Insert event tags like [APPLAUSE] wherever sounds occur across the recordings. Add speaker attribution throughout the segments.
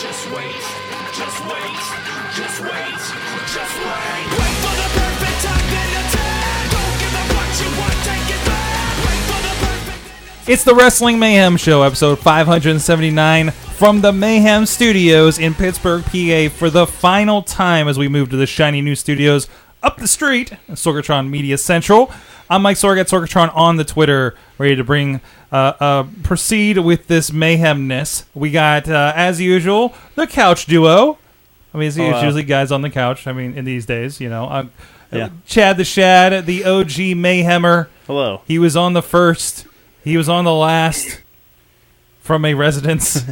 Speaker 1: just wait, just wait, just wait, just wait. Wait for the perfect time then attack. Don't give up what you want, take it back. Wait for the perfect.
Speaker 2: It's the Wrestling Mayhem Show, episode 579 from the Mayhem Studios in Pittsburgh, PA, for the final time as we move to the shiny new studios up the street at Sorgatron Media Central. I'm Mike Sorg at Sorgatron on the Twitter, ready to bring uh, uh, proceed with this mayhemness. We got, uh, as usual, the couch duo. I mean, it's, it's usually guys on the couch. I mean, in these days, you know, um,
Speaker 3: Yeah.
Speaker 2: Chad the Shad, the OG Mayhemmer.
Speaker 3: Hello.
Speaker 2: He was on the first. He was on the last from a
Speaker 4: [LAUGHS]
Speaker 2: residence.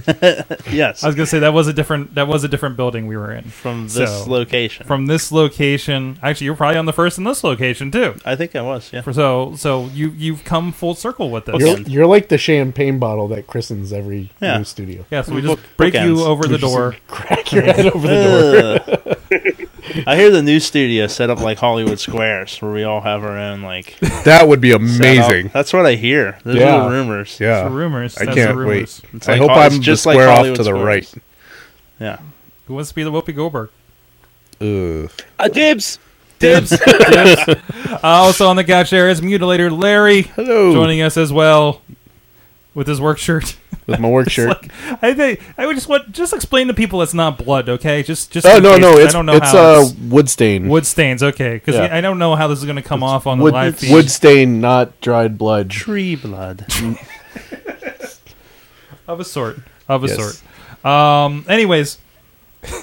Speaker 3: Yes.
Speaker 2: I was gonna say that was a different that was a different building we were in.
Speaker 3: from
Speaker 2: So,
Speaker 3: this location.
Speaker 2: From this location. Actually you're probably on the first in this location too.
Speaker 3: I think I was. Yeah.
Speaker 2: For- So so you you've come full circle with this.
Speaker 5: You're, you're like the champagne bottle that christens every
Speaker 3: Yeah.
Speaker 5: new studio.
Speaker 2: Yeah, so we just
Speaker 3: Book-
Speaker 2: break you
Speaker 3: bookends.
Speaker 2: over the door.
Speaker 5: [LAUGHS] Crack your head over the door.
Speaker 6: [LAUGHS]
Speaker 2: [LAUGHS]
Speaker 3: Ugh. [LAUGHS] I hear the new studio set up like Hollywood Squares, where we all have our own like. setup.
Speaker 4: That would be amazing.
Speaker 3: That's what I hear. Those
Speaker 5: Yeah.
Speaker 3: are the rumors.
Speaker 4: Yeah.
Speaker 2: The rumors.
Speaker 4: I
Speaker 2: That's
Speaker 4: can't
Speaker 2: the rumors.
Speaker 4: wait.
Speaker 3: It's
Speaker 4: I
Speaker 3: like
Speaker 4: hope
Speaker 3: Hol- it's
Speaker 4: I'm
Speaker 3: just
Speaker 4: just
Speaker 3: like
Speaker 4: square off
Speaker 3: Hollywood
Speaker 4: to the
Speaker 3: Squares.
Speaker 4: right.
Speaker 3: Yeah.
Speaker 2: Who wants to be the Whoopi Goldberg?
Speaker 4: Ugh.
Speaker 7: Uh, dibs!
Speaker 2: [LAUGHS] Uh, also on the couch there is mutilator Larry
Speaker 4: Hello.
Speaker 2: joining us as well with his work shirt.
Speaker 4: With my work shirt.
Speaker 2: Like, I think I would just want just explain to people it's not blood, okay? Just just
Speaker 4: oh
Speaker 2: in
Speaker 4: no
Speaker 2: case.
Speaker 4: no
Speaker 2: I
Speaker 4: it's
Speaker 2: don't know
Speaker 4: it's
Speaker 2: how
Speaker 4: uh
Speaker 2: this-
Speaker 4: wood stain.
Speaker 2: wood stains, okay? Because
Speaker 4: Yeah.
Speaker 2: I don't know how this is going to come off on the
Speaker 4: wood,
Speaker 2: live feed.
Speaker 4: wood stain, not dried blood.
Speaker 3: Tree blood.
Speaker 2: of a sort, of a
Speaker 4: Yes.
Speaker 2: sort. Um, anyways. [LAUGHS]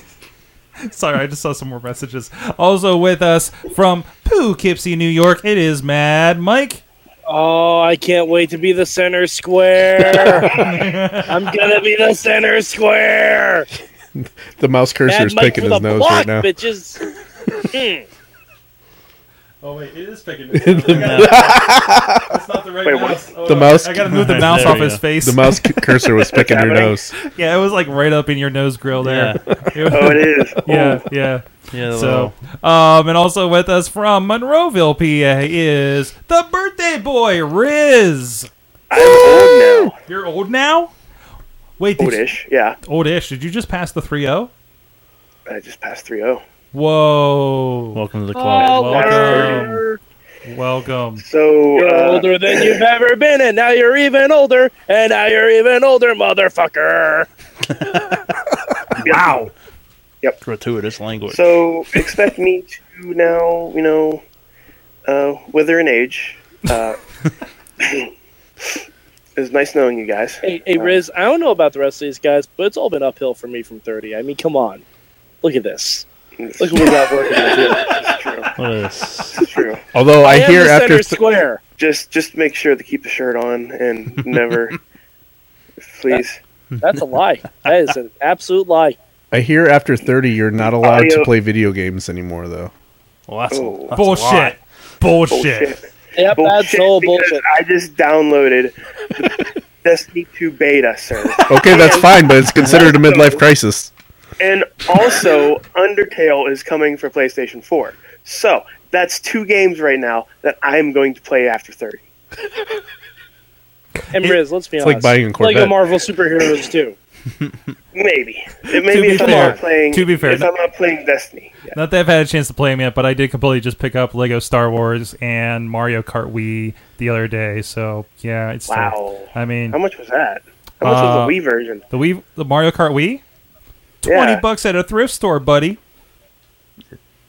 Speaker 2: Sorry, I just saw some more messages. Also with us from Poughkeepsie, New York, it is Mad Mike.
Speaker 6: Oh, I can't wait to be the center square. I'm gonna be the center square.
Speaker 4: The mouse cursor
Speaker 6: Mad
Speaker 4: is
Speaker 6: Mike
Speaker 4: picking
Speaker 6: for the
Speaker 4: his nose
Speaker 6: block,
Speaker 4: right now.
Speaker 8: [LAUGHS]
Speaker 6: bitches. Hmm.
Speaker 2: Oh wait, it is
Speaker 4: [LAUGHS]
Speaker 2: picking. That's not the right mouse. Oh,
Speaker 4: The I- mouse-
Speaker 2: I
Speaker 4: I
Speaker 2: gotta
Speaker 4: gotta
Speaker 2: move the mouse
Speaker 3: There
Speaker 2: off
Speaker 3: we
Speaker 2: his
Speaker 3: go.
Speaker 2: face.
Speaker 4: The mouse c- cursor
Speaker 6: [LAUGHS]
Speaker 4: was picking your
Speaker 6: happening?
Speaker 4: nose.
Speaker 2: yeah, it was like right up in your nose grill
Speaker 3: yeah.
Speaker 2: there. [LAUGHS]
Speaker 6: Oh, it is.
Speaker 2: yeah, yeah.
Speaker 3: Yeah. the
Speaker 2: So,
Speaker 3: little-
Speaker 2: um, and also with us from Monroeville, PA, is the birthday boy Riz.
Speaker 6: I'm old now.
Speaker 2: You're old now. Wait, did you,
Speaker 6: Oldish. Yeah,
Speaker 2: oldish. Did you just pass the oh? 3-0?
Speaker 6: I just passed three oh. zero.
Speaker 2: Whoa!
Speaker 3: Welcome to the
Speaker 8: Oh,
Speaker 3: club.
Speaker 2: Welcome, welcome.
Speaker 6: So you're older than you've ever been, and now you're even older, and now you're even older, motherfucker.
Speaker 8: Wow.
Speaker 3: Gratuitous language.
Speaker 8: So expect me to now, you know, uh, wither in age. Uh, it was nice knowing you guys.
Speaker 6: Hey, hey, Riz. I don't know about the rest of these guys, but it's all been uphill for me from thirty. I mean, come on. Look at this. Look what we got working with here.
Speaker 8: It's true.
Speaker 3: What
Speaker 8: [LAUGHS]
Speaker 3: is-
Speaker 8: It's true.
Speaker 4: Although [LAUGHS] I,
Speaker 6: am
Speaker 4: hear
Speaker 6: the
Speaker 4: after
Speaker 6: center
Speaker 4: th-
Speaker 6: square.
Speaker 8: Just, just make sure to keep the shirt on and never,
Speaker 6: [LAUGHS]
Speaker 8: please.
Speaker 6: That's a lie. That is an absolute lie.
Speaker 4: I hear after thirty you're not allowed to
Speaker 8: Audio-
Speaker 4: play video games anymore though.
Speaker 3: Well, that's,
Speaker 8: Oh.
Speaker 3: that's a lot.
Speaker 2: Bullshit. Bullshit.
Speaker 8: Bullshit.
Speaker 6: Yep, that's all
Speaker 8: because
Speaker 6: bullshit.
Speaker 8: I just downloaded the Destiny 2 beta, sir.
Speaker 4: Okay, that's fine, but it's considered a midlife crisis.
Speaker 8: And also, Undertale is coming for PlayStation 4. So, that's two games right now that I'm going to play after 30.
Speaker 6: And Riz, let's be
Speaker 4: It's like
Speaker 6: honest.
Speaker 4: buying a
Speaker 6: Lego
Speaker 4: Corvette.
Speaker 6: Marvel superheroes too.
Speaker 8: Maybe. It
Speaker 2: To
Speaker 8: may
Speaker 2: be
Speaker 8: be if
Speaker 2: fair-
Speaker 8: I'm not playing
Speaker 2: to be fair,
Speaker 8: if
Speaker 2: no-
Speaker 8: I'm not playing Destiny. Yeah.
Speaker 2: Not that I've had a chance to play them yet, but I did completely just pick up Lego Star Wars and Mario Kart Wii the other day. So yeah, it's tough.
Speaker 8: Wow.
Speaker 2: I mean,
Speaker 8: How much was that? How much was
Speaker 2: Uh,
Speaker 8: the Wii version?
Speaker 2: The Wii, the Mario Kart Wii, twenty
Speaker 8: Yeah.
Speaker 2: bucks at a thrift store, buddy.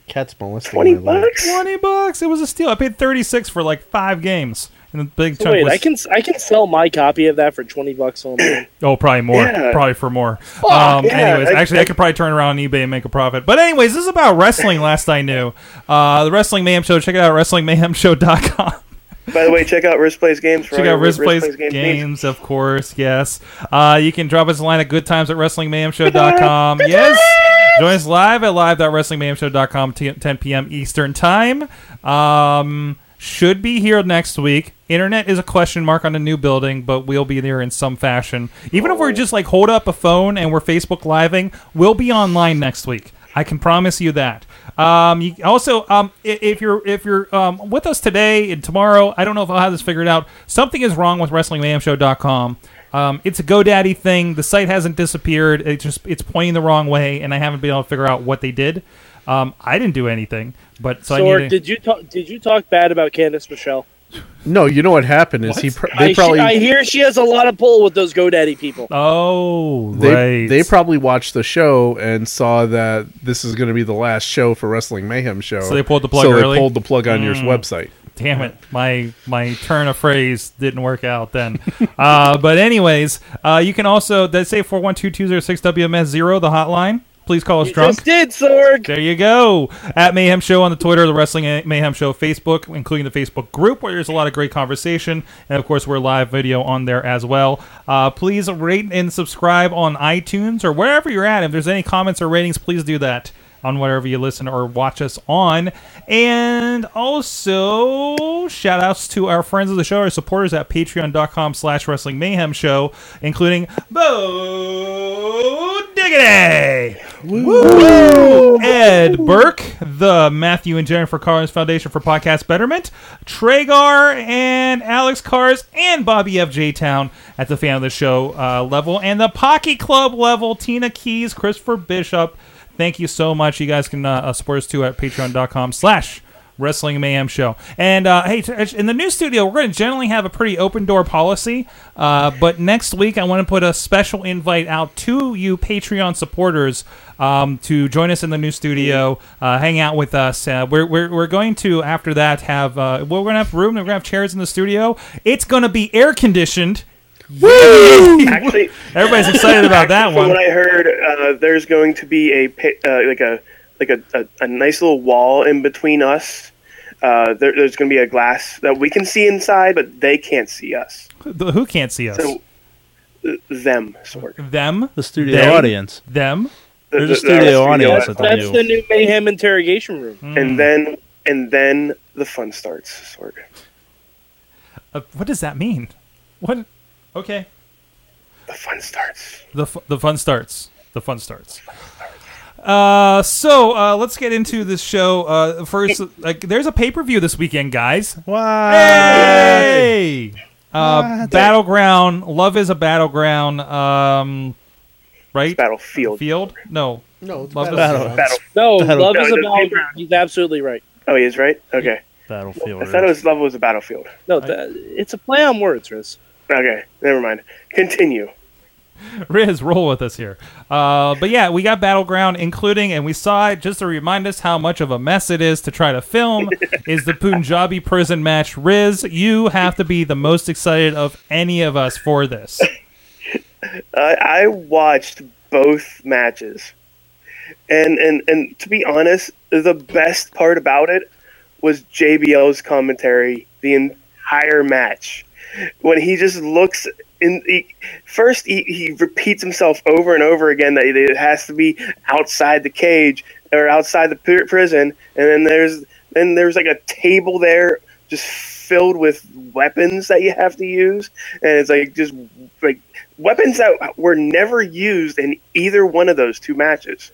Speaker 4: Cat's molesting.
Speaker 8: 20 bucks?
Speaker 2: Twenty bucks. It was a steal. I paid thirty six for like five games, and the big chunk
Speaker 6: Wait,
Speaker 2: was
Speaker 6: I can I can sell my copy of that for twenty bucks online.
Speaker 2: oh, probably more,
Speaker 8: Yeah.
Speaker 2: probably for more. um,
Speaker 8: yeah,
Speaker 2: anyways,
Speaker 8: I-
Speaker 2: actually, I, could probably turn around on eBay and make a profit. But anyways, this is about wrestling. last I knew, uh, the Wrestling Mayhem Show. Check it out, WrestlingMayhemShow.com.
Speaker 8: By the way, check out Risk Plays Games for
Speaker 2: Check
Speaker 8: all
Speaker 2: out
Speaker 8: your
Speaker 2: Riz Plays
Speaker 8: Games
Speaker 2: games, [LAUGHS]
Speaker 8: needs.
Speaker 2: of course. Yes. Uh, you can drop us a line at goodtimes at wrestlingmayhemshow.com. Yes. Join us live at live.wrestlingmayhemshow.com, t- 10 p.m. Eastern Time. Um, should be here next week. Internet is a question mark on the new building, but we'll be there in some fashion. Even if we're just like hold up a phone and we're Facebook living, we'll be online next week. I can promise you that. Um, you also, um, i- if you're if you're um, with us today and tomorrow, I don't know if I'll have this figured out. Something is wrong with WrestlingMayhemShow.com. Um, it's a GoDaddy thing. The site hasn't disappeared. It just it's pointing the wrong way, and I haven't been able to figure out what they did. Um, I didn't do anything, but so,
Speaker 6: So,
Speaker 2: I
Speaker 6: or
Speaker 2: need to,
Speaker 6: did you talk? Did you talk bad about Candice Michelle?
Speaker 4: No, you know what happened is he. Pr-
Speaker 6: I,
Speaker 4: they
Speaker 6: she-
Speaker 4: probably
Speaker 6: I hear she has a lot of pull with those GoDaddy people.
Speaker 2: Oh,
Speaker 4: they,
Speaker 2: right.
Speaker 4: they probably watched the show and saw that this is going to be the last show for Wrestling Mayhem show.
Speaker 2: So they pulled the plug
Speaker 4: So
Speaker 2: early? Hmm.
Speaker 4: they pulled the plug on your website.
Speaker 2: damn it my my turn of phrase didn't work out then [LAUGHS] uh, but anyways uh, you can also they say 412-206-WMS0 the hotline please call us
Speaker 6: You
Speaker 2: drunk
Speaker 6: just did, Sorg.
Speaker 2: there you go. At Mayhem Show on the Twitter, the Wrestling Mayhem Show Facebook, including the Facebook group where there's a lot of great conversation. And of course, we're live video on there as well. Uh, please rate and subscribe on iTunes or wherever you're at. If there's any comments or ratings, please do that on wherever you listen or watch us on. And also, shout outs to our friends of the show, our supporters at patreon.com slash wrestling mayhem show, including Bo Diggity! Ed Burke, the Matthew and Jennifer Carnes Foundation for Podcast Betterment, Tragar and Alex Cars, and Bobby F. J. Town at the fan of the show uh, level, and the Pocky Club level, Tina Keys, Christopher Bishop. Thank you so much. You guys can uh, uh, support us too at patreon.com slash Wrestling Mayhem Show. And uh, hey, t- in the new studio, we're going to generally have a pretty open door policy. Uh, but next week, I want to put a special invite out to you Patreon supporters um, to join us in the new studio, uh, hang out with us. Uh, we're, we're, we're going to, after that, have uh, we're going to have room. We're going to have chairs in the studio. It's going to be air conditioned.
Speaker 8: Actually,
Speaker 2: Everybody's excited
Speaker 8: [LAUGHS]
Speaker 2: about that
Speaker 8: from
Speaker 2: one.
Speaker 8: what I heard, uh, there's going to be a pa- uh, like a like a, a, a nice little wall in between us. Uh, there, there's going to be a glass that we can see inside, but they can't see us.
Speaker 2: The- Who can't see us?
Speaker 8: So, uh, them, sort of.
Speaker 2: them,
Speaker 3: The studio
Speaker 2: They-
Speaker 3: audience.
Speaker 2: them.
Speaker 8: The-
Speaker 3: There's a
Speaker 8: the-
Speaker 3: studio
Speaker 8: the
Speaker 3: audience at
Speaker 6: That's
Speaker 3: W.
Speaker 6: the new Mayhem interrogation room.
Speaker 2: Hmm.
Speaker 8: and then and then the fun starts. Sort of.
Speaker 2: Uh, what does that mean? What? Okay.
Speaker 8: The fun starts.
Speaker 2: the, fu- the fun starts. The fun starts. Uh, so uh, let's get into this show. Uh, first, like, there's a pay per view this weekend, guys. Hey! Uh, battleground. Love is a battleground. Um, right?
Speaker 8: Battlefield.
Speaker 2: Field? No.
Speaker 5: No, it's
Speaker 2: Love is-
Speaker 5: Battleground.
Speaker 8: Battle.
Speaker 6: No,
Speaker 3: That'll-
Speaker 6: love is
Speaker 8: No,
Speaker 6: a
Speaker 8: no,
Speaker 6: battle.
Speaker 8: Abraham.
Speaker 6: He's absolutely right.
Speaker 8: Oh, he is right. Okay,
Speaker 3: Battlefield.
Speaker 8: I thought it was level was a battlefield.
Speaker 6: No, th- it's a play on words, Riz.
Speaker 8: Okay, never mind. Continue.
Speaker 2: Riz, roll with us here. Uh, but yeah, we got Battleground, including, and we saw it just to remind us how much of a mess it is to try to
Speaker 6: [LAUGHS]
Speaker 2: film, is the Punjabi prison match. Riz, you have to be the most excited of any of us for this.
Speaker 8: Uh, I watched both matches, and and and to be honest, the best part about it was JBL's commentary the entire match. When he just looks in, he, first he, he repeats himself over and over again that it has to be outside the cage or outside the pr- prison, and then there's then there's like a table there just filled with weapons that you have to use, and it's like just like weapons that were never used in either one of those two matches.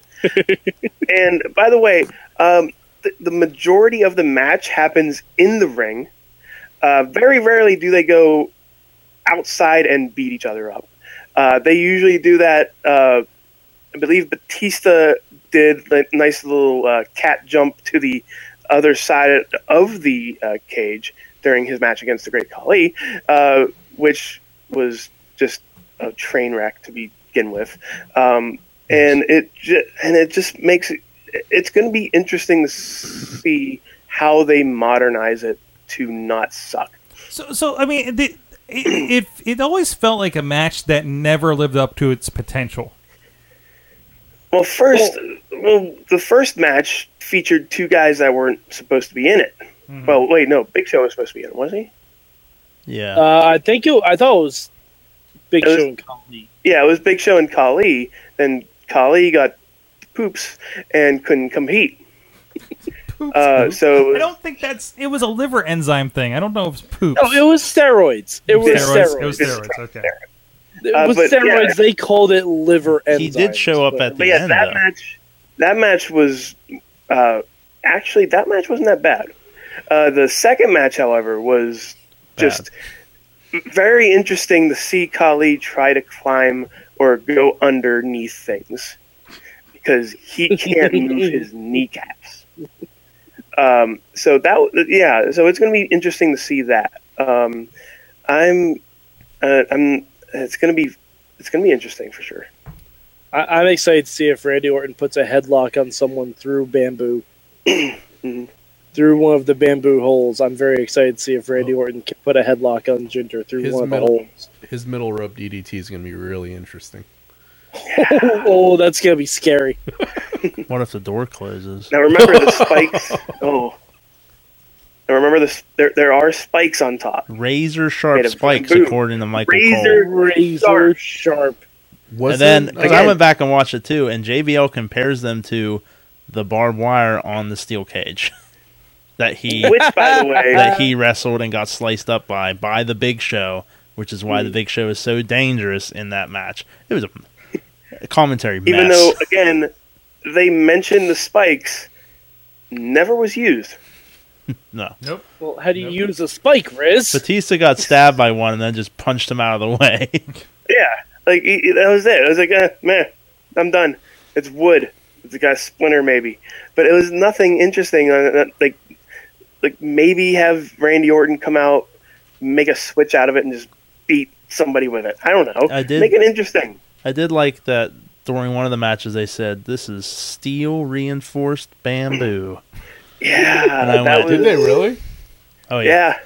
Speaker 8: and by the way, um, the, the majority of the match happens in the ring. Uh, very rarely do they go outside and beat each other up. Uh, they usually do that. Uh, I believe Batista did a nice little uh, cat jump to the other side of the uh, cage during his match against the Great Khali, uh, which was just a train wreck to begin with, um, and it ju- and it just makes it. It's going to be interesting to see how they modernize it to not suck.
Speaker 2: So, so I mean, the, it, it it always felt like a match that never lived up to its potential.
Speaker 8: Well, first, well, the first match featured two guys that weren't supposed to be in it. Well, wait, no, Big Show was supposed to be in it, was he?
Speaker 3: Yeah.
Speaker 6: Uh, I think it. I thought it was Big
Speaker 8: It was-
Speaker 6: Show and Kali.
Speaker 8: Yeah, it was Big Show and Kali. Then Kali got poops and couldn't compete. Uh,
Speaker 2: I
Speaker 8: so
Speaker 2: don't think that's. It was a liver enzyme thing. I don't know if it's poops.
Speaker 6: No, it was steroids. It was steroids.
Speaker 2: It was
Speaker 8: It's
Speaker 2: steroids. Okay.
Speaker 6: It
Speaker 8: Uh,
Speaker 6: was
Speaker 8: but,
Speaker 6: steroids.
Speaker 8: yeah.
Speaker 6: They called it liver enzymes.
Speaker 3: He did show up
Speaker 6: but-
Speaker 3: at
Speaker 8: uh, but
Speaker 3: the
Speaker 8: yeah,
Speaker 3: end.
Speaker 8: that
Speaker 3: though.
Speaker 8: match that match was uh, actually that match wasn't that bad. Uh, the second match, however, was just very interesting to see Kali try to climb or go underneath things because he
Speaker 3: [LAUGHS]
Speaker 8: can't move his kneecaps. Um, so that yeah, so it's going to be interesting to see that. Um, I'm uh, I'm it's going to be it's going to be interesting for sure.
Speaker 6: I, I'm excited to see if Randy Orton puts a headlock on someone through [CLEARS THROAT] bamboo, Mm-hmm. through one of the bamboo holes. I'm very excited to see if Randy Orton can put a headlock on Jinder through
Speaker 4: His
Speaker 6: one of the
Speaker 4: metal-
Speaker 6: holes. [LAUGHS]
Speaker 4: His middle rope DDT is going to be really interesting.
Speaker 6: oh, that's gonna be scary.
Speaker 3: What if the door closes?
Speaker 8: Now
Speaker 3: [LAUGHS]
Speaker 8: remember the spikes. Oh, now remember this. There, there are spikes on top.
Speaker 3: Razor sharp
Speaker 8: Made of
Speaker 3: spikes,
Speaker 8: bamboo.
Speaker 3: according to Michael
Speaker 8: Razor-
Speaker 3: Cole.
Speaker 6: Razor sharp.
Speaker 4: Was
Speaker 3: and then, because I
Speaker 8: again-
Speaker 3: went back and watched it too, and JBL compares them to the barbed wire on the steel cage [LAUGHS] that he
Speaker 8: Which, by the way,
Speaker 3: that he wrestled and got sliced up by by the Big Show, which is
Speaker 8: Hmm.
Speaker 3: why the Big Show is so dangerous in that match. It was a, a commentary mess.
Speaker 8: even though again they mentioned the spikes, never was used.
Speaker 3: no,
Speaker 6: Well, how do you use a spike,
Speaker 3: [LAUGHS]
Speaker 6: Riz?
Speaker 3: Batista got stabbed by one and then just punched him out of the way. [LAUGHS]
Speaker 8: Yeah, like it, it- that was it. I was like, eh, man, I'm done. It's wood. It's got a splinter maybe, but it was nothing interesting. on it, Like, like maybe have Randy Orton come out, make a switch out of it, and just beat somebody with it. I don't know.
Speaker 3: I did-
Speaker 8: make it interesting.
Speaker 3: I did like that during one of the matches they said this is steel reinforced bamboo.
Speaker 8: Yeah,
Speaker 3: I
Speaker 8: that
Speaker 3: went,
Speaker 8: was,
Speaker 5: Did they really?
Speaker 3: Oh yeah.
Speaker 8: Yeah.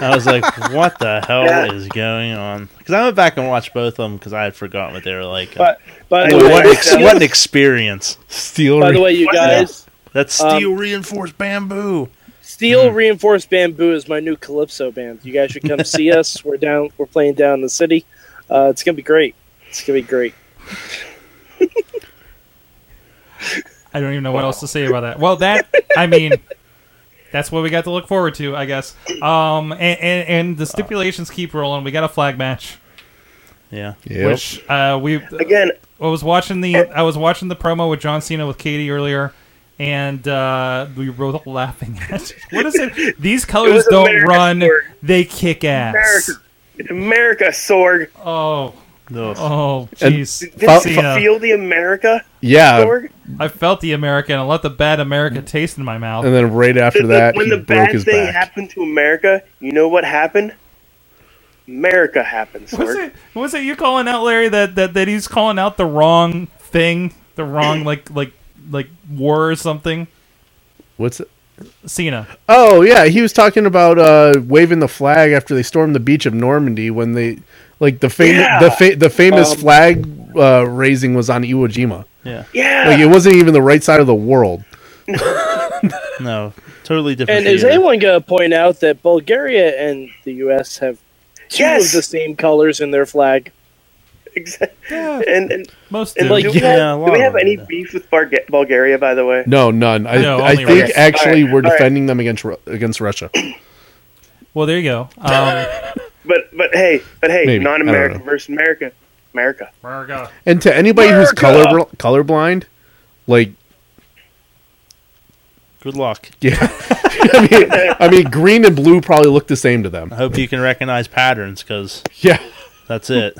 Speaker 3: I was like, "What the
Speaker 6: [LAUGHS]
Speaker 3: hell
Speaker 8: Yeah.
Speaker 3: is going on?" Because I went back and watched both of them because I had forgotten what they were like.
Speaker 6: But- by the
Speaker 3: Boy,
Speaker 6: way,
Speaker 3: what, ex-
Speaker 6: guys-
Speaker 3: what an experience!
Speaker 4: Steel.
Speaker 6: by the way, you guys,
Speaker 3: That's
Speaker 6: Um,
Speaker 3: steel reinforced bamboo.
Speaker 6: steel
Speaker 4: Mm-hmm.
Speaker 6: reinforced bamboo is my new calypso band. You guys should
Speaker 4: [LAUGHS]
Speaker 6: come see us. We're down. We're playing down in the city. Uh, it's gonna be great. It's gonna be great.
Speaker 2: I don't even know what else to say about that. Well, that I mean, that's what we got to look forward to, I guess. Um, and and, and the stipulations keep rolling. We got a flag match,
Speaker 3: Yeah,
Speaker 2: which uh, we
Speaker 8: Again,
Speaker 2: I was watching the I was watching the promo with John Cena with Katie earlier, and uh, we were both [LAUGHS] laughing at it. what is it? These colors
Speaker 8: was
Speaker 2: don't
Speaker 8: America
Speaker 2: run;
Speaker 8: Sorg.
Speaker 2: they kick ass.
Speaker 8: America. it's America, Sorg.
Speaker 2: Oh,
Speaker 3: Ugh.
Speaker 2: oh,
Speaker 4: And
Speaker 2: jeez,
Speaker 8: Did
Speaker 4: Fu-
Speaker 8: you
Speaker 2: Cena.
Speaker 8: feel the America,
Speaker 4: yeah.
Speaker 8: Sorg?
Speaker 2: I felt the America and I let the bad America taste in my mouth.
Speaker 4: And then right after
Speaker 8: The- the-
Speaker 4: that,
Speaker 8: when
Speaker 4: he
Speaker 8: the
Speaker 4: broke
Speaker 8: bad
Speaker 4: his
Speaker 8: thing
Speaker 4: back.
Speaker 8: happened to America, you know what happened?
Speaker 2: [LAUGHS]
Speaker 8: America happened,
Speaker 2: Was
Speaker 8: Sorg.
Speaker 2: it was it you calling out Larry that, that that he's calling out the wrong thing, the wrong like like like war or something?
Speaker 4: What's it?
Speaker 2: Cena.
Speaker 4: Oh yeah, he was talking about uh, waving the flag after they stormed the beach of Normandy when they like the famous
Speaker 8: Yeah.
Speaker 4: the fa- the famous
Speaker 6: Um,
Speaker 4: flag uh, raising was on Iwo Jima.
Speaker 3: yeah.
Speaker 8: Yeah. [LAUGHS]
Speaker 4: Like it wasn't even the right side of the world.
Speaker 3: No, totally different.
Speaker 6: And is
Speaker 3: theater.
Speaker 6: anyone going to point out that Bulgaria and the U.S. have two
Speaker 8: Yes.
Speaker 6: of the same colors in their flag?
Speaker 8: Exactly.
Speaker 2: Yeah,
Speaker 8: And, and
Speaker 2: most
Speaker 6: and,
Speaker 2: do.
Speaker 6: like,
Speaker 8: do,
Speaker 6: Yeah,
Speaker 3: a
Speaker 8: we have,
Speaker 3: lot
Speaker 8: do we
Speaker 3: of
Speaker 8: have
Speaker 3: them
Speaker 8: any
Speaker 3: do that.
Speaker 8: beef with Barga- Bulgaria, by the way?
Speaker 4: No, none. I,
Speaker 2: No,
Speaker 4: I
Speaker 2: only
Speaker 4: think
Speaker 2: Russia.
Speaker 4: actually
Speaker 8: Alright,
Speaker 4: we're
Speaker 8: alright.
Speaker 4: defending them against Ru- against Russia.
Speaker 2: well, there you go. Um,
Speaker 8: But but hey, but hey,
Speaker 4: Maybe. I
Speaker 8: non-America
Speaker 4: don't know.
Speaker 8: versus America, America.
Speaker 2: America.
Speaker 4: And to anybody who's color
Speaker 8: America!
Speaker 4: colorblind, like [LAUGHS]
Speaker 3: Good luck.
Speaker 4: yeah, I mean, I mean, green and blue probably look the same to them. [LAUGHS]
Speaker 3: I hope you can recognize patterns because
Speaker 4: Yeah,
Speaker 3: that's it.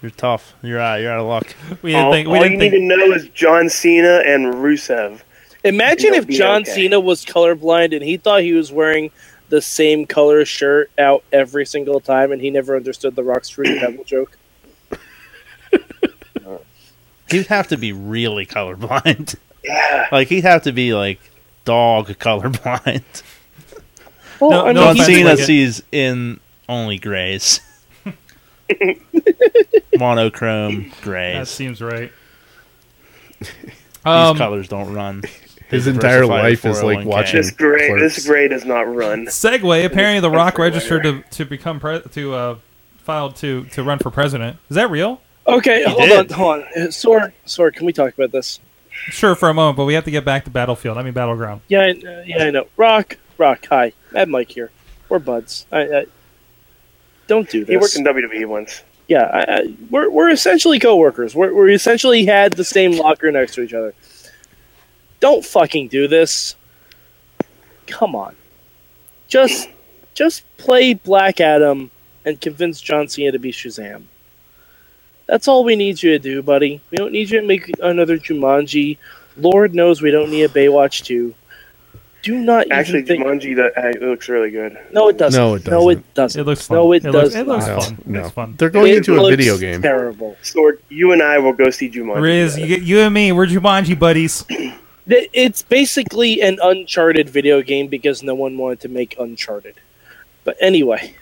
Speaker 3: You're tough. You're out. You're out of luck.
Speaker 2: We didn't
Speaker 8: All,
Speaker 2: think. We
Speaker 8: all you
Speaker 2: didn't
Speaker 8: need
Speaker 2: think.
Speaker 8: [LAUGHS] to know is John Cena and Rusev.
Speaker 6: Imagine
Speaker 8: It'll
Speaker 6: if
Speaker 8: be
Speaker 6: John
Speaker 8: okay.
Speaker 6: Cena was colorblind and he thought he was wearing the same color shirt out every single time, and he never understood the Rock
Speaker 8: [CLEARS THROAT]
Speaker 6: Street Devil joke.
Speaker 3: He'd have to be really [LAUGHS] colorblind.
Speaker 8: Yeah.
Speaker 3: Like he'd have to be like dog [LAUGHS] colorblind.
Speaker 6: Well,
Speaker 2: No,
Speaker 6: I mean,
Speaker 2: no
Speaker 3: John
Speaker 2: offense,
Speaker 3: Cena
Speaker 2: like it.
Speaker 3: sees in only
Speaker 6: [LAUGHS]
Speaker 3: grays. Monochrome
Speaker 2: That
Speaker 3: grays. These
Speaker 2: seems right. Um,
Speaker 3: colors don't run.
Speaker 4: His entire
Speaker 3: diversified
Speaker 4: life is
Speaker 2: oh
Speaker 4: like
Speaker 3: 401k.
Speaker 4: watching
Speaker 8: This gray, this
Speaker 4: Clerks.
Speaker 8: gray does not run.
Speaker 2: Segway. Apparently, The
Speaker 8: That's
Speaker 2: Rock
Speaker 8: right
Speaker 2: registered to to become pre- to uh, filed to to run for president. Is that real?
Speaker 6: Okay,
Speaker 3: He
Speaker 6: hold
Speaker 3: did.
Speaker 6: on, hold on. Sor, Sor, can we talk about this?
Speaker 2: Sure, for a moment, but we have to get back to battlefield. I mean, battleground.
Speaker 6: Yeah, I- uh, yeah, I know. Rock, Rock. Hi, Mad Mike here. We're buds. I, I don't do
Speaker 8: He worked
Speaker 6: this.
Speaker 8: in WWE once.
Speaker 6: yeah, I, I, we're we're essentially coworkers. We're we essentially had the same locker next to each other. Don't fucking do this. Come on, just just play Black Adam and convince John Cena to be Shazam. That's all we need you to do, buddy. We don't need you to make another Jumanji. Lord knows we don't need a Baywatch too. Do not even
Speaker 8: Actually,
Speaker 6: think-
Speaker 8: Jumanji, that uh, it looks really good.
Speaker 6: No, it doesn't.
Speaker 4: No, it
Speaker 6: No, it doesn't.
Speaker 2: It looks fun.
Speaker 6: No, it,
Speaker 2: looks,
Speaker 6: does.
Speaker 2: It looks
Speaker 6: not.
Speaker 4: No,
Speaker 2: fun.
Speaker 4: no.
Speaker 2: It's fun.
Speaker 4: They're going
Speaker 6: It
Speaker 4: into a
Speaker 6: looks
Speaker 4: video game.
Speaker 6: Terrible.
Speaker 8: Sword, you and Oh, I will go see Jumanji.
Speaker 2: Riz, you, get- you and me, we're Jumanji buddies.
Speaker 6: Th- It's basically an Uncharted video game because no one wanted to make Uncharted. But anyway,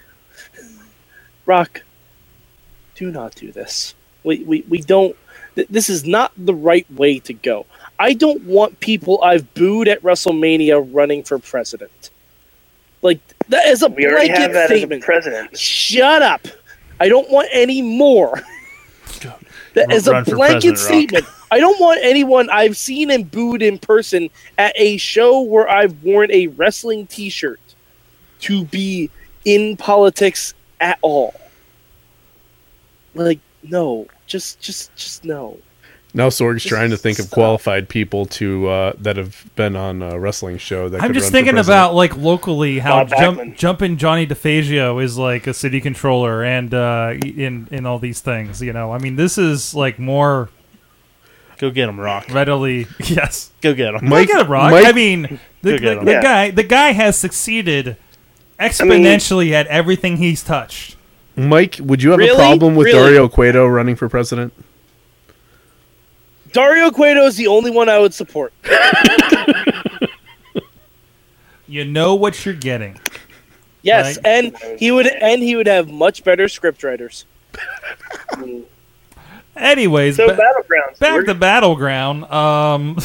Speaker 6: [LAUGHS] Rock, do not do this. We, we, we don't. th- This is not the right way to go. I don't want people I've booed at WrestleMania running for president. Like, that is a
Speaker 8: we already
Speaker 6: blanket
Speaker 8: have that as
Speaker 6: statement.
Speaker 8: a president.
Speaker 6: Shut up. I don't want any
Speaker 3: [LAUGHS]
Speaker 6: more. That is a
Speaker 3: Run for
Speaker 6: blanket
Speaker 3: president, Rock.
Speaker 6: statement. I don't want anyone I've seen and booed in person at a show where I've worn a wrestling t shirt to be in politics at all. Like, no. Just just just no.
Speaker 4: Now Sorg's trying to think of
Speaker 6: Stop.
Speaker 4: qualified people to uh, that have been on a wrestling show. That
Speaker 2: I'm
Speaker 4: could
Speaker 2: just
Speaker 4: run for
Speaker 2: thinking
Speaker 4: president.
Speaker 2: about like locally how
Speaker 8: Bob
Speaker 2: jump,
Speaker 8: Backlund.
Speaker 2: jumping Johnny DeFazio is like a city controller and uh, in in all these things. You know, I mean, this is like more
Speaker 3: Go get him, Rock.
Speaker 4: [LAUGHS]
Speaker 2: readily. Yes,
Speaker 3: Go get him.
Speaker 2: I get it, Rock.
Speaker 4: Mike-
Speaker 2: I mean, the,
Speaker 3: Look at
Speaker 2: the,
Speaker 3: him.
Speaker 2: the
Speaker 8: Yeah.
Speaker 2: guy the guy has succeeded exponentially at everything he's touched.
Speaker 4: Mike. Would you have
Speaker 6: Really?
Speaker 4: a problem with
Speaker 6: Really?
Speaker 4: Dario Cueto running for president?
Speaker 6: Dario Cueto is the only one I would support.
Speaker 2: You know what you're getting.
Speaker 6: Yes,
Speaker 2: Right.
Speaker 6: and he would and he would have much better script writers.
Speaker 2: Anyways,
Speaker 8: So
Speaker 2: ba-
Speaker 8: battlegrounds.
Speaker 2: back
Speaker 8: we're-
Speaker 2: to battleground. Um,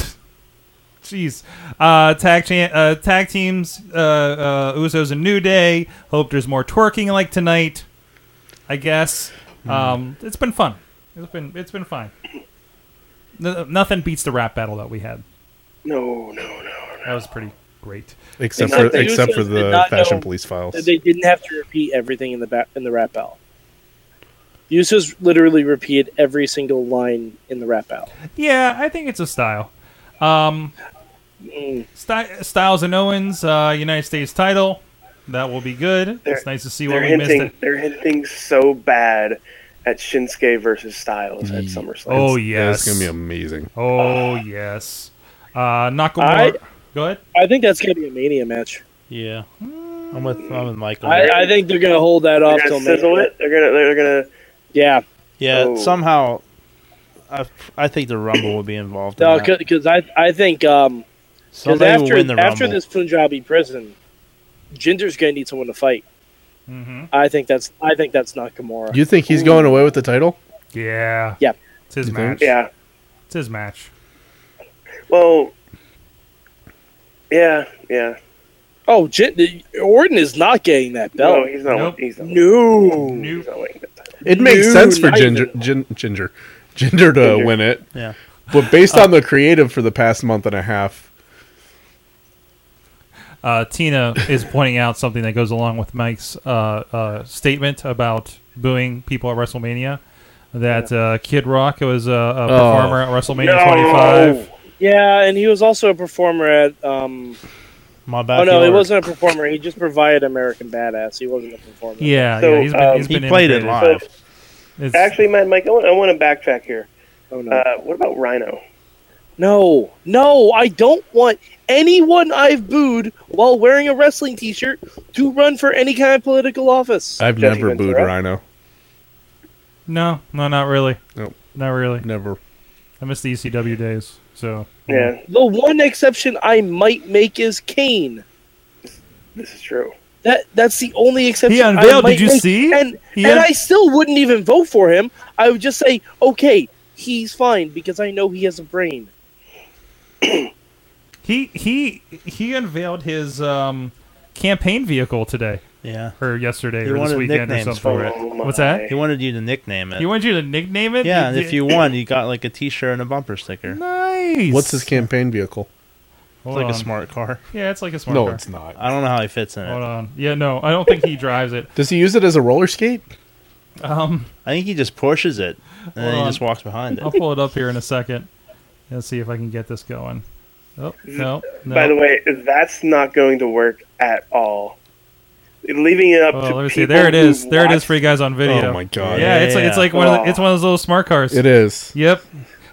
Speaker 2: [LAUGHS] jeez, uh, tag cha- uh, tag teams, uh, uh, Usos and New Day. Hope there's more twerking like tonight. I guess
Speaker 8: Hmm.
Speaker 2: um, it's been fun. It's been it's been fine. No, nothing beats the rap battle that we had.
Speaker 8: no, no, no.
Speaker 2: That was pretty great.
Speaker 4: Except
Speaker 8: Except
Speaker 4: for
Speaker 8: the
Speaker 4: except for
Speaker 6: Usos did
Speaker 4: the
Speaker 6: not
Speaker 4: Fashion
Speaker 6: know
Speaker 4: Police files.
Speaker 6: that they didn't have to repeat everything in the ba- in the rap out. The Usos literally repeated every single line in the rap out.
Speaker 2: Yeah, I think it's a style. Um, Sty- Styles and Owens, uh, United States title. That will be good.
Speaker 8: They're-
Speaker 2: it's nice to see what
Speaker 8: They're
Speaker 2: we missed.
Speaker 8: hinting.
Speaker 2: It.
Speaker 8: They're hinting so bad at Shinsuke versus Styles at SummerSlam.
Speaker 2: Oh
Speaker 4: That's
Speaker 2: yes,
Speaker 4: gonna be amazing.
Speaker 2: Oh yes. Uh, Nakamura.
Speaker 6: I-
Speaker 2: Go ahead.
Speaker 6: I think that's gonna be a mania match.
Speaker 3: Yeah. I'm with I'm with Michael. there.
Speaker 6: I, I think they're gonna hold that
Speaker 8: They're
Speaker 6: off till
Speaker 8: gonna sizzle
Speaker 6: mania.
Speaker 8: it. They're gonna. They're gonna.
Speaker 6: Yeah,
Speaker 3: yeah,
Speaker 8: Oh.
Speaker 3: somehow I, I think the Rumble will be involved.
Speaker 6: no,
Speaker 3: in that.
Speaker 6: because I I think um 'cause
Speaker 3: Somebody will
Speaker 6: after
Speaker 3: win the
Speaker 6: after
Speaker 3: Rumble.
Speaker 6: this Punjabi prison, Jinder's gonna need someone to fight.
Speaker 2: Mm-hmm.
Speaker 6: I think that's I think that's Nakamura.
Speaker 4: You think he's going away with the title?
Speaker 2: Yeah.
Speaker 6: Yep.
Speaker 2: It's his
Speaker 4: You
Speaker 2: match.
Speaker 4: think?
Speaker 8: Yeah.
Speaker 2: It's his match.
Speaker 8: Well. Yeah. Yeah.
Speaker 6: Oh, Jin- Orton is not getting that
Speaker 8: No,
Speaker 6: belt.
Speaker 8: he's not.
Speaker 2: Nope.
Speaker 8: He's not.
Speaker 6: No,
Speaker 8: He's
Speaker 2: Nope.
Speaker 8: not winning that title.
Speaker 4: It makes
Speaker 6: Dude,
Speaker 4: sense for
Speaker 6: not
Speaker 4: Ginger, gin, Ginger, Ginger to
Speaker 8: Ginger.
Speaker 4: win it.
Speaker 3: Yeah.
Speaker 4: But based on the creative for the past month and a half,
Speaker 2: Uh, Tina is pointing out something that goes along with Mike's uh, uh, statement about booing people at WrestleMania. That uh, Kid Rock was a,
Speaker 3: Oh.
Speaker 2: a performer at WrestleMania 25.
Speaker 6: Yeah, and he was also a performer at um,
Speaker 3: My
Speaker 6: Oh
Speaker 3: backyard.
Speaker 6: no, he wasn't a performer. He just provided American Badass. He wasn't a performer.
Speaker 2: Yeah,
Speaker 8: So,
Speaker 6: uh,
Speaker 2: yeah, he's been,
Speaker 8: um,
Speaker 2: he's
Speaker 3: He
Speaker 2: been
Speaker 3: played it
Speaker 2: imitated.
Speaker 3: live.
Speaker 2: It's-
Speaker 8: Actually, man, Mike, I want, I want to backtrack here.
Speaker 6: Oh no.
Speaker 8: Uh, what about Rhino?
Speaker 6: no, no, I don't want anyone I've booed while wearing a wrestling T-shirt to run for any kind of political
Speaker 2: Uh,
Speaker 6: office.
Speaker 4: I've
Speaker 8: Jesse
Speaker 4: never booed
Speaker 8: Ventura?
Speaker 4: Rhino.
Speaker 2: no, no, not really.
Speaker 4: Nope.
Speaker 2: Not really.
Speaker 4: Never.
Speaker 2: I miss the ECW days. So
Speaker 8: Yeah,
Speaker 6: the one exception I might make is Kane.
Speaker 8: this is true.
Speaker 6: That that's the only exception.
Speaker 2: He unveiled,
Speaker 6: I might
Speaker 2: did you
Speaker 6: make.
Speaker 2: see?
Speaker 6: uh, And
Speaker 2: He un-
Speaker 6: and I still wouldn't even vote for him. I would just say, okay, he's fine because I know he has a brain.
Speaker 2: He he he unveiled his um, campaign vehicle today
Speaker 3: Yeah.
Speaker 2: or yesterday
Speaker 3: He
Speaker 2: or this
Speaker 3: wanted
Speaker 2: weekend or
Speaker 3: nicknames
Speaker 2: something.
Speaker 3: for it.
Speaker 8: Oh
Speaker 2: What's that?
Speaker 8: my.
Speaker 3: He wanted you to nickname it.
Speaker 2: He wanted you to nickname it.
Speaker 3: yeah, and if you won, you got like a T-shirt and a bumper sticker.
Speaker 2: nice.
Speaker 4: What's his campaign vehicle?
Speaker 3: It's
Speaker 2: Hold
Speaker 3: like a
Speaker 2: on.
Speaker 3: smart car.
Speaker 2: Yeah, it's like a smart.
Speaker 4: No,
Speaker 2: car.
Speaker 4: it's not.
Speaker 3: I don't know how he fits in
Speaker 2: Hold
Speaker 3: it.
Speaker 2: on. Yeah, no, I don't think he drives it. [LAUGHS]
Speaker 4: Does he use it as a roller skate?
Speaker 2: Um,
Speaker 3: I think he just pushes it and then he
Speaker 2: Hold on.
Speaker 3: just walks behind it.
Speaker 2: I'll pull it up here in a second. Let's see if I can get this going. Oh no, no.
Speaker 8: By the way, that's not going to work at all. Leaving it up
Speaker 2: oh,
Speaker 8: to
Speaker 2: let me see.
Speaker 8: people
Speaker 2: There it
Speaker 8: who
Speaker 2: is. There it is
Speaker 8: watch-
Speaker 2: for you guys on video.
Speaker 5: Oh my god.
Speaker 2: Yeah, it's like it's like one of the,
Speaker 8: Yeah.
Speaker 2: it's one of those little smart cars.
Speaker 4: It is.
Speaker 2: Yep.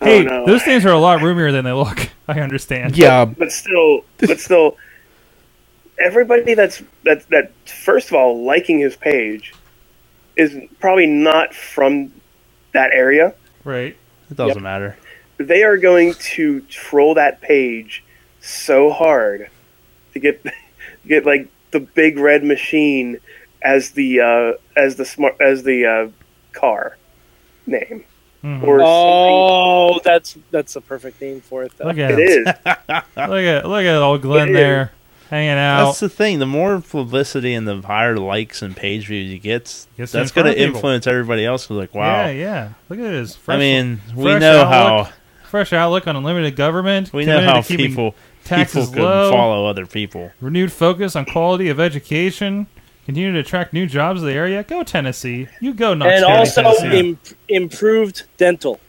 Speaker 2: Hey,
Speaker 8: Oh, no.
Speaker 2: those things are a lot roomier than they look. [LAUGHS] I understand.
Speaker 4: Yeah,
Speaker 8: but still, but still, everybody that's that that first of all liking his page is probably not from that area.
Speaker 2: Right.
Speaker 3: It doesn't matter.
Speaker 8: They are going to troll that page so hard to get [LAUGHS] get like the big red machine as the uh, as the smart as the uh, car name
Speaker 2: Mhm.
Speaker 8: or something.
Speaker 6: Oh, that's that's the perfect name for it. Though.
Speaker 2: Look at him.
Speaker 8: It is. [LAUGHS]
Speaker 2: Look at look at old Glenn
Speaker 8: It is.
Speaker 2: there hanging out.
Speaker 3: That's the thing. The more publicity and the higher likes and page views he gets,
Speaker 2: Gets in
Speaker 3: that's
Speaker 2: front
Speaker 3: going
Speaker 2: of
Speaker 3: to
Speaker 2: people.
Speaker 3: influence everybody else. Who's like, wow.
Speaker 2: Yeah, yeah. Look at his. Fresh,
Speaker 3: I mean, we
Speaker 2: fresh
Speaker 3: know
Speaker 2: outlook.
Speaker 3: how
Speaker 2: fresh outlook on unlimited government.
Speaker 3: we know
Speaker 2: committed to
Speaker 3: how
Speaker 2: keeping
Speaker 3: people people
Speaker 2: taxes
Speaker 3: can
Speaker 2: low.
Speaker 3: follow other people.
Speaker 2: Renewed focus on quality of education. Continue to attract new jobs to the area. Go Tennessee. You go Knox
Speaker 6: and
Speaker 2: County,
Speaker 6: also
Speaker 2: Tennessee.
Speaker 6: Im- improved dental.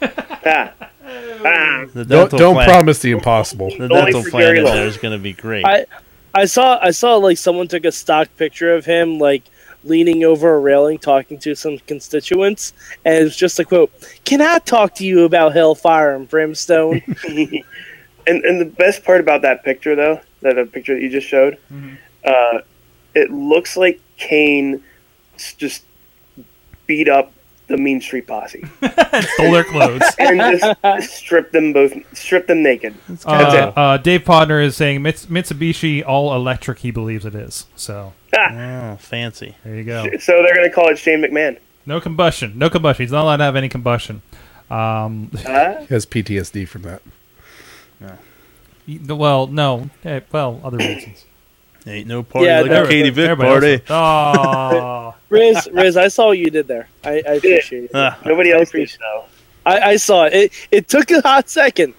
Speaker 8: Ah. Ah.
Speaker 3: The
Speaker 4: don't
Speaker 3: dental
Speaker 4: don't
Speaker 3: plan-
Speaker 4: promise the impossible.
Speaker 3: The
Speaker 8: Only
Speaker 3: dental
Speaker 8: for
Speaker 3: plan
Speaker 8: Gary
Speaker 3: in
Speaker 8: Lowe.
Speaker 3: there is going to be great.
Speaker 6: I I saw I saw like someone took a stock picture of him like leaning over a railing talking to some constituents and it was just a quote can i talk to you about hellfire and
Speaker 8: [LAUGHS]
Speaker 6: brimstone
Speaker 8: And and the best part about that picture though, that uh, picture that you just showed,
Speaker 6: Mm-hmm.
Speaker 8: uh, it looks like Kane s- just beat up the Mean Street Posse
Speaker 2: stole their
Speaker 8: [LAUGHS]
Speaker 2: clothes.
Speaker 8: and
Speaker 6: [LAUGHS]
Speaker 8: just stripped them both, stripped them naked.
Speaker 2: Uh,
Speaker 8: That's it.
Speaker 2: uh, Dave Podner is saying Mits- Mitsubishi all electric. He believes it is. So
Speaker 3: oh, fancy.
Speaker 2: there you go.
Speaker 8: So they're gonna call it Shane McMahon.
Speaker 2: No combustion. No combustion. He's not allowed to have any combustion. Um, [LAUGHS]
Speaker 8: Uh,
Speaker 4: He has PTSD from that.
Speaker 2: well, no. Eh, Well, other reasons.
Speaker 3: Ain't no party
Speaker 6: Yeah,
Speaker 3: like
Speaker 6: there-
Speaker 3: a Katie Vick
Speaker 2: Everybody
Speaker 3: party.
Speaker 2: else- [LAUGHS] Oh,
Speaker 6: riz riz i saw what you did there i, I appreciate it
Speaker 3: Ah,
Speaker 8: nobody else
Speaker 6: I
Speaker 8: did
Speaker 6: appreciate-
Speaker 8: though.
Speaker 6: I, I saw it. it it took a hot second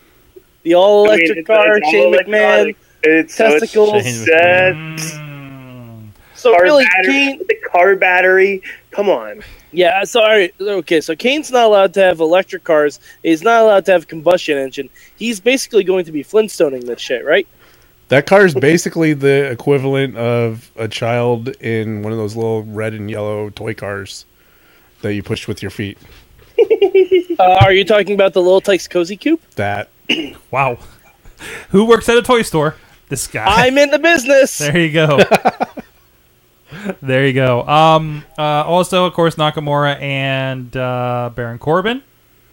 Speaker 6: the all
Speaker 8: I mean,
Speaker 6: electric
Speaker 8: it's-
Speaker 6: car
Speaker 8: it's all
Speaker 6: shane mcmahon
Speaker 8: electronic. It's so it's
Speaker 6: testicles.
Speaker 3: Shane
Speaker 8: that
Speaker 2: Mm.
Speaker 6: so
Speaker 8: car
Speaker 6: really
Speaker 8: battery,
Speaker 6: kane
Speaker 8: the car battery. Come on,
Speaker 6: Yeah, so all right, okay. So Kane's not allowed to have electric cars. He's not allowed to have combustion engine. He's basically going to be Flintstoning this shit, right?
Speaker 4: That car is basically the equivalent of a child in one of those little red and yellow toy cars that you push with your feet.
Speaker 6: Uh, are you talking about the little Tykes cozy coop?
Speaker 4: That
Speaker 2: wow. Who works at a toy store? This guy.
Speaker 6: I'm in the business.
Speaker 2: There you [LAUGHS] go. there you go. Um, uh, also, of course, Nakamura and uh, Baron Corbin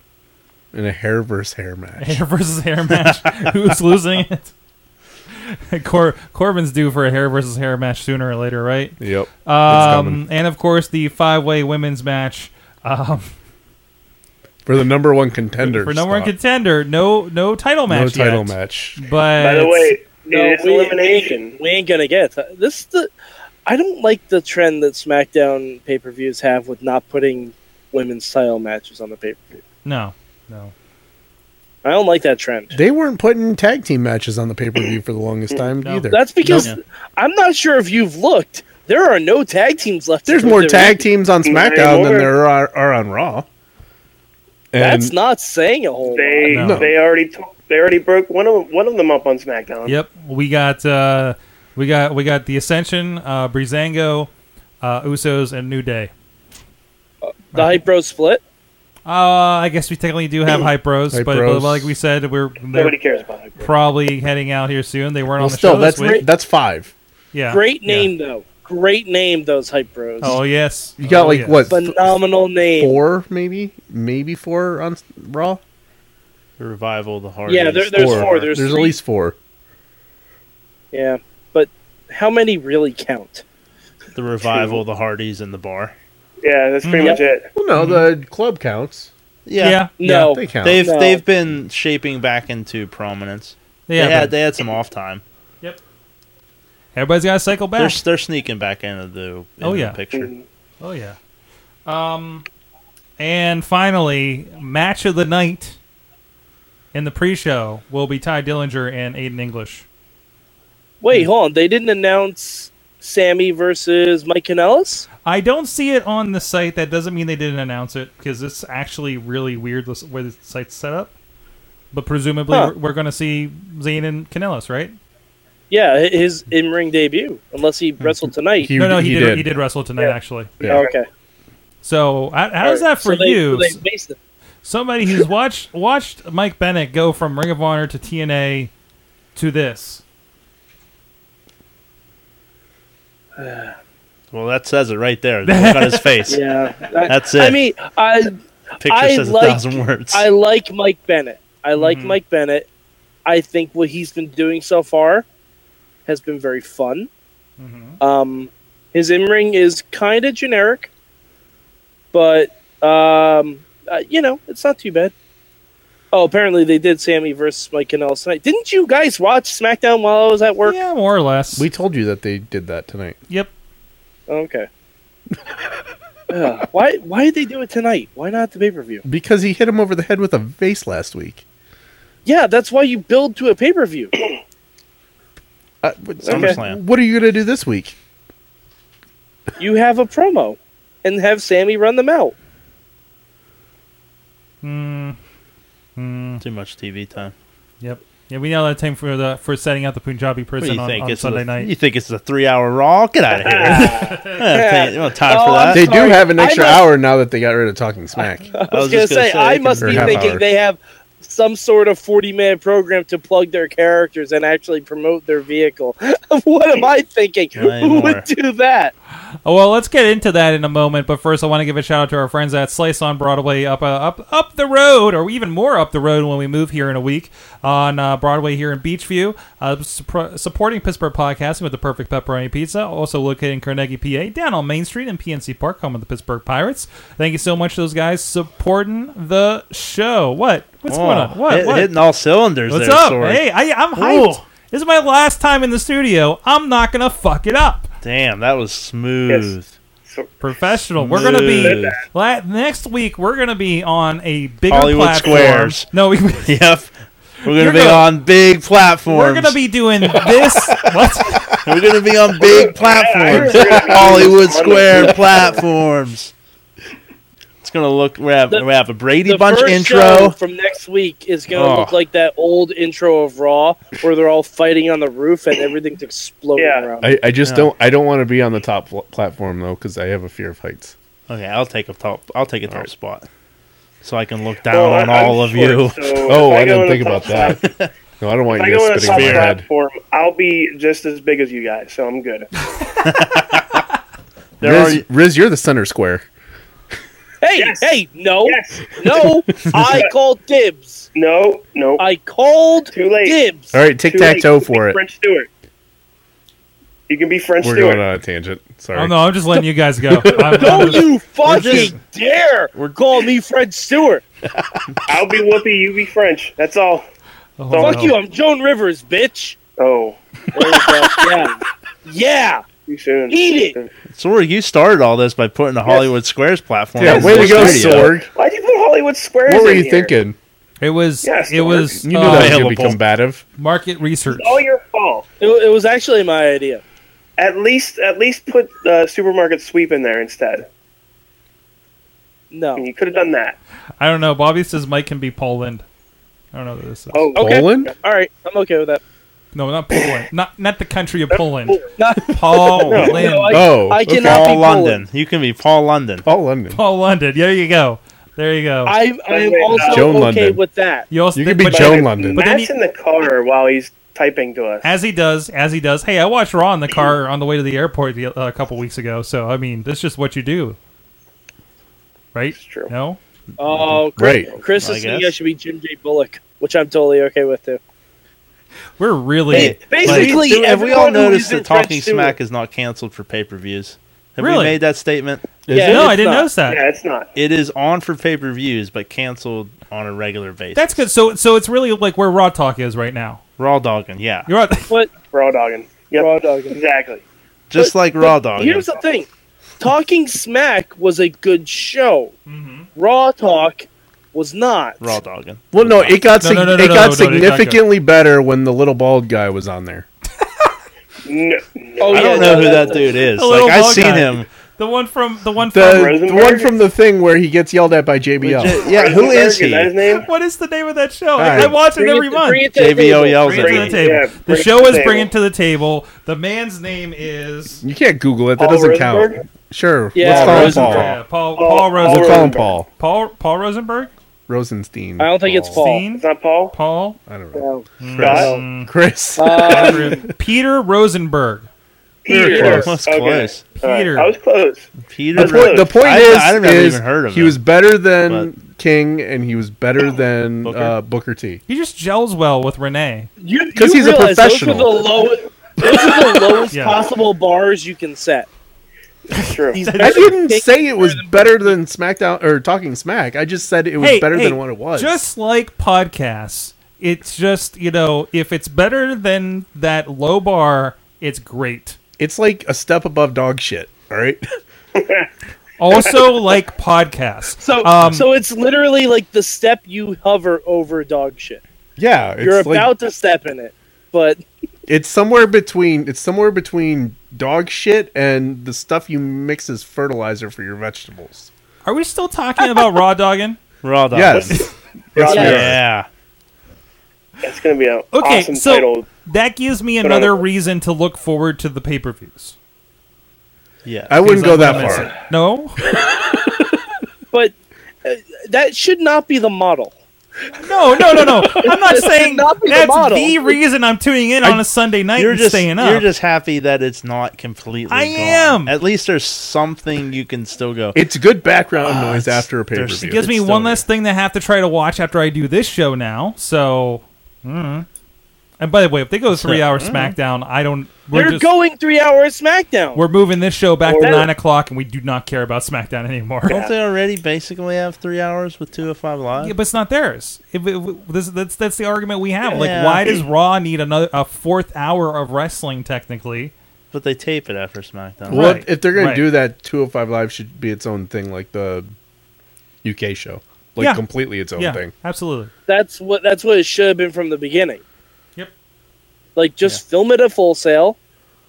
Speaker 2: [LAUGHS]
Speaker 4: in a hair versus hair match.
Speaker 2: hair versus hair [LAUGHS] match. Who's losing it? [LAUGHS] Cor- Corbin's due for a hair versus hair match sooner or later, right?
Speaker 4: Yep.
Speaker 2: Um,
Speaker 4: coming.
Speaker 2: and of course, the five way women's match. Um,
Speaker 4: For the number one contender.
Speaker 2: for number one
Speaker 4: spot.
Speaker 2: contender, no no title
Speaker 4: No
Speaker 2: match.
Speaker 4: title
Speaker 2: yet,
Speaker 4: match.
Speaker 2: But
Speaker 8: by the way, it is
Speaker 6: we, We
Speaker 8: elimination.
Speaker 6: ain't, we ain't gonna get it. this. Is the I don't like the trend that SmackDown pay per views have with not putting women's title matches on the pay per view.
Speaker 2: no, no.
Speaker 6: I don't like that trend.
Speaker 4: They weren't putting tag team matches on the pay per view for
Speaker 2: [CLEARS THROAT]
Speaker 4: the longest time
Speaker 2: No.
Speaker 4: either.
Speaker 6: That's because I'm not sure if you've looked. There are no tag teams left.
Speaker 4: There's
Speaker 6: in E.
Speaker 4: more
Speaker 6: WWE.
Speaker 4: tag teams on SmackDown
Speaker 8: Anymore.
Speaker 4: than there are, are on Raw. And
Speaker 6: That's not saying a whole lot.
Speaker 8: They
Speaker 2: No.
Speaker 8: they already took, they already broke one of one of them up on SmackDown.
Speaker 2: Yep, we got uh, we got we got the Ascension, uh, Breezango, uh, Usos, and New Day.
Speaker 6: The hype bro split.
Speaker 2: Uh, I guess we technically do have Hype Bros,
Speaker 4: Hype
Speaker 2: but, but
Speaker 4: Bros.
Speaker 2: like we said, we're they're
Speaker 8: Nobody cares about it.
Speaker 2: probably heading out here soon. They weren't
Speaker 4: well,
Speaker 2: on the
Speaker 4: still
Speaker 2: show
Speaker 4: that's
Speaker 2: this week.
Speaker 4: that's five.
Speaker 2: Yeah,
Speaker 6: Great
Speaker 2: yeah.
Speaker 6: name though. Great name. Those hype bros.
Speaker 2: Oh yes,
Speaker 4: You got
Speaker 2: Oh,
Speaker 4: like
Speaker 2: yes.
Speaker 4: what
Speaker 6: Phenomenal name.
Speaker 4: four maybe maybe four on s- Raw.
Speaker 3: The revival, the heart.
Speaker 6: Yeah, there- there's four. There's,
Speaker 4: There's at
Speaker 6: three.
Speaker 4: least four.
Speaker 6: Yeah, but how many really count?
Speaker 3: the revival, the Hardys, and the bar.
Speaker 8: Yeah, that's pretty
Speaker 6: Mm.
Speaker 8: much it.
Speaker 4: Well, no,
Speaker 2: Mm-hmm.
Speaker 4: the club counts.
Speaker 2: Yeah, yeah.
Speaker 6: No.
Speaker 4: They count.
Speaker 3: They've
Speaker 6: No.
Speaker 3: they've been shaping back into prominence.
Speaker 2: Yeah,
Speaker 3: they had
Speaker 2: but-
Speaker 3: they had some off time.
Speaker 2: everybody's got to cycle
Speaker 3: They're
Speaker 2: back.
Speaker 3: they're sneaking back into the into
Speaker 2: Oh, yeah.
Speaker 3: the picture.
Speaker 6: Mm.
Speaker 2: Oh yeah. Um, and finally, match of the night in the pre-show will be Ty Dillinger and Aiden English.
Speaker 6: Wait, hold on. They didn't announce Sammy versus Mike Kanellis?
Speaker 2: I don't see it on the site. That doesn't mean they didn't announce it because it's actually really weird with- where the site's set up. But presumably,
Speaker 6: Huh.
Speaker 2: we're, we're going to see Zayn and Canellis, right?
Speaker 6: Yeah, hi- his in ring debut, unless he wrestled tonight.
Speaker 4: He-
Speaker 2: no, no, he, did,
Speaker 4: did.
Speaker 2: He did wrestle tonight,
Speaker 6: Yeah.
Speaker 2: actually.
Speaker 4: Yeah.
Speaker 6: Oh, okay.
Speaker 2: So how, how's
Speaker 6: All right.
Speaker 2: that for
Speaker 6: So they-
Speaker 2: you?
Speaker 6: so they based it-
Speaker 2: Somebody
Speaker 6: [LAUGHS]
Speaker 2: who's watched watched Mike Bennett go from Ring of Honor to TNA to this.
Speaker 3: Well, that says it right there. The look
Speaker 2: [LAUGHS]
Speaker 3: on his face.
Speaker 6: yeah. I-
Speaker 3: That's
Speaker 6: I
Speaker 3: it.
Speaker 6: mean, I
Speaker 3: Picture
Speaker 6: I
Speaker 3: says
Speaker 6: like-
Speaker 3: a thousand words.
Speaker 6: I like Mike Bennett. I like
Speaker 2: Mhm.
Speaker 6: Mike Bennett. I think what he's been doing so far has been very fun. Um, his in ring is kind of generic, but um, uh, you know it's not too bad. Oh, apparently they did Sammy versus Mike Kanellis tonight. Didn't you guys watch SmackDown while I was at work?
Speaker 2: Yeah, more or less.
Speaker 4: We told you that they did that tonight.
Speaker 2: yep.
Speaker 6: Okay. Ugh, why? Why did they do it tonight? Why not the pay per view?
Speaker 4: Because he hit him over the head with a vase last week.
Speaker 6: Yeah, that's why you build to a pay per view.
Speaker 4: Uh, but-
Speaker 3: SummerSlam.
Speaker 4: What are you going to do this week?
Speaker 6: you have a promo and have Sammy run them out.
Speaker 2: Mm, mm,
Speaker 3: Too much TV time.
Speaker 2: yep. Yeah, we know that time for the for setting up the Punjabi
Speaker 3: What do
Speaker 2: prison
Speaker 3: you
Speaker 2: on,
Speaker 3: think?
Speaker 2: on
Speaker 3: It's
Speaker 2: Sunday
Speaker 3: a,
Speaker 2: night.
Speaker 3: You think it's a three-hour Raw? Get out of
Speaker 6: [LAUGHS]
Speaker 3: here. [LAUGHS] yeah, you want time for
Speaker 6: Oh,
Speaker 2: Uh,
Speaker 6: I'm
Speaker 3: that?
Speaker 4: They
Speaker 6: sorry,
Speaker 4: do have an
Speaker 6: I
Speaker 4: extra
Speaker 6: must-
Speaker 4: hour now that they got rid of Talking Smack.
Speaker 6: I was,
Speaker 3: was
Speaker 6: gonna,
Speaker 3: just gonna
Speaker 6: say,
Speaker 3: say,
Speaker 6: I
Speaker 3: they
Speaker 6: must
Speaker 4: can-
Speaker 6: be
Speaker 4: Or half
Speaker 6: thinking
Speaker 4: hour.
Speaker 6: they have some sort of forty man program to plug their characters and actually promote their vehicle. [LAUGHS] what am I thinking?
Speaker 3: Not
Speaker 6: Who
Speaker 3: anymore.
Speaker 6: would do that?
Speaker 2: Oh, well, let's get into that in a moment. But first, I want to give a shout out to our friends at Slice on Broadway up uh, up up the road, or even more up the road when we move here in a week on uh, Broadway here in Beachview, uh, supr- supporting Pittsburgh podcasting with the perfect pepperoni pizza. Also located in Carnegie, PA, down on Main Street in PNC Park, home of the Pittsburgh Pirates. Thank you so much to those guys supporting the show. What? What's
Speaker 3: Oh,
Speaker 2: going on? What?
Speaker 3: hit-
Speaker 2: what?
Speaker 3: Hitting all cylinders
Speaker 2: What's
Speaker 3: there,
Speaker 2: up?
Speaker 3: Sorg.
Speaker 2: Hey, I, I'm hyped.
Speaker 3: Ooh.
Speaker 2: This is my last time in the studio. I'm not gonna fuck it up.
Speaker 3: Damn, that was smooth. [LAUGHS]
Speaker 8: So,
Speaker 2: Professional. We're gonna be
Speaker 3: Smooth.
Speaker 2: la- next week. We're gonna be on a bigger
Speaker 3: Hollywood
Speaker 2: platform.
Speaker 3: Squares.
Speaker 2: No, we, [LAUGHS]
Speaker 3: Yep. We're gonna
Speaker 2: You're
Speaker 3: be
Speaker 2: gonna-
Speaker 3: on big platforms.
Speaker 2: we're gonna be doing this. what?
Speaker 3: We're gonna be on big platforms. Hollywood Square platforms. It's gonna look. We have
Speaker 6: The-
Speaker 3: we have a Brady
Speaker 6: The
Speaker 3: Bunch
Speaker 6: first show
Speaker 3: intro.
Speaker 6: from next week is going to
Speaker 3: Oh.
Speaker 6: look like that old intro of Raw, where they're all fighting on the roof and everything's exploding
Speaker 8: Yeah.
Speaker 6: around.
Speaker 4: I, I just
Speaker 3: Yeah.
Speaker 4: don't. I don't want to be on the top pl- platform though, because I have a fear of heights.
Speaker 3: Okay, I'll take a top. I'll take a top spot, so I can look down
Speaker 8: Well,
Speaker 3: on
Speaker 8: Oh, I'm
Speaker 3: all of
Speaker 8: short,
Speaker 4: [LAUGHS]
Speaker 3: you.
Speaker 8: so
Speaker 4: Oh,
Speaker 8: if
Speaker 4: I
Speaker 8: go
Speaker 4: didn't
Speaker 8: on
Speaker 4: think
Speaker 8: the
Speaker 4: about
Speaker 8: top
Speaker 4: that. No, I don't want
Speaker 8: If I
Speaker 4: you
Speaker 8: go on
Speaker 4: guys
Speaker 8: the
Speaker 4: spitting
Speaker 8: top
Speaker 4: in your head.
Speaker 8: platform, I'll be just as big as you guys, so I'm good.
Speaker 3: There
Speaker 4: Riz,
Speaker 3: are-
Speaker 4: Riz, you're the center square.
Speaker 6: Hey,
Speaker 8: Yes.
Speaker 6: hey, no,
Speaker 8: Yes. [LAUGHS]
Speaker 6: no, I called dibs.
Speaker 8: No, no.
Speaker 6: I called
Speaker 8: Too late.
Speaker 6: dibs.
Speaker 4: All right, tic
Speaker 8: Too late.
Speaker 4: tac toe
Speaker 8: You can
Speaker 4: for
Speaker 8: be
Speaker 4: it.
Speaker 8: French Stewart. You can be French
Speaker 4: We're
Speaker 8: Stewart.
Speaker 4: going on a tangent. Sorry.
Speaker 2: Oh no, I'm just letting you guys go. I'm, I'm
Speaker 6: Don't
Speaker 2: just-
Speaker 6: you
Speaker 3: just-
Speaker 6: fucking dare call me
Speaker 4: [LAUGHS]
Speaker 6: Fred Stewart.
Speaker 8: I'll be Whoopi. You be French. That's all.
Speaker 2: oh,
Speaker 6: Fuck
Speaker 2: no.
Speaker 6: you, I'm Joan Rivers, bitch.
Speaker 8: Oh,
Speaker 4: [LAUGHS]
Speaker 6: yeah. Yeah.
Speaker 8: too soon.
Speaker 6: Eat
Speaker 8: it.
Speaker 3: Sorg, you started all this by putting the Hollywood Squares platform.
Speaker 4: Yeah,
Speaker 3: on
Speaker 4: way
Speaker 3: the
Speaker 4: to go,
Speaker 3: studio.
Speaker 4: Sorg.
Speaker 8: Why'd you put Hollywood Squares?
Speaker 4: What were
Speaker 8: in
Speaker 4: you
Speaker 8: here?
Speaker 4: thinking?
Speaker 2: It was.
Speaker 8: Yes,
Speaker 2: it was.
Speaker 4: You knew
Speaker 2: uh,
Speaker 4: that was going to be
Speaker 3: available.
Speaker 4: combative.
Speaker 2: market research.
Speaker 8: All your fault.
Speaker 6: It, wa- it was actually my idea.
Speaker 8: At least, at least put uh, supermarket sweep in there instead.
Speaker 6: No.
Speaker 8: You could have done that.
Speaker 2: I don't know. Bobby says Mike can be Poland. I don't know what this is.
Speaker 8: Oh,
Speaker 6: Okay.
Speaker 4: Poland?
Speaker 6: All right, I'm okay with that.
Speaker 2: No, not Poland. not not the country of Poland.
Speaker 6: [LAUGHS] Not
Speaker 2: Poland.
Speaker 6: No, I,
Speaker 4: Oh,
Speaker 6: I
Speaker 4: okay.
Speaker 6: cannot
Speaker 3: Paul
Speaker 6: be
Speaker 3: London.
Speaker 6: Poland.
Speaker 3: You can be Paul London.
Speaker 4: Paul London.
Speaker 2: Paul London. There you go. There you go.
Speaker 6: I, I am also
Speaker 4: Joan
Speaker 6: okay
Speaker 4: London.
Speaker 6: with that.
Speaker 2: you also
Speaker 4: You could be
Speaker 2: but-
Speaker 4: Joan London.
Speaker 2: But then
Speaker 8: Matt's
Speaker 2: you-
Speaker 8: in the car while he's typing to us.
Speaker 2: as he does, as he does. Hey, I watched Raw in the car on the way to the airport the, uh, a couple weeks ago. So I mean, that's just what you do, right?
Speaker 8: It's true.
Speaker 2: No,
Speaker 6: Oh, Chris,
Speaker 4: Right.
Speaker 6: Chris
Speaker 3: I
Speaker 6: is
Speaker 3: guess.
Speaker 6: thinking I should be Jim J. Bullock, which I'm totally okay with too.
Speaker 2: we're really
Speaker 3: Hey,
Speaker 6: Basically,
Speaker 3: Like, have we all
Speaker 6: everyone who
Speaker 3: noticed
Speaker 6: isn't
Speaker 3: that Talking
Speaker 6: French Stewart-
Speaker 3: Smack is not canceled for pay per views? Have
Speaker 2: Really?
Speaker 3: we made that statement?
Speaker 6: Yeah,
Speaker 2: no.
Speaker 6: it's
Speaker 2: I didn't
Speaker 6: not.
Speaker 2: notice that.
Speaker 8: Yeah, it's not.
Speaker 3: It is on for pay per views, but canceled on a regular basis.
Speaker 2: That's good. So so it's really like where Raw Talk is right now.
Speaker 3: Raw dogging, yeah.
Speaker 2: You're right.
Speaker 6: What?
Speaker 8: Raw dogging. Yep.
Speaker 6: Raw dogging.
Speaker 8: Exactly.
Speaker 3: Just
Speaker 6: But-
Speaker 3: like Raw
Speaker 6: but
Speaker 3: dogging.
Speaker 6: Here's the thing: Talking Smack was a good show. Raw Talk was not.
Speaker 3: Raw dogging.
Speaker 4: Well, no, it got
Speaker 2: No,
Speaker 4: sig-
Speaker 2: no, no, no,
Speaker 4: it
Speaker 2: no,
Speaker 4: got
Speaker 2: no, no, it got
Speaker 4: significantly better when the little bald guy was on there.
Speaker 8: No,
Speaker 6: Oh,
Speaker 8: no.
Speaker 3: I
Speaker 6: yeah,
Speaker 3: don't know
Speaker 6: no,
Speaker 3: who
Speaker 6: that-
Speaker 3: that dude is.
Speaker 2: The little
Speaker 3: Like I've
Speaker 2: bald
Speaker 3: seen
Speaker 2: guy.
Speaker 3: him.
Speaker 2: [LAUGHS] The one from the one from
Speaker 4: The, the
Speaker 8: Rosenberg?
Speaker 4: one from the thing where he gets yelled at by JBL.
Speaker 3: J- Oh, yeah, who is
Speaker 8: Is that his
Speaker 3: he?
Speaker 8: name?
Speaker 2: what is the name of that show?
Speaker 4: Alright.
Speaker 2: I watch it
Speaker 6: Bring
Speaker 2: every
Speaker 6: it-
Speaker 2: month.
Speaker 6: bring it to the
Speaker 3: JBL
Speaker 6: table.
Speaker 3: yells
Speaker 2: Bring it to
Speaker 3: at
Speaker 2: the
Speaker 3: me.
Speaker 2: table.
Speaker 8: Yeah,
Speaker 2: the
Speaker 8: bring it
Speaker 2: show
Speaker 8: to the
Speaker 2: is
Speaker 8: table.
Speaker 2: bring it to the table. The man's name is
Speaker 4: You can't Google it. That
Speaker 8: Paul
Speaker 4: doesn't
Speaker 8: Rosenberg?
Speaker 4: count. Sure.
Speaker 6: Yeah,
Speaker 4: let's call him
Speaker 2: Rosenberg.
Speaker 4: Paul.
Speaker 2: Yeah, Paul,
Speaker 8: Paul-
Speaker 2: Paul
Speaker 4: We'll
Speaker 8: Paul
Speaker 4: call him
Speaker 2: Rosenberg.
Speaker 4: Paul.
Speaker 2: Paul Paul Rosenberg.
Speaker 4: Rosenstein.
Speaker 6: I don't think it's Paul.
Speaker 8: It's not Paul.
Speaker 2: Paul
Speaker 4: I don't know.
Speaker 6: No.
Speaker 8: Scott.
Speaker 4: Chris.
Speaker 6: Uh,
Speaker 4: [LAUGHS]
Speaker 2: Peter Rosenberg.
Speaker 8: Peter.
Speaker 3: That was
Speaker 8: Okay.
Speaker 3: close.
Speaker 8: All right,
Speaker 2: Peter.
Speaker 8: I was close.
Speaker 3: Peter.
Speaker 4: the point, the point
Speaker 3: I-
Speaker 4: is,
Speaker 3: I never
Speaker 4: is
Speaker 3: even heard of
Speaker 4: he
Speaker 3: him,
Speaker 4: was better than King and he was better than
Speaker 3: Booker?
Speaker 4: Uh, Booker T.
Speaker 3: [LAUGHS]
Speaker 2: He just gels well with Renee.
Speaker 6: You
Speaker 4: 'Cause
Speaker 6: you
Speaker 4: he's a
Speaker 6: realize Those
Speaker 4: professional.
Speaker 6: are the lowest, those
Speaker 4: [LAUGHS]
Speaker 6: are the lowest
Speaker 2: Yeah.
Speaker 6: possible bars you can set.
Speaker 8: It's true.
Speaker 6: These
Speaker 4: I
Speaker 6: guys
Speaker 4: didn't
Speaker 6: take-
Speaker 4: say it was better than SmackDown or Talking Smack. I just said it was
Speaker 2: Hey,
Speaker 4: better
Speaker 2: hey,
Speaker 4: than what it was.
Speaker 2: Just like podcasts, it's just you know if it's better than that low bar, it's great.
Speaker 4: it's like a step above dog shit. All right. [LAUGHS]
Speaker 2: Also like podcasts.
Speaker 6: So,
Speaker 2: Um,
Speaker 6: so it's literally like the step you hover over dog shit.
Speaker 4: Yeah, it's
Speaker 6: You're
Speaker 4: like-
Speaker 6: about to step in it, but
Speaker 4: it's somewhere between it's somewhere between dog shit and the stuff you mix as fertilizer for your vegetables.
Speaker 2: Are we still talking about raw dogging?
Speaker 3: Raw dogging.
Speaker 6: [LAUGHS]
Speaker 4: Yes. yes.
Speaker 6: Yeah.
Speaker 4: we are.
Speaker 3: Yeah.
Speaker 8: That's gonna be an
Speaker 2: Okay,
Speaker 8: awesome
Speaker 2: so-
Speaker 8: title.
Speaker 2: That gives me
Speaker 8: on.
Speaker 2: another reason to look forward to the pay per views.
Speaker 3: Yeah.
Speaker 4: I wouldn't go that
Speaker 2: I'm gonna
Speaker 4: far.
Speaker 2: No,
Speaker 6: but uh, that should not be the model.
Speaker 2: no, no, no, no. I'm not
Speaker 6: It should
Speaker 2: saying
Speaker 6: not be the
Speaker 2: that's
Speaker 6: model.
Speaker 2: the reason I'm tuning in on a Sunday night
Speaker 3: You're
Speaker 2: and
Speaker 3: just
Speaker 2: staying up.
Speaker 3: you're just happy that it's not completely.
Speaker 2: I
Speaker 3: gone.
Speaker 2: am.
Speaker 3: At least there's something you can still go.
Speaker 4: It's good background noise
Speaker 3: it's-
Speaker 4: after a pay per
Speaker 3: there's-
Speaker 4: view.
Speaker 3: it
Speaker 2: gives me
Speaker 3: It's
Speaker 2: one
Speaker 3: still
Speaker 2: less thing to have to try to watch after I do this show now. So, mm. and by the way, if they go three hour
Speaker 3: Mm.
Speaker 2: SmackDown, I don't. We're
Speaker 6: They're
Speaker 2: just-
Speaker 6: going three hours SmackDown.
Speaker 2: We're moving this show back to
Speaker 8: Or-
Speaker 2: nine o'clock, and we do not care about SmackDown anymore.
Speaker 3: Don't they already basically have three hours with two of five live?
Speaker 2: [LAUGHS] Yeah, but it's not theirs. If it, w- this, that's that's the argument we have. Like,
Speaker 3: Yeah.
Speaker 2: why does Raw need another a fourth hour of wrestling? Technically,
Speaker 3: But they tape it after SmackDown.
Speaker 4: Well,
Speaker 2: Right,
Speaker 4: if they're going
Speaker 2: right.
Speaker 4: to do that, 205 Live should be its own thing, like the UK show. Like
Speaker 2: Yeah.
Speaker 4: completely its own
Speaker 2: yeah,
Speaker 4: thing.
Speaker 2: absolutely.
Speaker 6: that's what that's what it should have been from the beginning.
Speaker 2: Yep.
Speaker 6: Like just film it at full sale,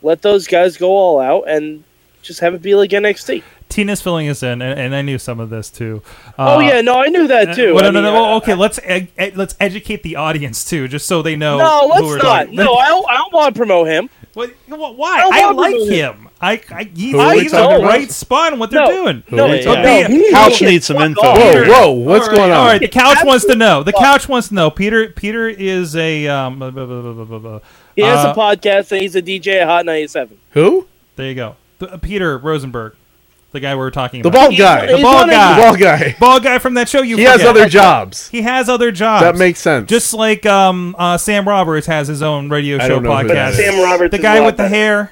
Speaker 6: let those guys go all out, and just have it be like NXT.
Speaker 2: Tina's filling us in, and, and I knew some of this too.
Speaker 6: oh
Speaker 2: Uh,
Speaker 6: yeah, no, I knew that
Speaker 2: Uh,
Speaker 6: too.
Speaker 2: well,
Speaker 6: I
Speaker 2: no, no,
Speaker 6: mean,
Speaker 2: no.
Speaker 6: I-
Speaker 2: well, okay, let's ed- ed- let's educate the audience too, just so they know.
Speaker 6: No,
Speaker 2: who we're
Speaker 6: let's not.
Speaker 2: talking-
Speaker 6: No, I don't, I don't want to promote him.
Speaker 2: What, what- why?
Speaker 6: I
Speaker 2: I,
Speaker 6: love
Speaker 2: like
Speaker 6: him.
Speaker 2: him. I, I he's,
Speaker 4: Who are we
Speaker 2: he's
Speaker 6: talking
Speaker 2: on the
Speaker 6: about?
Speaker 2: right spot in what they're
Speaker 6: No,
Speaker 2: doing.
Speaker 6: No,
Speaker 3: Yeah,
Speaker 6: it's
Speaker 3: yeah.
Speaker 6: okay.
Speaker 2: No,
Speaker 3: Couch needs some info.
Speaker 4: Whoa, whoa, what's
Speaker 2: All right,
Speaker 4: going on?
Speaker 2: All right, the couch wants to
Speaker 6: Absolutely
Speaker 2: know. The
Speaker 6: fuck.
Speaker 2: couch wants to know. Peter Peter is a um. blah, blah, blah, blah, blah, blah, blah.
Speaker 6: He has
Speaker 2: Uh,
Speaker 6: a podcast and he's a DJ at Hot 97.
Speaker 4: Who?
Speaker 2: There you go. The, uh, Peter Rosenberg, the guy we were talking
Speaker 4: The
Speaker 2: about.
Speaker 4: bald guy.
Speaker 6: he's
Speaker 4: The
Speaker 2: the ball
Speaker 6: on a-
Speaker 2: guy.
Speaker 4: bald guy.
Speaker 2: ball guy from that show. You
Speaker 4: He has
Speaker 2: forget.
Speaker 4: other jobs.
Speaker 2: He has other jobs.
Speaker 4: That makes sense.
Speaker 2: just like um uh, Sam Roberts has his own radio
Speaker 4: I
Speaker 2: show
Speaker 4: don't know who that
Speaker 2: podcast.
Speaker 4: is.
Speaker 8: Sam Roberts.
Speaker 2: the
Speaker 8: is
Speaker 2: guy
Speaker 8: not
Speaker 2: with the
Speaker 8: that-
Speaker 2: hair.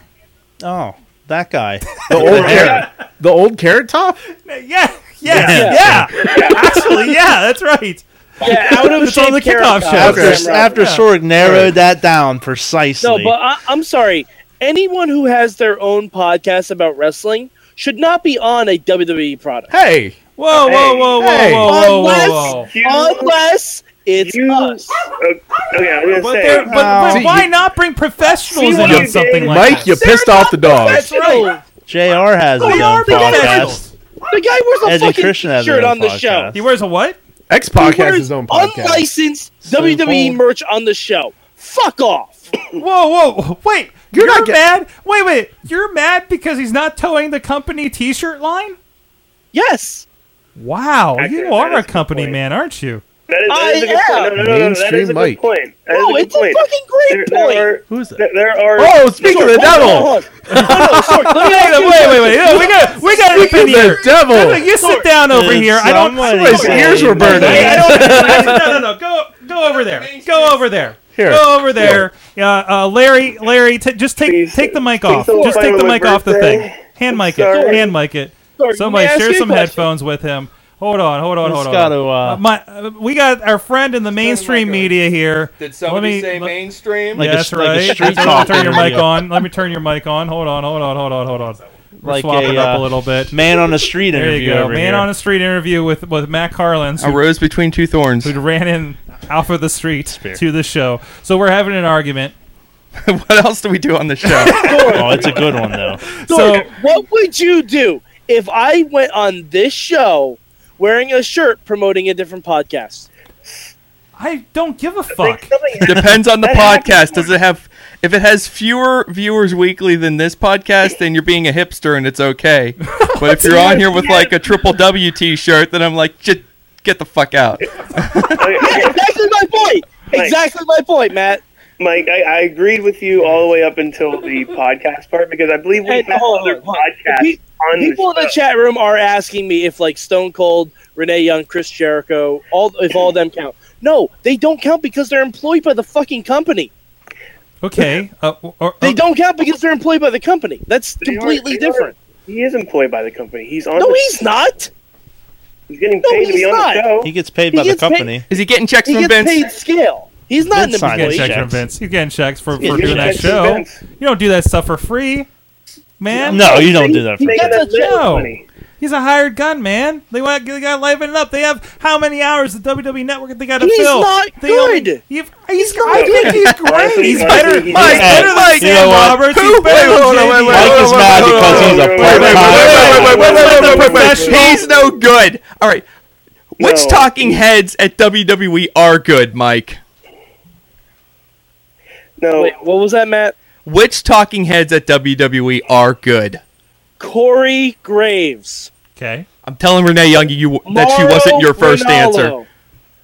Speaker 3: Oh, that guy.
Speaker 4: the old carrot. The old carrot top?
Speaker 2: Yeah, yeah, yeah. [LAUGHS] Actually, yeah, that's right.
Speaker 6: Yeah,
Speaker 4: [LAUGHS]
Speaker 6: out of
Speaker 2: It's on
Speaker 6: shape
Speaker 2: the
Speaker 6: carrot
Speaker 2: kickoff
Speaker 6: top.
Speaker 2: show.
Speaker 3: after
Speaker 4: Okay.
Speaker 3: after Sorg narrowed that down precisely.
Speaker 6: No, but I, I'm sorry. Anyone who has their own podcast about wrestling should not be on a WWE product
Speaker 4: Hey.
Speaker 2: Whoa, whoa, whoa, whoa,
Speaker 4: Hey,
Speaker 2: whoa, whoa,
Speaker 6: unless-
Speaker 2: whoa.
Speaker 8: You-
Speaker 6: unless it's
Speaker 8: you-
Speaker 6: us.
Speaker 8: Oh, Okay, I'm gonna
Speaker 2: But,
Speaker 8: say.
Speaker 2: there, but, but
Speaker 4: See,
Speaker 2: why
Speaker 4: you-
Speaker 2: not bring professionals
Speaker 8: See
Speaker 2: in
Speaker 8: what
Speaker 2: on
Speaker 8: you
Speaker 2: something
Speaker 8: did?
Speaker 2: like
Speaker 4: Mike, you
Speaker 2: that?
Speaker 4: pissed off the dogs.
Speaker 2: That's right.
Speaker 3: JR has his
Speaker 2: They
Speaker 3: own
Speaker 2: are
Speaker 3: podcast.
Speaker 2: professionals.
Speaker 6: The guy wears a
Speaker 3: Eddie
Speaker 6: fucking
Speaker 3: Christian has his
Speaker 6: shirt
Speaker 3: own
Speaker 6: on the
Speaker 3: podcast.
Speaker 6: show.
Speaker 2: He wears a what?
Speaker 4: X
Speaker 6: He
Speaker 4: Pac has
Speaker 6: wears
Speaker 4: his own podcast.
Speaker 6: Unlicensed
Speaker 3: So
Speaker 6: WWE
Speaker 3: hold-
Speaker 6: merch on the show. Fuck off.
Speaker 2: Whoa, whoa, whoa, wait. You're,
Speaker 4: You're not get-
Speaker 2: mad? Wait, wait. You're mad because he's not towing the company t shirt line?
Speaker 6: Yes.
Speaker 2: Wow,
Speaker 8: Accurate.
Speaker 2: you are
Speaker 8: That
Speaker 2: a
Speaker 8: is a good
Speaker 2: company
Speaker 8: point.
Speaker 2: man, aren't you?
Speaker 8: That is, that is a good
Speaker 6: I
Speaker 8: point. No, no, no, no, that
Speaker 4: Mainstream
Speaker 8: is a good
Speaker 4: Mike.
Speaker 8: point. That is
Speaker 6: No,
Speaker 8: a good
Speaker 6: it's a
Speaker 8: point.
Speaker 6: fucking
Speaker 8: there,
Speaker 6: great point.
Speaker 8: There are,
Speaker 3: Who's that?
Speaker 8: There, there are.
Speaker 4: Oh, speaking of the devil.
Speaker 6: Hold on, hold on. No, no, sorry. Let me ask
Speaker 2: Wait, wait,
Speaker 6: you a
Speaker 2: wait,
Speaker 6: question.
Speaker 2: wait. No, we got, we got an
Speaker 4: Speaking of
Speaker 2: opinion. No,
Speaker 4: the
Speaker 2: no,
Speaker 4: devil.
Speaker 2: you sit down over
Speaker 3: Did
Speaker 2: here. I don't.
Speaker 3: somebody
Speaker 4: His ears
Speaker 3: say
Speaker 4: were burning.
Speaker 2: Hey, I
Speaker 3: [LAUGHS]
Speaker 2: don't. I said, no, no, no. Go, go over there. Go over there.
Speaker 4: Here.
Speaker 2: Go over there. Uh, uh, Larry, Larry, t- just take
Speaker 8: Please-
Speaker 2: take the mic
Speaker 8: please
Speaker 2: off.
Speaker 8: don't
Speaker 2: Just
Speaker 8: fight
Speaker 2: take the
Speaker 8: on my
Speaker 2: mic off the
Speaker 8: birthday.
Speaker 2: thing. Hand mic it.
Speaker 8: Sorry.
Speaker 2: Hand mic it.
Speaker 6: Sorry,
Speaker 2: Somebody
Speaker 6: may I ask
Speaker 2: share
Speaker 6: you a
Speaker 2: some
Speaker 6: question?
Speaker 2: headphones with him. Hold on, hold on, hold
Speaker 3: Let's
Speaker 2: on.
Speaker 3: got to. Uh,
Speaker 2: Uh, my, uh, we got our friend in the mainstream media here.
Speaker 9: Did
Speaker 2: Let
Speaker 9: somebody
Speaker 2: me-
Speaker 9: say
Speaker 2: let-
Speaker 9: mainstream?
Speaker 3: Like-
Speaker 2: yeah,
Speaker 3: a
Speaker 2: that's
Speaker 3: sh- like a
Speaker 2: right.
Speaker 3: street
Speaker 2: Let me turn
Speaker 3: talk
Speaker 2: your
Speaker 3: interview.
Speaker 2: mic on. Let me turn your mic on. Hold on, hold on, hold on, hold on, hold on. We're
Speaker 3: like
Speaker 2: swapping
Speaker 3: a,
Speaker 2: up
Speaker 3: uh,
Speaker 2: a little bit.
Speaker 3: man on the street
Speaker 2: There
Speaker 3: interview
Speaker 2: you go.
Speaker 3: over
Speaker 2: Man
Speaker 3: here.
Speaker 2: on a street interview with with Matt Carlins,
Speaker 9: a
Speaker 2: who,
Speaker 9: rose between two thorns.
Speaker 2: who ran in off of the street
Speaker 3: Spear.
Speaker 2: to the show. So we're having an argument.
Speaker 9: [LAUGHS] what else do we do on the
Speaker 3: [LAUGHS]
Speaker 9: show?
Speaker 3: oh, it's a good one though.
Speaker 2: So
Speaker 6: what would you do if I went on this show wearing a shirt promoting a different podcast?
Speaker 2: I don't give a
Speaker 8: Like,
Speaker 2: fuck.
Speaker 8: something happened.
Speaker 9: [LAUGHS] Depends [LAUGHS] on the
Speaker 8: That
Speaker 9: podcast. Does it have? If it has fewer viewers weekly than this podcast, then you're being a hipster and it's [LAUGHS] okay. But if you're on here with like a triple W T-shirt, then I'm like, just get the fuck out.
Speaker 8: Okay,
Speaker 6: Exactly my point. Exactly my point, Matt.
Speaker 8: Mike, I, I agreed with you all the way up until the podcast part because I believe we
Speaker 6: Hey,
Speaker 8: had
Speaker 6: hold on,
Speaker 8: other
Speaker 6: hold on.
Speaker 8: podcasts
Speaker 6: Pe-
Speaker 8: on
Speaker 6: People in
Speaker 8: the
Speaker 6: the
Speaker 8: show.
Speaker 6: chat room are asking me if like Stone Cold, Renee Young, Chris Jericho, all if all of them count. No, they don't count because they're employed by the fucking company.
Speaker 2: Okay. Uh, or- or-
Speaker 6: They don't count because they're employed by the company. That's
Speaker 8: They are-
Speaker 6: completely
Speaker 8: they are-
Speaker 6: different.
Speaker 8: He is employed by the company. He's on.
Speaker 6: No,
Speaker 8: the,
Speaker 6: he's not.
Speaker 8: he's getting
Speaker 6: no,
Speaker 8: paid to
Speaker 6: he's
Speaker 8: be on
Speaker 6: not.
Speaker 8: the show.
Speaker 3: He gets paid
Speaker 6: He
Speaker 3: by
Speaker 6: gets
Speaker 3: the
Speaker 6: paid-
Speaker 3: company.
Speaker 9: Is he getting checks
Speaker 6: He
Speaker 9: from
Speaker 6: gets
Speaker 9: Vince?
Speaker 6: paid scale. He's not
Speaker 3: Vince
Speaker 6: an
Speaker 3: signed
Speaker 2: He's getting checks
Speaker 3: it.
Speaker 6: employee.
Speaker 3: Checks.
Speaker 2: from Vince. He's getting checks for,
Speaker 8: He's
Speaker 2: for doing
Speaker 8: getting
Speaker 2: that
Speaker 8: checks from
Speaker 2: show.
Speaker 8: Vince.
Speaker 2: You don't do that stuff for free, man.
Speaker 3: No, you don't do that for
Speaker 8: He's
Speaker 3: free.
Speaker 8: making
Speaker 6: That's
Speaker 8: that
Speaker 6: a
Speaker 8: little
Speaker 2: show.
Speaker 8: money.
Speaker 2: He's a hired gun, man. They want they got to liven it up. They have how many hours the WWE E Network they got to
Speaker 6: He's
Speaker 2: fill?
Speaker 6: not
Speaker 2: They
Speaker 6: good.
Speaker 2: only- he- he's, not I
Speaker 8: not
Speaker 2: think
Speaker 8: good.
Speaker 2: he's
Speaker 8: [LAUGHS]
Speaker 2: great.
Speaker 8: Honestly,
Speaker 2: he's
Speaker 8: honestly,
Speaker 2: better.
Speaker 8: he's
Speaker 2: He's
Speaker 8: not
Speaker 2: better
Speaker 3: good.
Speaker 2: than
Speaker 3: You know
Speaker 2: Sam
Speaker 3: what?
Speaker 2: Roberts. He's
Speaker 9: Who?
Speaker 2: better
Speaker 9: Wait,
Speaker 2: than
Speaker 9: hold on,
Speaker 2: JBL.
Speaker 9: wait, wait,
Speaker 3: Mike is mad because he's a
Speaker 8: Wait,
Speaker 3: part-time
Speaker 8: wait, wait,
Speaker 9: wait, wait, wait, wait, wait, wait, wait, wait,
Speaker 2: Professional.
Speaker 9: He's no good. All right. Which
Speaker 8: No.
Speaker 9: talking heads at WWE are good, Mike?
Speaker 8: No,
Speaker 6: Wait, what was that, Matt?
Speaker 9: Which talking heads at WWE are good?
Speaker 6: Corey Graves.
Speaker 2: Okay.
Speaker 9: I'm telling Renee Young you that she wasn't your first answer.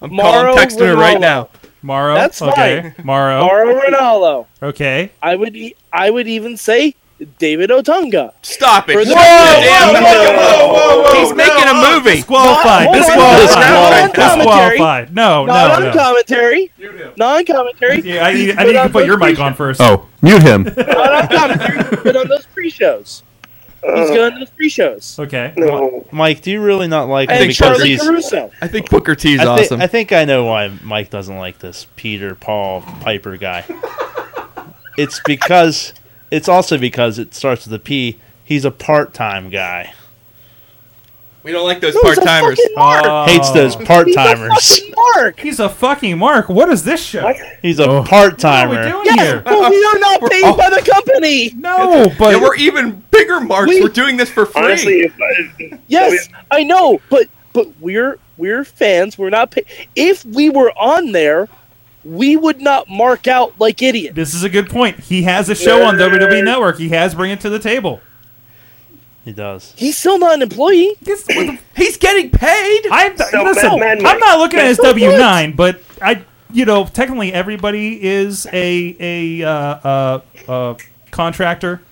Speaker 9: I'm
Speaker 6: Mauro
Speaker 9: calling, texting her right
Speaker 6: Ranallo.
Speaker 9: now.
Speaker 2: Morrow.
Speaker 6: That's
Speaker 2: okay. Morrow.
Speaker 6: Mauro Ronaldo.
Speaker 2: Okay.
Speaker 6: I would e- I would even say David Otunga.
Speaker 9: Stop it!
Speaker 6: For the-
Speaker 9: Shut
Speaker 6: Whoa,
Speaker 9: down.
Speaker 6: whoa, whoa, whoa, whoa,
Speaker 9: He's making a movie.
Speaker 2: Disqualified.
Speaker 6: Not- hold on,
Speaker 2: Disqualified.
Speaker 6: not on commentary.
Speaker 2: Disqualified. No,
Speaker 6: non
Speaker 2: Oh, no, no.
Speaker 6: commentary. Non commentary.
Speaker 2: Yeah, I need, I need you to put your mic on first.
Speaker 5: Oh, mute
Speaker 6: [LAUGHS]
Speaker 5: him.
Speaker 6: Non commentary. He's good on those pre shows. He's good on those pre shows.
Speaker 2: Okay.
Speaker 8: no.
Speaker 3: Mike, do you really not like him
Speaker 6: And
Speaker 9: think
Speaker 3: because
Speaker 6: Charlie
Speaker 3: he's?
Speaker 6: Caruso.
Speaker 9: I think Booker T is
Speaker 3: I, thi-
Speaker 9: awesome.
Speaker 3: I think I know why Mike doesn't like this Peter Paul Piper guy. it's because it's also because it starts with a P. He's a part-time guy.
Speaker 9: we don't like those
Speaker 6: No, he's
Speaker 9: part
Speaker 6: a
Speaker 9: timers.
Speaker 6: fucking mark.
Speaker 3: Hates those
Speaker 6: He's a
Speaker 3: part-timers.
Speaker 6: fucking mark.
Speaker 2: Oh. He's a fucking mark. What is this show?
Speaker 3: He's a
Speaker 2: What are we
Speaker 3: part-timer.
Speaker 2: doing
Speaker 6: Yes,
Speaker 2: here?
Speaker 6: but we are not paid by the company.
Speaker 2: No, but
Speaker 9: And we're even bigger marks.
Speaker 6: We-
Speaker 9: We, are doing this for free.
Speaker 8: Honestly, if I,
Speaker 6: Yes, I know, but but we're we're fans. We're not. Pay- if we were on there, we would not mark out like idiots.
Speaker 2: This is a good point. He has a show on WWE Network. He has Bring It to the Table.
Speaker 3: He does.
Speaker 6: He's still not an employee.
Speaker 2: Guess what the-
Speaker 9: he's getting paid.
Speaker 2: I'm,
Speaker 8: So,
Speaker 2: listen,
Speaker 8: Batman
Speaker 2: I'm
Speaker 8: Mike.
Speaker 2: not looking at his
Speaker 6: So what?
Speaker 2: W nine, but I, you know, technically everybody is a a uh, uh, uh, contractor,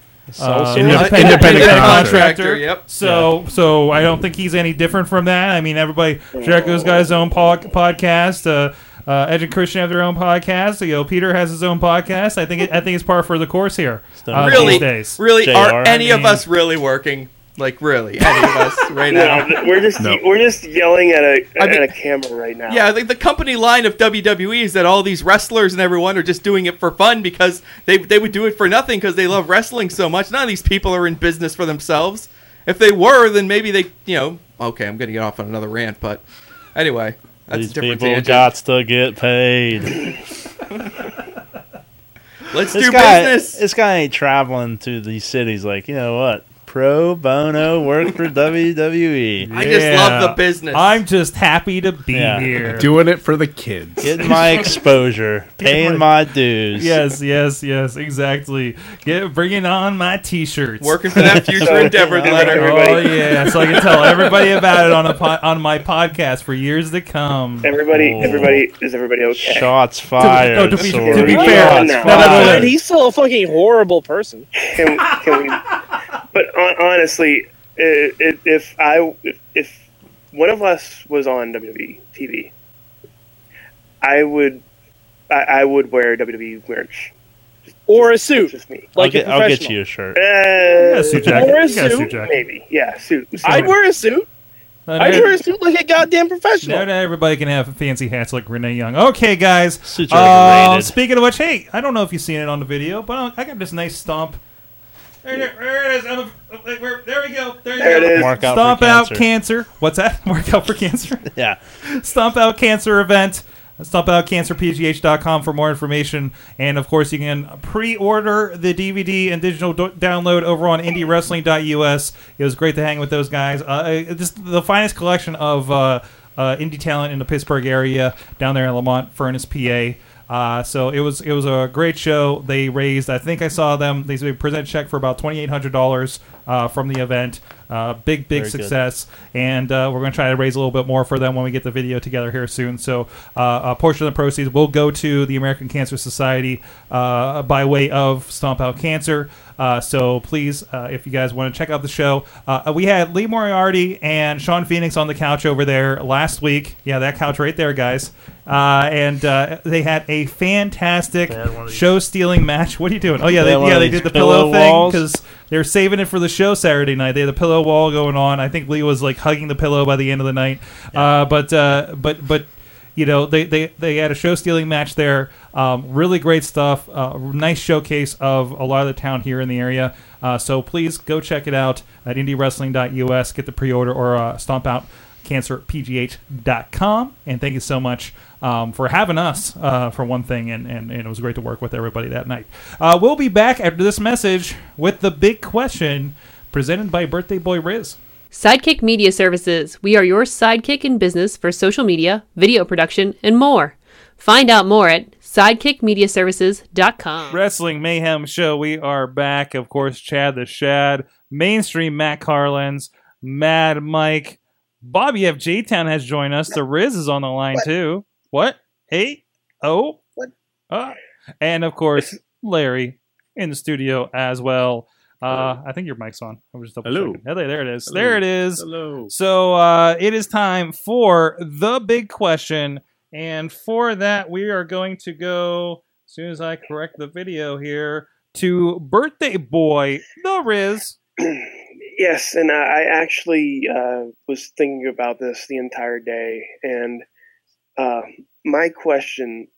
Speaker 2: uh,
Speaker 5: Independent contractor.
Speaker 9: Yep.
Speaker 2: So so I don't think he's any different from that. I mean, everybody, Jericho's got his own po- podcast. Uh, uh, Edge and Christian have their own podcast. You know, Peter has his own podcast. I think it, I think it's par for the course here. Uh,
Speaker 9: really,
Speaker 2: these days.
Speaker 9: really, are
Speaker 3: JR,
Speaker 9: any
Speaker 2: I
Speaker 9: of
Speaker 2: mean-
Speaker 9: us really working? Like, really, any of
Speaker 2: [LAUGHS]
Speaker 9: us right now?
Speaker 8: no, [LAUGHS] we're just
Speaker 5: No.
Speaker 8: we're just yelling at a
Speaker 9: I mean-
Speaker 8: at a camera right now.
Speaker 9: Yeah, like the company line of WWE is that all these wrestlers and everyone are just doing it for fun because they they would do it for nothing because they love wrestling so much. None of these people are in business for themselves. If they were, then maybe they, you know, okay, I'm going to get off on another rant, but anyway, that's
Speaker 3: These
Speaker 9: a different
Speaker 3: people
Speaker 9: tangent.
Speaker 3: got to get paid.
Speaker 9: Let's
Speaker 3: This
Speaker 9: do
Speaker 3: guy,
Speaker 9: business.
Speaker 3: this guy ain't traveling to these cities. Like you know what? Pro bono work for E. WWE.
Speaker 9: I just love the business.
Speaker 2: I'm just happy to be
Speaker 3: Yeah.
Speaker 2: here.
Speaker 5: Doing it for the kids.
Speaker 3: getting my exposure, paying my dues.
Speaker 2: yes, yes, yes, exactly. Get bringing on my t-shirts.
Speaker 9: Working for
Speaker 3: [LAUGHS]
Speaker 9: that future endeavor letter.
Speaker 2: Oh
Speaker 8: everybody.
Speaker 2: yeah, so I can tell everybody about it on a po- on my podcast for years to come.
Speaker 8: Everybody,
Speaker 3: Oh.
Speaker 8: everybody, is everybody okay?
Speaker 3: Shots fired.
Speaker 2: no, to be-
Speaker 3: Sora.
Speaker 2: to
Speaker 8: be fair-
Speaker 3: Shots
Speaker 8: no, no,
Speaker 3: fired.
Speaker 2: no, no.
Speaker 6: Uh, And he's still a fucking horrible person.
Speaker 8: Can, can we? But hon- honestly, i- i- if I if, if one of us was on WWE TV, I would I, I would wear WWE merch.
Speaker 6: Or a suit.
Speaker 8: Just me.
Speaker 3: I'll
Speaker 6: Like
Speaker 3: get,
Speaker 6: a
Speaker 3: I'll
Speaker 6: professional.
Speaker 3: get you a shirt.
Speaker 8: Uh,
Speaker 2: You got a suit jacket.
Speaker 6: Or a
Speaker 2: You got a suit
Speaker 6: suit,
Speaker 2: jacket.
Speaker 8: Maybe, yeah. Suit.
Speaker 6: I'd wear a suit.
Speaker 2: Not
Speaker 6: I
Speaker 2: every-
Speaker 6: sure seem like a goddamn
Speaker 2: not
Speaker 6: professional.
Speaker 2: everybody can have fancy hats like Renee Young. Okay, guys.
Speaker 3: Suits
Speaker 2: Uh,
Speaker 3: are overrated.
Speaker 2: speaking of which, hey, I don't know if you've seen it on the video, but I got this nice stump. There, there, there it is. I'm a- like, where- there we go. There, you
Speaker 8: There it
Speaker 2: go.
Speaker 8: is.
Speaker 3: Mark out
Speaker 2: Stomp
Speaker 3: for
Speaker 2: out
Speaker 3: cancer.
Speaker 2: cancer. What's that? [LAUGHS] Mark out for cancer.
Speaker 3: yeah.
Speaker 2: Stomp Out Cancer event. Stomp Out StompOutCancerPGH.com for more information. And of course, you can pre order the DVD and digital do- download over on IndieWrestling.us. It was great to hang with those guys. Uh, uh, just the finest collection of uh, uh, indie talent in the Pittsburgh area down there in Lamont, Furnace, PA. Uh, so it was it was a great show. They raised, I think I saw them. They presented a check for about twenty eight hundred dollars uh, from the event. Uh, big big
Speaker 3: Very good.
Speaker 2: success us, and uh, we're going to try to raise a little bit more for them when we get the video together here soon. So uh, a portion of the proceeds will go to the American Cancer Society uh, by way of Stomp Out Cancer. Uh, so please, uh, if you guys want to check out the show, uh, we had Lee Moriarty and Sean Phoenix on the couch over there last week. Yeah, that couch right there, guys. Uh, and uh, they had a fantastic
Speaker 3: had one of these-
Speaker 2: show-stealing match. What are you doing? Oh yeah,
Speaker 3: They
Speaker 2: they,
Speaker 3: had one
Speaker 2: yeah,
Speaker 3: of
Speaker 2: they
Speaker 3: these
Speaker 2: did the pillow,
Speaker 3: pillow
Speaker 2: thing
Speaker 3: walls.
Speaker 2: because they were saving it for the show Saturday night. They had a pillow wall going on. I think Lee was like hugging the pillow by the end of the night. Uh, but uh, but but you know they they, they had a show stealing match there. Um, really great stuff. Uh, nice showcase of a lot of the town here in the area. Uh, so please go check it out at indiewrestling.us. Get the pre order or uh, stomp out cancerpgh.com and thank you so much um, for having us uh, for one thing and, and, and it was great to work with everybody that night uh, we'll be back after this message with the big question presented by birthday boy riz
Speaker 10: Sidekick Media Services. We are your sidekick in business for social media, video production, and more. Find out more at sidekickmediaservices.com.
Speaker 2: [LAUGHS] wrestling mayhem show we are back of course chad the shad mainstream matt carlins mad mike bobby f j town has joined us the riz is on the line too what hey oh
Speaker 8: What?
Speaker 2: Uh, and of course larry in the studio as well uh, I think your mic's on. I was just double
Speaker 5: Hello.
Speaker 2: checking. Hello, there it is.
Speaker 5: Hello.
Speaker 2: There it is.
Speaker 5: Hello.
Speaker 2: So uh, it is time for the big question, and for that we are going to go as soon as I correct the video here to birthday boy the Riz.
Speaker 8: [CLEARS THROAT] yes, and I I actually uh, was thinking about this the entire day, and uh, my question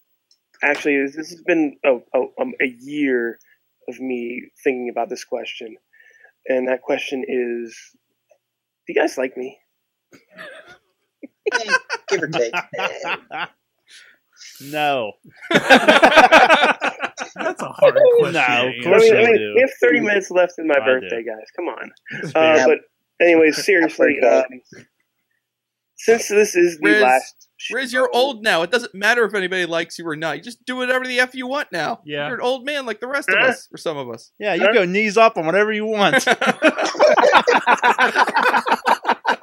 Speaker 8: actually is: this has been a, a, um, a year of me thinking about this question, and that question is: Do you guys like me?
Speaker 11: Give or take.
Speaker 3: no.
Speaker 5: That's a hard question.
Speaker 3: [LAUGHS] No,
Speaker 5: yeah.
Speaker 3: Of course
Speaker 8: I mean, I
Speaker 3: I
Speaker 8: mean,
Speaker 3: do.
Speaker 8: we have thirty minutes left in my
Speaker 3: I do.
Speaker 8: birthday, guys. Come
Speaker 3: [LAUGHS]
Speaker 8: on. Uh, but anyway, seriously, uh, since this is the
Speaker 9: Where's-
Speaker 8: last,
Speaker 9: Whereas you're old now, it doesn't matter if anybody likes you or not. You just do whatever the f you want now.
Speaker 2: Yeah.
Speaker 9: you're an old man like the rest of
Speaker 8: Huh?
Speaker 9: us, or some of us.
Speaker 3: Yeah, you go knees up on whatever you want. [LAUGHS]
Speaker 9: [LAUGHS]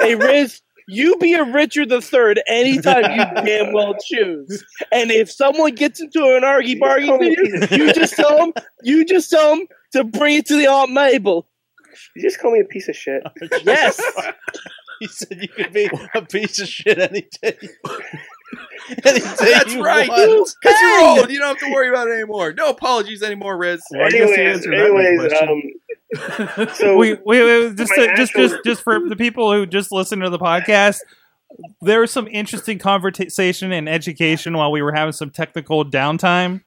Speaker 6: hey, Riz, you be a Richard the Third anytime you damn well choose. And if someone gets into an argy bargy with you, you just tell them, you just tell 'em to bring it to the Aunt Mabel.
Speaker 8: you just call me a piece of shit.
Speaker 6: Yes.
Speaker 3: He said you could be a piece of shit any day. [LAUGHS] any day
Speaker 9: That's
Speaker 3: you
Speaker 9: right.
Speaker 3: want.
Speaker 9: Because you're old, you don't have to worry about it anymore. No apologies anymore, Riz.
Speaker 5: Well, I guess you
Speaker 8: anyways,
Speaker 5: answered that one
Speaker 8: anyways,
Speaker 5: question.
Speaker 8: um, so
Speaker 2: we,
Speaker 8: [LAUGHS]
Speaker 2: we, we- just
Speaker 8: My
Speaker 2: to- just
Speaker 8: actual-
Speaker 2: just just for the people who just listen to the podcast. There was some interesting conversation and education while we were having some technical downtime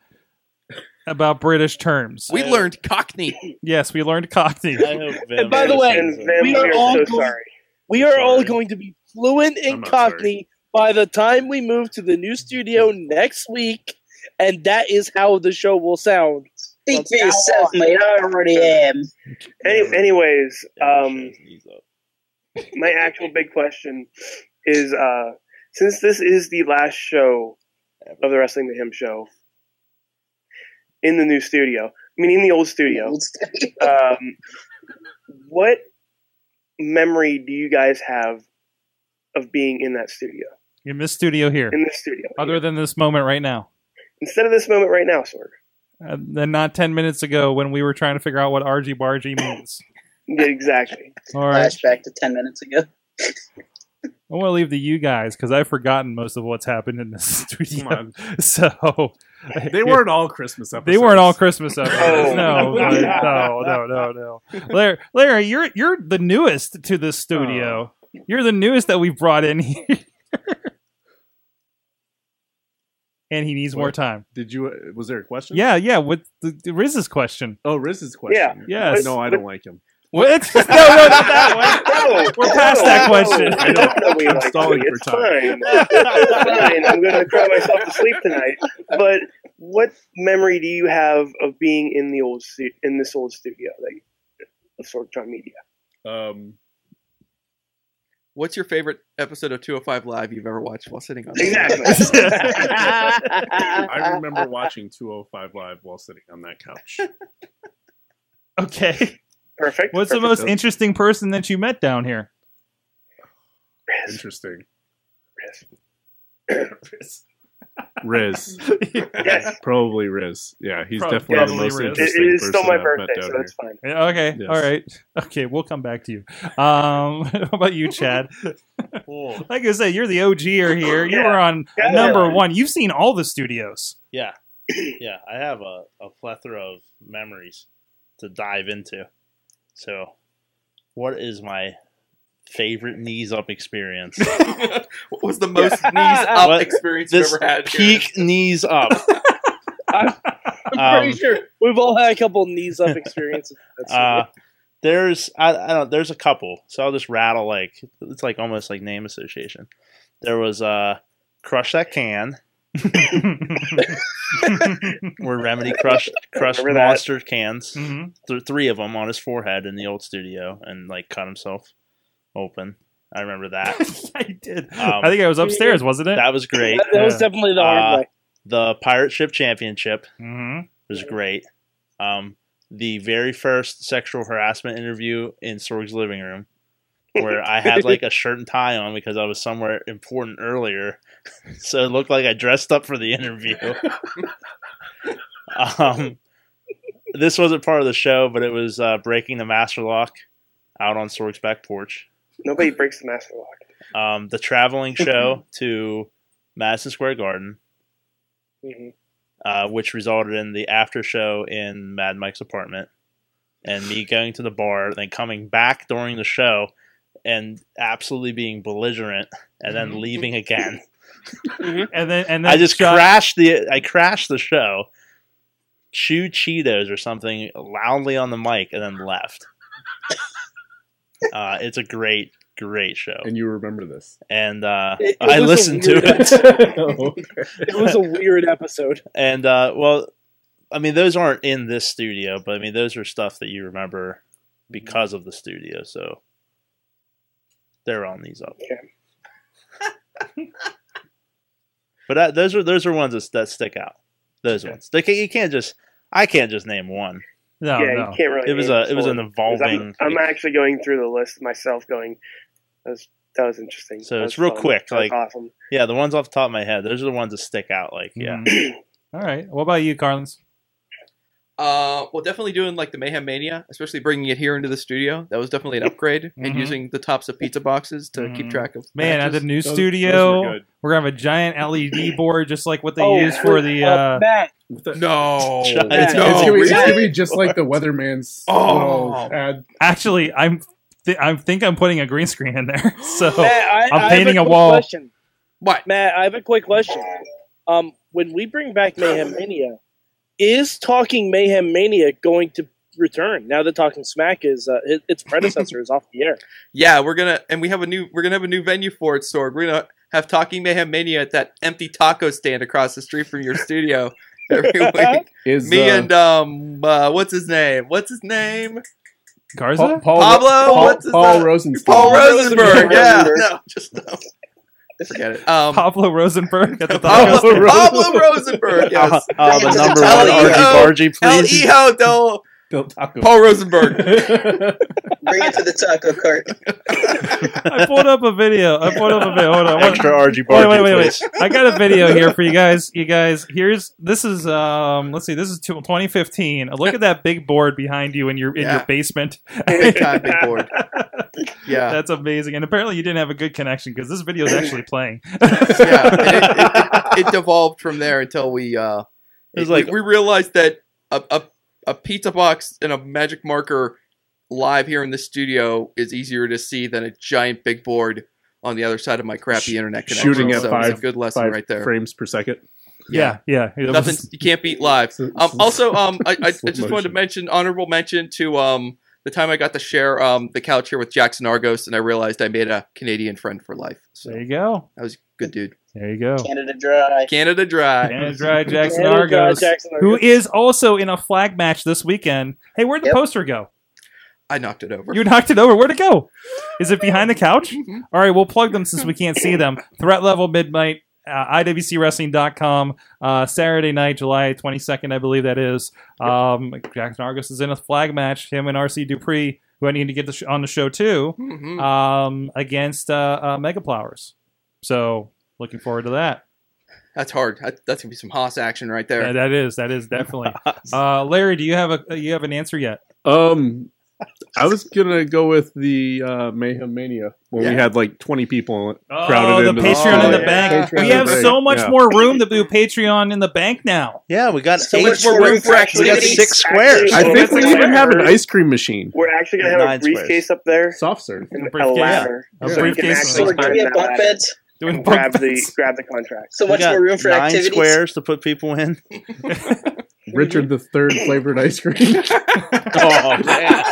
Speaker 2: about British terms.
Speaker 9: We learned Cockney.
Speaker 2: yes, we learned Cockney.
Speaker 3: I hope Vim
Speaker 6: And by the way,
Speaker 8: and
Speaker 3: understands
Speaker 8: Vim,
Speaker 3: that.
Speaker 8: we
Speaker 6: we
Speaker 8: are,
Speaker 6: are all
Speaker 8: so
Speaker 6: going-
Speaker 8: sorry.
Speaker 6: We are all
Speaker 5: Sorry.
Speaker 6: going to be fluent in
Speaker 5: I'm not
Speaker 6: Cockney by the time we move to the new studio next week, and that is how the show will sound.
Speaker 11: Speak for yourself, mate. I already am.
Speaker 8: Any, anyways, um,
Speaker 3: Knees up.
Speaker 8: my actual big question is uh, since this is the last show of the Wrestling to Him show in the new studio, I mean, in the old studio, um, what memory do you guys have of being in that studio?
Speaker 2: In this studio here,
Speaker 8: In this studio?
Speaker 2: other than this moment right now.
Speaker 8: Instead of this moment right now, Sorg.
Speaker 2: and then not 10 minutes ago when we were trying to figure out what RG bargy means.
Speaker 8: Yeah, exactly.
Speaker 2: All right.
Speaker 6: [LAUGHS]
Speaker 11: Flashback to 10 minutes ago.
Speaker 2: I want to leave to you guys because I've forgotten most of what's happened in this [LAUGHS] studio. So
Speaker 12: [LAUGHS] They weren't all Christmas episodes.
Speaker 2: They weren't all Christmas episodes.
Speaker 12: Oh.
Speaker 2: no, but no, no, no, no. Larry, Larry, you're you're the newest to this studio. You're the newest that we've brought in here. [LAUGHS] and he needs more
Speaker 12: What?
Speaker 2: time.
Speaker 12: Did you? uh, Was there a question?
Speaker 2: Yeah, yeah. With the, the Riz's question.
Speaker 12: Oh, Riz's question.
Speaker 2: Yeah. Yes.
Speaker 12: No, I don't like him.
Speaker 2: Well, it's just, [LAUGHS] no, no, not that
Speaker 8: one.
Speaker 2: We're past that question.
Speaker 12: Oh, I
Speaker 3: [LAUGHS]
Speaker 12: don't.
Speaker 8: We
Speaker 12: I'm
Speaker 8: like
Speaker 12: stalling
Speaker 8: it.
Speaker 12: for
Speaker 8: it's
Speaker 12: time.
Speaker 8: fine. [LAUGHS] It's fine. I'm going to cry myself to sleep tonight. But what memory do you have of being in the old stu- in this old studio, like of Sorgatron Media?
Speaker 12: Um,
Speaker 9: What's your favorite episode of 205 Live you've ever watched while sitting on?
Speaker 12: I remember watching 205 Live while sitting on that [LAUGHS] couch.
Speaker 2: Okay.
Speaker 8: Perfect.
Speaker 2: What's the most interesting person that you met down here?
Speaker 12: Interesting.
Speaker 8: Yes.
Speaker 12: [LAUGHS] Riz.
Speaker 8: Yes.
Speaker 12: Probably Riz. Yeah, he's
Speaker 2: Probably
Speaker 12: definitely the most
Speaker 2: Riz.
Speaker 12: interesting
Speaker 8: It is still
Speaker 12: person
Speaker 8: my
Speaker 12: I've met
Speaker 8: birthday,
Speaker 12: down
Speaker 8: so
Speaker 12: here.
Speaker 8: that's fine.
Speaker 2: Yeah, Okay.
Speaker 12: Yes.
Speaker 2: All right. Okay. We'll come back to you. Um, [LAUGHS] how about you, Chad? like I said, you're the OGer here. You were on
Speaker 3: Yeah.
Speaker 2: number one. You've seen all the studios. [LAUGHS]
Speaker 3: Yeah, [COUGHS] yeah. I have a, a plethora of memories to dive into. So, what is my favorite knees up [LAUGHS] experience?
Speaker 9: [LAUGHS] what was the most knees up experience you've
Speaker 3: this
Speaker 9: ever had, Jared?
Speaker 3: Peak knees [LAUGHS] up.
Speaker 6: I'm pretty
Speaker 3: Um,
Speaker 6: sure we've all had a couple knees up experiences. That's
Speaker 3: Uh, there's I, I don't there's a couple, so I'll just rattle like it's like almost like name association. There was uh crush that can,
Speaker 2: Mm-hmm.
Speaker 3: where
Speaker 8: [LAUGHS]
Speaker 3: Remedy crushed crushed
Speaker 8: Remember that.
Speaker 3: monster cans,
Speaker 8: Mhm.
Speaker 3: th- three of them on his forehead in the old studio, and like cut himself open. I remember
Speaker 8: [LAUGHS]
Speaker 3: that.
Speaker 2: [LAUGHS] I did.
Speaker 12: Um,
Speaker 2: I think I was upstairs, wasn't it?
Speaker 3: That was great.
Speaker 2: That- that was Yeah. definitely the hard way.
Speaker 3: The pirate ship championship
Speaker 2: Mm-hmm.
Speaker 3: was great. Um, the very first sexual harassment interview in Sorg's living room, where I had like a shirt and tie on because I was somewhere important earlier, [LAUGHS] so it looked like I dressed up for the interview. um, this wasn't part of the show, but it was uh, breaking the master lock out on Sorg's back porch.
Speaker 8: Nobody breaks the master lock.
Speaker 3: Um, the traveling show to Madison Square Garden
Speaker 8: Mhm.
Speaker 3: uh, which resulted in the after show in Mad Mike's apartment, and me going to the bar, then coming back during the show, and absolutely being belligerent, and then leaving again.
Speaker 2: And then and Mm-hmm. [LAUGHS] then
Speaker 3: I just
Speaker 2: shot-
Speaker 3: crashed the I crashed the show, chewed Cheetos or something loudly on the mic, and then
Speaker 2: [LAUGHS]
Speaker 3: left. uh, it's a great, great show,
Speaker 12: And you remember this.
Speaker 3: and uh,
Speaker 6: It- it
Speaker 3: I
Speaker 6: was a
Speaker 3: listened to
Speaker 6: weird-
Speaker 3: it.
Speaker 6: [LAUGHS] it was a weird episode.
Speaker 3: And uh, well, I mean, those aren't in this studio, but I mean, those are stuff that you remember because of the studio. So they're on these up. [LAUGHS] but uh, those are those are ones that, that stick out. Those ones. They can, you can't just. I can't just name one.
Speaker 2: Oh, No,
Speaker 8: yeah, you can't really.
Speaker 3: It was
Speaker 8: name
Speaker 3: a. It was
Speaker 8: for
Speaker 3: an
Speaker 8: because
Speaker 3: evolving.
Speaker 8: I'm, I'm actually going through the list myself. Going, that was, that was interesting.
Speaker 3: so
Speaker 8: That
Speaker 3: it's
Speaker 8: was
Speaker 3: real
Speaker 8: fun.
Speaker 3: quick.
Speaker 8: That was
Speaker 3: Like
Speaker 8: awesome.
Speaker 3: yeah, the ones off the top of my head. Those are the ones that stick out. Like yeah.
Speaker 2: Mm.
Speaker 3: [LAUGHS]
Speaker 2: Mm-hmm. All right. What about you, Carlins?
Speaker 9: Uh, well, definitely doing like the Mayhem Mania, especially bringing it here into the studio. That was definitely an upgrade, and
Speaker 3: Mm-hmm.
Speaker 2: Mhm.
Speaker 9: using the tops of pizza boxes to keep track of.
Speaker 2: Man, at
Speaker 9: matches.
Speaker 2: the new studio, we're gonna have a giant
Speaker 9: [CLEARS THROAT]
Speaker 2: LED board, just like what they
Speaker 6: Oh,
Speaker 9: Oh,
Speaker 2: use for the. Uh,
Speaker 3: [LAUGHS]
Speaker 9: no,
Speaker 2: Giant-
Speaker 5: It's,
Speaker 2: No,
Speaker 5: it's gonna be, it's
Speaker 2: really?
Speaker 5: gonna be just like the weatherman's.
Speaker 9: Oh.
Speaker 2: actually, I'm. Th- I think I'm putting a green screen in there, [LAUGHS] so
Speaker 6: Matt, I,
Speaker 2: am oh, painting
Speaker 6: have
Speaker 2: a
Speaker 6: quick
Speaker 2: wall.
Speaker 6: Question.
Speaker 9: What,
Speaker 6: Matt? I have a quick question. Um, when we bring back Mayhem Mania, is Talking Mayhem Mania going to return? Now that Talking Smack is uh, it, its predecessor is off the air.
Speaker 9: Yeah, we're gonna and we have a new we're gonna have a new venue for it, Sorg. We're gonna have Talking Mayhem Mania at that empty taco stand across the street from your [LAUGHS] studio every week.
Speaker 12: Is,
Speaker 9: Me
Speaker 12: uh,
Speaker 9: and um, uh, what's his name? What's his name?
Speaker 2: Garza,
Speaker 12: Paul,
Speaker 9: Pablo.
Speaker 12: Paul,
Speaker 9: what's his
Speaker 12: Paul
Speaker 9: name?
Speaker 12: Rosenstein. [LAUGHS]
Speaker 9: Paul Rosenberg. Yeah,
Speaker 12: Rosenberg.
Speaker 9: no, just no. Forget it. [LAUGHS] Um,
Speaker 2: Pablo Rosenberg
Speaker 9: [LAUGHS]
Speaker 2: at the
Speaker 9: Pablo,
Speaker 2: top.
Speaker 9: Pablo Rosenberg. Yes. [LAUGHS] E
Speaker 3: Uh, uh, the number one
Speaker 9: L-E-O,
Speaker 3: Argy Bargy, please.
Speaker 9: L-E-O, do
Speaker 12: Del Taco.
Speaker 9: Paul Rosenberg. [LAUGHS]
Speaker 11: Bring it to the taco cart.
Speaker 2: I pulled up a video. I pulled up a video. Hold on. What-
Speaker 3: Extra RG
Speaker 2: Wait, wait,
Speaker 3: bargy,
Speaker 2: wait, wait.
Speaker 3: please.
Speaker 2: I got a video here for you guys. You guys, here's this is um. Let's see. This is two- 2015. Uh, Look at that big board behind you in your in
Speaker 9: [LAUGHS] Yeah.
Speaker 2: your basement. [LAUGHS]
Speaker 9: Big time big board. Yeah.
Speaker 2: that's amazing. And apparently, you didn't have a good connection because this video is actually
Speaker 9: [LAUGHS]
Speaker 2: playing.
Speaker 9: it devolved from there until we uh
Speaker 3: It was
Speaker 9: we-
Speaker 3: like-
Speaker 9: we realized that a, a a pizza box and a magic marker live here in the studio is easier to see than a giant big board on the other side of my crappy internet connection.
Speaker 12: Shooting at
Speaker 9: so
Speaker 12: five,
Speaker 9: it's a good lesson
Speaker 12: five
Speaker 9: right there.
Speaker 12: frames per second.
Speaker 2: [LAUGHS] Yeah, yeah. It was-
Speaker 9: Nothing you can't beat live. Um, also, um, I, I, I just wanted to mention honorable mention to um the time I got to share um the couch here with Jackson Argos, and I realized I made a Canadian friend for life. So
Speaker 2: there you go.
Speaker 9: That was a good, dude.
Speaker 2: There you go.
Speaker 11: Canada Dry.
Speaker 9: Canada Dry.
Speaker 2: Canada Dry Jackson
Speaker 9: Canada Dry,
Speaker 2: Argos,
Speaker 9: Jackson
Speaker 2: who
Speaker 9: Argos.
Speaker 2: is also in a flag match this weekend. Hey, where'd the poster go?
Speaker 9: I knocked it over.
Speaker 2: You knocked it over. Where'd it go? Is it behind the couch? All right, we'll plug them since we can't see them. Threat level midnight, uh, IWCWrestling.com, uh, Saturday night, July 22nd, I believe that is. Um, Jackson Argus is in a flag match, him and RC Dupree, who I need to get the sh- on the show too,
Speaker 9: Mhm.
Speaker 2: um, against uh, uh, Mega Plowers. So, looking forward to that.
Speaker 9: That's hard. That, that's gonna be some Haas action right there.
Speaker 2: Yeah, that is,
Speaker 12: [LAUGHS]
Speaker 2: that is definitely. Uh, Larry, do you have a you have an answer yet?
Speaker 12: Um, I was gonna go with the uh, Mayhem Mania when we
Speaker 2: Yeah.
Speaker 12: had like twenty people
Speaker 2: Oh,
Speaker 12: crowded
Speaker 2: the
Speaker 12: into
Speaker 2: Patreon
Speaker 12: the
Speaker 2: in the
Speaker 12: studio.
Speaker 2: bank.
Speaker 12: Patreon
Speaker 2: we
Speaker 12: in the
Speaker 2: have
Speaker 12: bank,
Speaker 2: so much
Speaker 12: yeah.
Speaker 2: more room to do Patreon in the bank now.
Speaker 3: Yeah, we got
Speaker 2: so
Speaker 3: eight
Speaker 2: much more
Speaker 3: squares.
Speaker 2: room for
Speaker 3: We got
Speaker 2: activities.
Speaker 3: six squares.
Speaker 2: Oh,
Speaker 12: I think we even have an
Speaker 8: We're-
Speaker 12: ice cream machine.
Speaker 8: We're actually gonna have
Speaker 12: Nine
Speaker 8: a
Speaker 12: squares.
Speaker 8: briefcase up there.
Speaker 12: Soft serve.
Speaker 8: And a,
Speaker 12: briefcase.
Speaker 8: ladder.
Speaker 12: Yeah. A
Speaker 8: So you can
Speaker 12: briefcase and
Speaker 8: actually
Speaker 12: a
Speaker 8: climb
Speaker 12: ladder.
Speaker 8: that
Speaker 12: Bunk
Speaker 8: ladder
Speaker 11: beds?
Speaker 2: [LAUGHS] Doing
Speaker 8: and grab the grab the contract.
Speaker 11: So
Speaker 3: We got nine
Speaker 6: [LAUGHS]
Speaker 3: squares to put people in. [LAUGHS]
Speaker 12: Richard the Third flavored ice
Speaker 2: [LAUGHS]
Speaker 12: cream.
Speaker 3: oh man.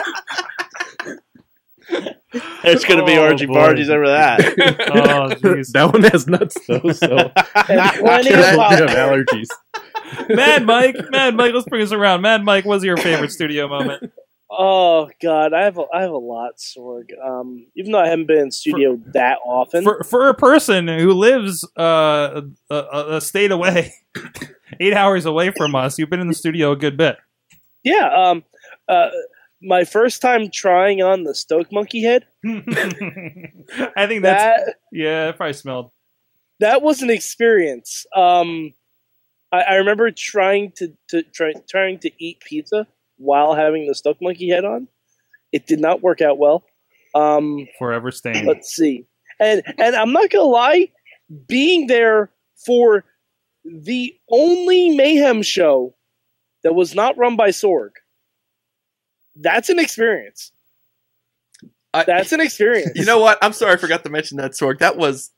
Speaker 3: There's gonna be
Speaker 12: Oh,
Speaker 3: orgy
Speaker 12: boy.
Speaker 3: bargies over
Speaker 6: [LAUGHS]
Speaker 3: that.
Speaker 2: Oh,
Speaker 12: that one has nuts though,
Speaker 2: [LAUGHS]
Speaker 12: so [LAUGHS]
Speaker 3: Plenty
Speaker 12: Careful,
Speaker 3: of
Speaker 12: you have allergies.
Speaker 2: Mad Mike, Mad Mike, let's bring us around. Mad Mike, what's your favorite studio moment?
Speaker 6: Oh God, I have a, I have a lot, Sorg. Um, even though I haven't been in studio that often,
Speaker 2: For, for a person who lives uh, a, a, a state away, [LAUGHS] eight hours away from us, you've been in the studio a good bit.
Speaker 6: yeah. Um, uh, my first time trying on the Stoke Monkey head.
Speaker 2: I think that's yeah, it probably smelled.
Speaker 6: that was an experience. Um, I, I remember trying to, to try, trying to eat pizza while having the stuck monkey head on. It did not work out well. Um,
Speaker 2: Forever stained.
Speaker 6: Let's see. And and I'm not gonna lie, being there for the only mayhem show that was not run by Sorg, that's an experience. that's an experience.
Speaker 9: [LAUGHS] You know what? I'm sorry I forgot to mention that Sorg. That was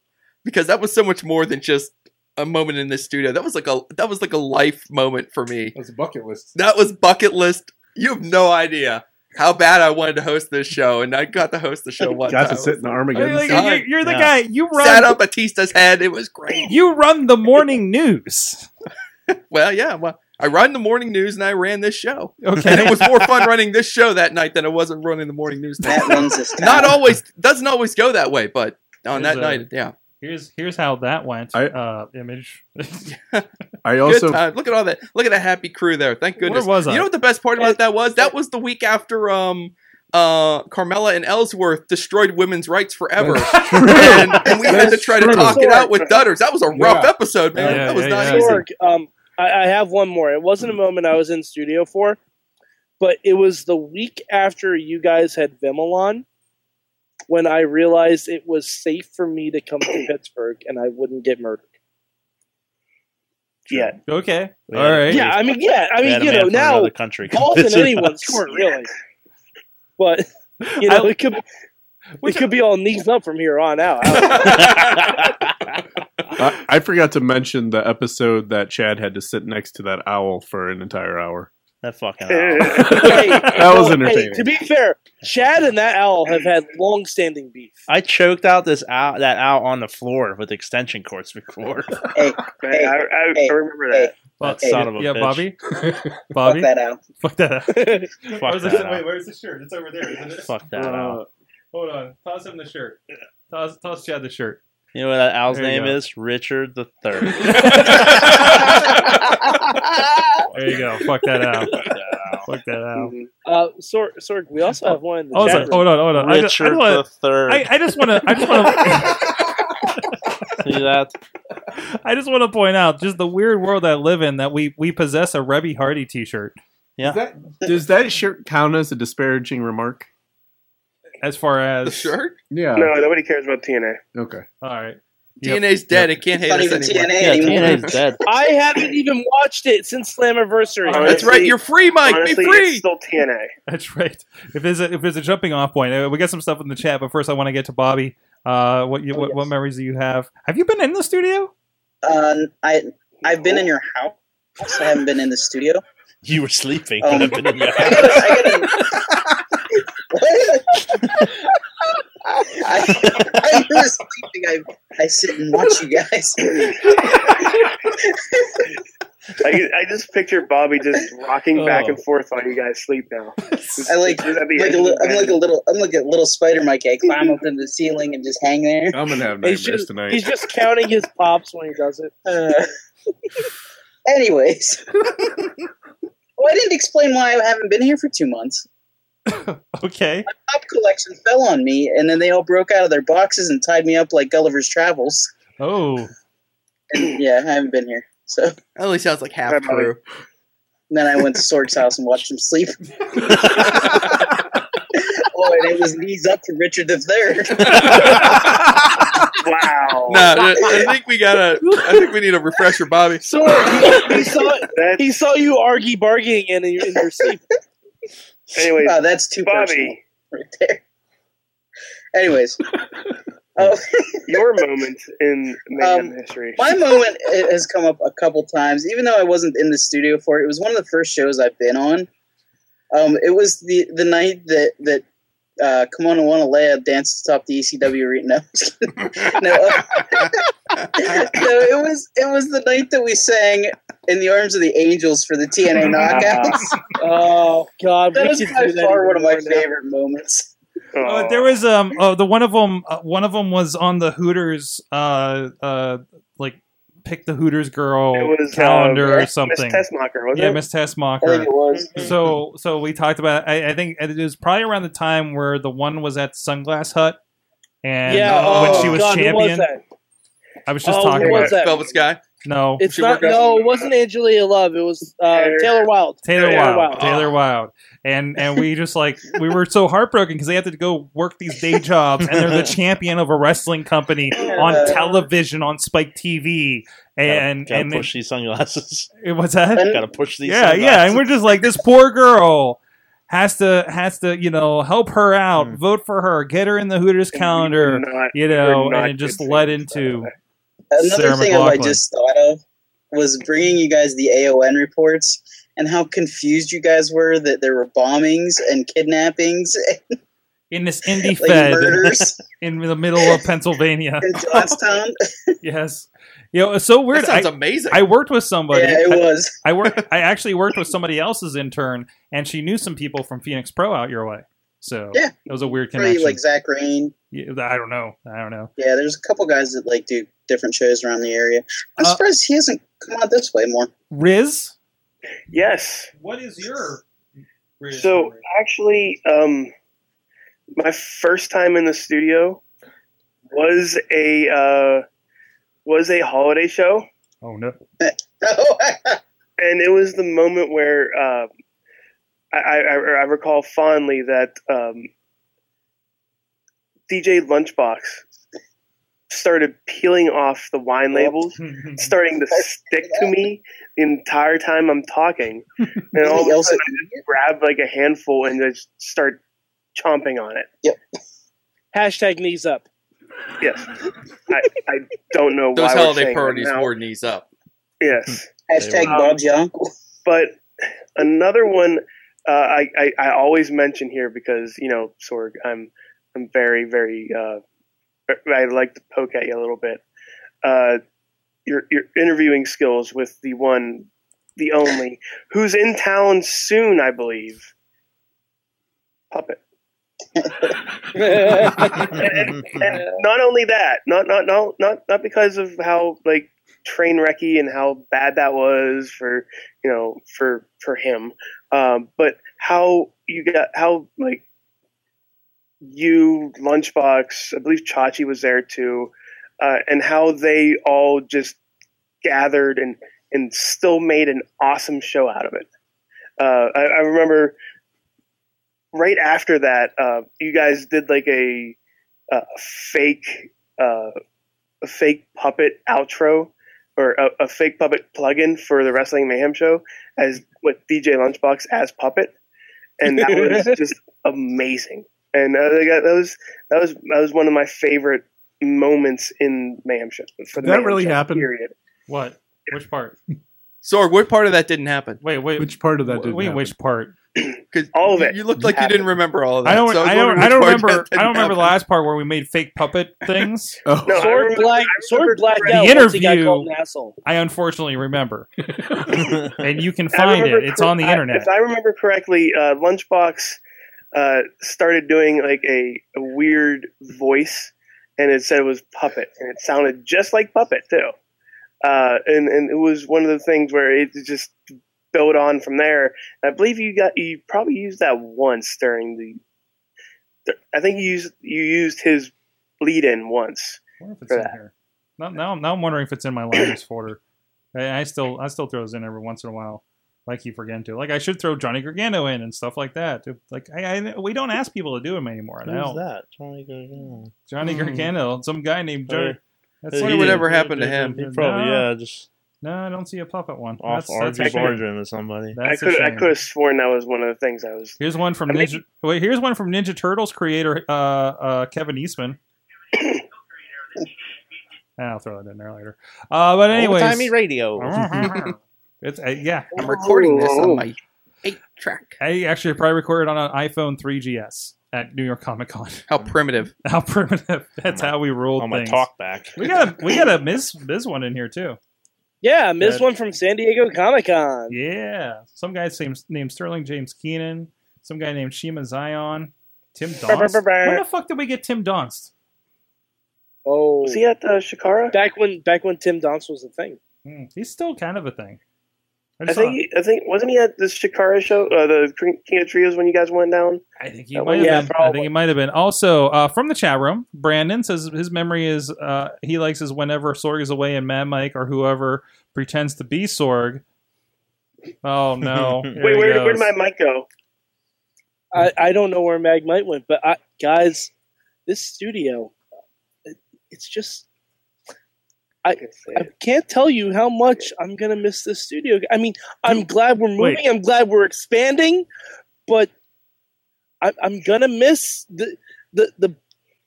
Speaker 9: because that was so much more than just a moment in the studio. That was like a that was like a life moment for me.
Speaker 12: That's a bucket list.
Speaker 9: That was bucket list. You have no idea how bad I wanted to host this show, and I got to host the show one
Speaker 12: Got
Speaker 9: time.
Speaker 12: to sit in the Armageddon.
Speaker 2: Like, you're, you're the guy. You run.
Speaker 9: Sat on Batista's head. It was great.
Speaker 2: You run the morning news.
Speaker 9: Well, yeah. Well, I run the morning news, and I ran
Speaker 2: [LAUGHS]
Speaker 9: this show.
Speaker 2: Okay.
Speaker 9: and it [LAUGHS] was more fun running this show that night than it was running the
Speaker 2: [LAUGHS]
Speaker 9: morning news.
Speaker 11: That runs this town.
Speaker 8: [LAUGHS]
Speaker 9: Not always doesn't always go that way, but on
Speaker 2: Here's
Speaker 9: that
Speaker 2: a-
Speaker 9: night, yeah.
Speaker 2: Here's here's how that went.
Speaker 9: I-
Speaker 2: uh, image.
Speaker 12: I
Speaker 9: Good
Speaker 12: [LAUGHS]
Speaker 9: time. Look at all that. Look at that happy crew there. Thank
Speaker 2: Where
Speaker 9: goodness.
Speaker 2: was I?
Speaker 9: You know what the best part about that was? That was the week after um uh Carmella and Ellsworth destroyed women's rights forever. and, and we had to try to
Speaker 6: true.
Speaker 9: talk it out with Dutters. That was a rough
Speaker 6: Yeah.
Speaker 9: episode, man. that was not easy.
Speaker 6: Sorg, um, I, I have one more. It wasn't a moment I was in studio for, but it was the week after you guys had Vimal on when I realized it was safe for me to come
Speaker 2: [COUGHS]
Speaker 6: to Pittsburgh and I wouldn't get murdered. Yeah.
Speaker 2: Okay. All right.
Speaker 6: Yeah, I mean, yeah, I
Speaker 2: We had
Speaker 6: mean,
Speaker 2: a
Speaker 6: you
Speaker 2: man
Speaker 6: know,
Speaker 2: from
Speaker 6: now
Speaker 2: another country come
Speaker 6: Paul and
Speaker 2: visit [LAUGHS]
Speaker 6: anyone's
Speaker 2: us.
Speaker 6: short, really. But you know, it could it could be all knees up from here
Speaker 2: [LAUGHS]
Speaker 6: on out.
Speaker 12: I, I forgot to mention the episode that Chad had to sit next to that owl for an entire hour.
Speaker 3: [LAUGHS]
Speaker 12: [LAUGHS]
Speaker 3: That fucking
Speaker 12: that was
Speaker 6: Well,
Speaker 12: entertaining.
Speaker 6: Hey, to be fair, Chad and that owl have had long-standing beef.
Speaker 3: I choked out this owl, that owl on the floor with extension
Speaker 2: [LAUGHS]
Speaker 3: cords before.
Speaker 11: Hey, hey,
Speaker 8: I, I,
Speaker 11: hey,
Speaker 8: I remember that.
Speaker 3: That
Speaker 2: Hey,
Speaker 3: son of a
Speaker 2: yeah,
Speaker 3: bitch.
Speaker 2: [LAUGHS] Bobby. Bobby.
Speaker 11: Fuck that out.
Speaker 2: Fuck that out.
Speaker 3: Fuck
Speaker 2: Where's the-
Speaker 3: that out.
Speaker 2: wait, where's the shirt? It's over there, isn't it?
Speaker 3: Fuck that
Speaker 2: Uh,
Speaker 3: out.
Speaker 2: Hold on. Toss him the shirt. Toss, toss Chad the shirt.
Speaker 3: You know what that owl's
Speaker 2: There you
Speaker 3: name
Speaker 2: go.
Speaker 3: is? Richard
Speaker 2: [LAUGHS]
Speaker 3: the Third.
Speaker 2: [LAUGHS] There you go. Fuck that out. Fuck that out.
Speaker 13: [LAUGHS] Uh, Sorg, Sorg, we also have one in the
Speaker 2: Oh,
Speaker 13: chat
Speaker 2: sorry.
Speaker 13: room.
Speaker 2: Hold on, hold on. I just- I
Speaker 3: Richard
Speaker 2: wanna-
Speaker 3: the Third.
Speaker 2: I, I just want to. I just want [LAUGHS] to.
Speaker 3: See
Speaker 6: [LAUGHS]
Speaker 3: that?
Speaker 2: I just want to point out just the weird world I live in that we we possess a Rebby Hardy T-shirt.
Speaker 3: Yeah.
Speaker 4: Does that shirt count as a disparaging remark?
Speaker 2: As far as
Speaker 9: shirt?
Speaker 4: Yeah.
Speaker 8: No, nobody cares about TNA.
Speaker 4: Okay.
Speaker 2: All right.
Speaker 9: TNA's dead. It can't hate
Speaker 8: Not
Speaker 9: us
Speaker 8: even
Speaker 9: anymore.
Speaker 8: TNA Yeah, anymore. TNA 's dead.
Speaker 13: I haven't even watched it since Slammiversary.
Speaker 9: That's right, you're free, Mike.
Speaker 8: Honestly,
Speaker 9: Be free.
Speaker 8: it's still TNA.
Speaker 2: [LAUGHS] That's right. If there's a, if there's a jumping off point, uh, we got some stuff in the chat. But first, I want to get to Bobby. Uh, what
Speaker 13: Oh,
Speaker 2: you, what, what memories do you have? Have you been in the studio? [LAUGHS]
Speaker 6: Uh, I I've been in your house. I haven't been in the studio.
Speaker 3: You were
Speaker 6: [LAUGHS]
Speaker 3: sleeping.
Speaker 6: Um,
Speaker 3: but I've been in your
Speaker 6: I [LAUGHS] gotta- I gotta- I, I was sleeping. I, I sit and watch you guys.
Speaker 8: [LAUGHS] I, I just picture Bobby just rocking back
Speaker 6: Oh.
Speaker 8: and forth while you guys sleep now.
Speaker 6: I like,
Speaker 8: Just at the
Speaker 6: like
Speaker 8: edge
Speaker 6: a
Speaker 8: of
Speaker 6: li-
Speaker 8: the
Speaker 6: I'm
Speaker 8: bed.
Speaker 6: like a little I'm like a little spider Mike. I climb up into the ceiling and just hang there.
Speaker 4: I'm gonna have
Speaker 6: He's
Speaker 4: nightmares
Speaker 6: just-
Speaker 4: tonight.
Speaker 13: He's just counting his pops when he does it.
Speaker 6: Uh, anyways, well, I didn't explain why I haven't been here for two months.
Speaker 2: Okay.
Speaker 6: Pop collection fell on me, and then they all broke out of their boxes and tied me up like Gulliver's Travels. [CLEARS THROAT]
Speaker 8: Uh,
Speaker 2: Oh,
Speaker 6: And, yeah, I haven't been here. So that
Speaker 9: only sounds like half
Speaker 6: crew. Then I went to Sorg's house and watched
Speaker 13: [LAUGHS]
Speaker 6: him sleep. oh, and it was knees up to Richard
Speaker 13: [LAUGHS]
Speaker 6: the Third.
Speaker 8: wow.
Speaker 9: No, I I think we gotta. I think we need a
Speaker 8: [LAUGHS]
Speaker 9: refresher, Bobby.
Speaker 13: Sorg, he saw he saw you argy barging in, in your sleep.
Speaker 8: Anyways,
Speaker 6: Wow, Oh, that's too
Speaker 8: Bobby.
Speaker 6: right there. Anyways, oh,
Speaker 8: your moment in Mayhem history.
Speaker 6: my moment i- has come up a couple times, even though I wasn't in the studio for it. It was one of the first shows I've been on. Um, it was the the night that that uh, Kimono Wanalea danced atop the ECW arena. [LAUGHS] No, I'm just kidding. no, uh, no, it was it was the night that we sang "In the Arms of the Angels" for
Speaker 2: [LAUGHS]
Speaker 6: the TNA
Speaker 8: Uh, [LAUGHS]
Speaker 6: Knockouts.
Speaker 13: oh God,
Speaker 6: that
Speaker 13: we
Speaker 6: was
Speaker 13: could
Speaker 6: by
Speaker 13: do that
Speaker 6: far one of my
Speaker 13: anymore now.
Speaker 6: favorite moments.
Speaker 2: Uh, there was um oh, the one of them uh, one of them was on the Hooters uh uh like pick the Hooters girl
Speaker 8: It was, uh,
Speaker 2: calendar or
Speaker 8: Miss
Speaker 2: something.
Speaker 8: Tessmacher, wasn't
Speaker 2: yeah,
Speaker 8: it?
Speaker 2: Miss
Speaker 8: I
Speaker 2: Tessmacher.
Speaker 8: think it was.
Speaker 2: So so we talked about. I, I think it was probably around the time where the one was at Sunglass Hut, and uh,
Speaker 13: Yeah,
Speaker 2: when
Speaker 13: oh,
Speaker 2: she was
Speaker 13: God, who was
Speaker 2: champion.
Speaker 13: that?
Speaker 2: I was just
Speaker 13: Oh,
Speaker 2: talking
Speaker 13: who
Speaker 2: about
Speaker 13: was that?
Speaker 9: Velvet Sky.
Speaker 2: No,
Speaker 13: It's not. No, it wasn't Angelia Love. It was uh, Taylor Wilde.
Speaker 2: Taylor Wilde. Taylor
Speaker 13: Oh.
Speaker 2: Wilde. And and we just like we were so heartbroken because they have to go work these day jobs and they're the champion of a wrestling company on television on Spike TV and
Speaker 3: gotta
Speaker 2: and
Speaker 3: push these
Speaker 6: [LAUGHS]
Speaker 3: sunglasses.
Speaker 2: It, what's that?
Speaker 3: Gotta push these.
Speaker 2: yeah yeah and we're just like this poor girl has to has to you know help her out vote for her get her in the Hooters calendar you know
Speaker 6: we're not
Speaker 2: and it just led into
Speaker 6: Another
Speaker 2: Sarah
Speaker 6: thing I
Speaker 2: McLachlan.
Speaker 6: just thought of was bringing you guys the AON reports and how confused you guys were that there were bombings and kidnappings and
Speaker 2: in this indie
Speaker 6: like
Speaker 2: fed [LAUGHS]
Speaker 6: murders.
Speaker 2: in the middle of
Speaker 6: [LAUGHS]
Speaker 2: Pennsylvania
Speaker 6: Johnstown.
Speaker 2: yes. You know, it's so weird.
Speaker 9: sounds
Speaker 2: I,
Speaker 9: amazing.
Speaker 2: I worked with somebody.
Speaker 6: Yeah, it
Speaker 2: I-
Speaker 6: was.
Speaker 2: I, worked. I actually worked with somebody else's intern, and she knew some people from Phoenix Pro out your way. So
Speaker 6: Yeah.
Speaker 2: it was a weird
Speaker 6: Probably
Speaker 2: connection.
Speaker 6: like Zach Rain.
Speaker 2: Yeah, I don't know. I don't know.
Speaker 6: Yeah, there's a couple guys that like do different shows around the area.
Speaker 2: Uh,
Speaker 6: I'm surprised he hasn't come out this way more. [LAUGHS]
Speaker 2: Riz,
Speaker 8: Yes.
Speaker 2: What is your
Speaker 8: So actually, um, my first time in the studio was a uh, was a holiday show,
Speaker 2: Oh no. [LAUGHS]
Speaker 8: and it was the moment where uh, I, I, I I recall fondly that um, DJ Lunchbox started peeling off the wine labels, starting to stick to me the entire time I'm talking, and all of a sudden I just grab like a handful and just start chomping on it.
Speaker 6: Yep.
Speaker 13: Hashtag knees up.
Speaker 8: Yes. I, I don't know
Speaker 9: Those
Speaker 8: why we're
Speaker 9: holiday
Speaker 8: saying
Speaker 9: parties
Speaker 8: that now.
Speaker 9: were knees up.
Speaker 8: Yes.
Speaker 9: Hashtag
Speaker 8: Um,
Speaker 2: [LAUGHS]
Speaker 6: [LAUGHS]
Speaker 9: Bob's
Speaker 6: your
Speaker 8: But another one uh, I, I, I always mention here because, you know, Sorg, I'm I'm very, very uh, I like to poke at you a little bit. Uh, your your interviewing skills with the one, the only, who's in town soon, I believe. Puppet. and, and [LAUGHS] not only that, not not not not not because of how like train wrecky and how bad that was for you know for for him, Um, but how you got how like you Lunchbox, I believe Chachi was there too, uh, and how they all just gathered and and still made an awesome show out of it. Uh, I, I remember right after that, uh, you guys did like a, uh fake uh, a fake puppet outro or a, a fake puppet plugin for the Wrestling Mayhem show as with DJ Lunchbox as puppet, and that
Speaker 9: [LAUGHS]
Speaker 8: was just amazing. And uh, they got- that was that was that was one of my favorite moments in Mayhem show. For the
Speaker 9: That
Speaker 8: Mayhem
Speaker 9: really
Speaker 8: show,
Speaker 9: happened?
Speaker 8: Period.
Speaker 2: What? Which part?
Speaker 9: Sorg, what part of that didn't happen?
Speaker 2: Wait, wait.
Speaker 9: Which part
Speaker 12: [LAUGHS]
Speaker 9: of that
Speaker 2: didn't wait, happen? which part?
Speaker 9: Because
Speaker 8: all of it.
Speaker 9: You looked like you didn't remember all of that.
Speaker 2: I don't.
Speaker 9: so was
Speaker 2: I don't.
Speaker 9: wondering
Speaker 2: I don't
Speaker 9: which part
Speaker 2: remember.
Speaker 9: that
Speaker 2: I
Speaker 9: didn't
Speaker 2: don't remember the
Speaker 9: happen.
Speaker 2: last part where we made fake puppet things.
Speaker 12: oh.
Speaker 6: Sword black, sword blacked
Speaker 2: the
Speaker 6: out once he got
Speaker 2: interview-
Speaker 6: called an asshole.
Speaker 2: I unfortunately remember, and you can
Speaker 8: I
Speaker 2: find it.
Speaker 8: remember
Speaker 2: It's
Speaker 8: cor-
Speaker 2: on the
Speaker 8: I-
Speaker 2: internet.
Speaker 8: if I remember correctly, uh, Lunchbox uh, started doing like a, a weird voice, and it said it was puppet, and it sounded just like puppet too. Uh, and and it was one of the things where it just built on from there. I believe you got you probably used that once during the. I think you used you used his lead in once.
Speaker 2: wonder if it's
Speaker 8: for
Speaker 2: in
Speaker 8: that.
Speaker 2: here. Now, now, now I'm wondering if it's in my lineups folder. I, I still, I still throw those in every once in a while, like you forget to. Like I should throw Johnny Gargano in and stuff like that. Like I, I we don't ask people to do them anymore. I
Speaker 3: Who's
Speaker 2: don't.
Speaker 3: that? Johnny Gargano.
Speaker 2: Johnny
Speaker 3: Hmm.
Speaker 2: Gargano, some guy named Johnny.
Speaker 3: Uh, Wonder whatever happened to him. He probably, yeah, just-
Speaker 2: no. I don't see a puppet one.
Speaker 3: Off
Speaker 2: That's- that's
Speaker 3: RJ
Speaker 2: a shame.
Speaker 3: Bartram or somebody.
Speaker 2: That's a
Speaker 8: I could I
Speaker 2: shame.
Speaker 8: could have sworn that was one of the things I was.
Speaker 2: Here's one from
Speaker 8: I mean-
Speaker 2: Ninja. Wait, here's one from Ninja Turtles creator uh, uh, Kevin
Speaker 8: [COUGHS]
Speaker 2: Eastman. Ah, I'll throw that in there later. Uh, but anyways,
Speaker 3: Old-timey radio.
Speaker 2: [LAUGHS] it's uh, yeah.
Speaker 9: I'm recording this on my
Speaker 2: eight track. I actually probably recorded on an iPhone 3GS at New York Comic Con. [LAUGHS]
Speaker 9: How primitive!
Speaker 2: How primitive! [LAUGHS] That's how we rolled
Speaker 3: [LAUGHS] on my
Speaker 2: things.
Speaker 3: talkback.
Speaker 2: We got a we got a Miz Miz one in here too.
Speaker 6: Yeah, I missed
Speaker 2: Good.
Speaker 6: one from San Diego Comic Con.
Speaker 2: Yeah, some guy named, named Sterling James Keenan. Some guy named Shima Zion. Tim
Speaker 6: Brr, brr, brr,
Speaker 2: Donst.
Speaker 6: brr.
Speaker 2: Where the fuck did we get Tim Donst?
Speaker 6: Oh,
Speaker 8: Was he at uh, Shikara?
Speaker 6: Back when back when Tim Donst was a thing.
Speaker 2: Hmm, He's still kind of a thing. I,
Speaker 8: I
Speaker 2: just
Speaker 8: think
Speaker 2: thought-
Speaker 8: he, I think wasn't he at the Shikara show, uh, the King- King of Trios when you guys went down?
Speaker 2: I think he
Speaker 8: That
Speaker 2: might
Speaker 8: was-
Speaker 2: have been. I think he might have been. Also, uh, from the chat room, Brandon says his memory is uh, he likes is whenever Sorg is away and Mad Mike or whoever pretends to be Sorg. Oh
Speaker 8: [LAUGHS]
Speaker 2: no! Here
Speaker 8: Wait,
Speaker 2: he
Speaker 8: where, where'd
Speaker 2: goes.
Speaker 8: my mic go?
Speaker 6: I, I don't know where Mag Might went, but I, guys, this studio, it, it's just I I can't tell you how much I'm gonna miss this studio. I mean, I'm glad we're moving. I'm glad we're expanding, but I, I'm gonna miss
Speaker 9: [LAUGHS]
Speaker 6: the the the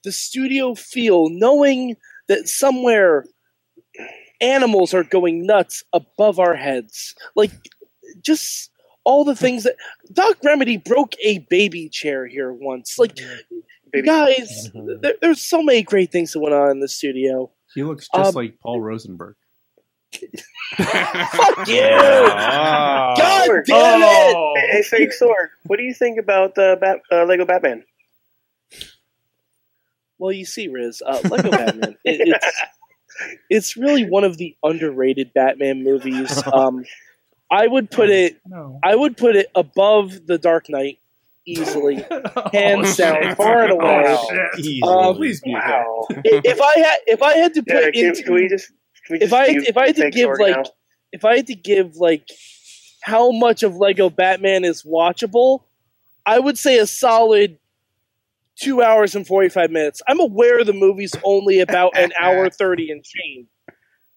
Speaker 6: the studio feel, knowing that somewhere animals are going nuts above our heads, like just all the things that Doc Remedy broke a baby chair here once. Like, you guys,
Speaker 4: Mm-hmm.
Speaker 6: there, there's so many great things that went on in the studio.
Speaker 12: He looks just
Speaker 6: Um,
Speaker 12: like Paul Rosenberg.
Speaker 3: [LAUGHS]
Speaker 6: Fuck you!
Speaker 8: God
Speaker 6: damn it!
Speaker 8: Hey, hey, fake sword. What do you think about uh, Bat, uh, Lego Batman?
Speaker 6: Well, you see, Riz, uh, Lego
Speaker 8: [LAUGHS]
Speaker 6: Batman. It, it's it's really one of the underrated Batman movies. Um, I would put it. I would put it above the Dark Knight easily, hands down, far and away.
Speaker 8: Oh,
Speaker 6: Um,
Speaker 8: please be wow.
Speaker 6: I- if I had if I had to put
Speaker 8: Yeah, can,
Speaker 6: into-
Speaker 8: can we just? Can we
Speaker 6: if
Speaker 8: just
Speaker 6: I
Speaker 8: use
Speaker 6: if I had to
Speaker 8: fake
Speaker 6: give
Speaker 8: sword
Speaker 6: like
Speaker 8: now?
Speaker 6: if I had to give like how much of Lego Batman is watchable, I would say a solid two hours and forty five minutes. I'm aware the movie's only about an hour thirty and change,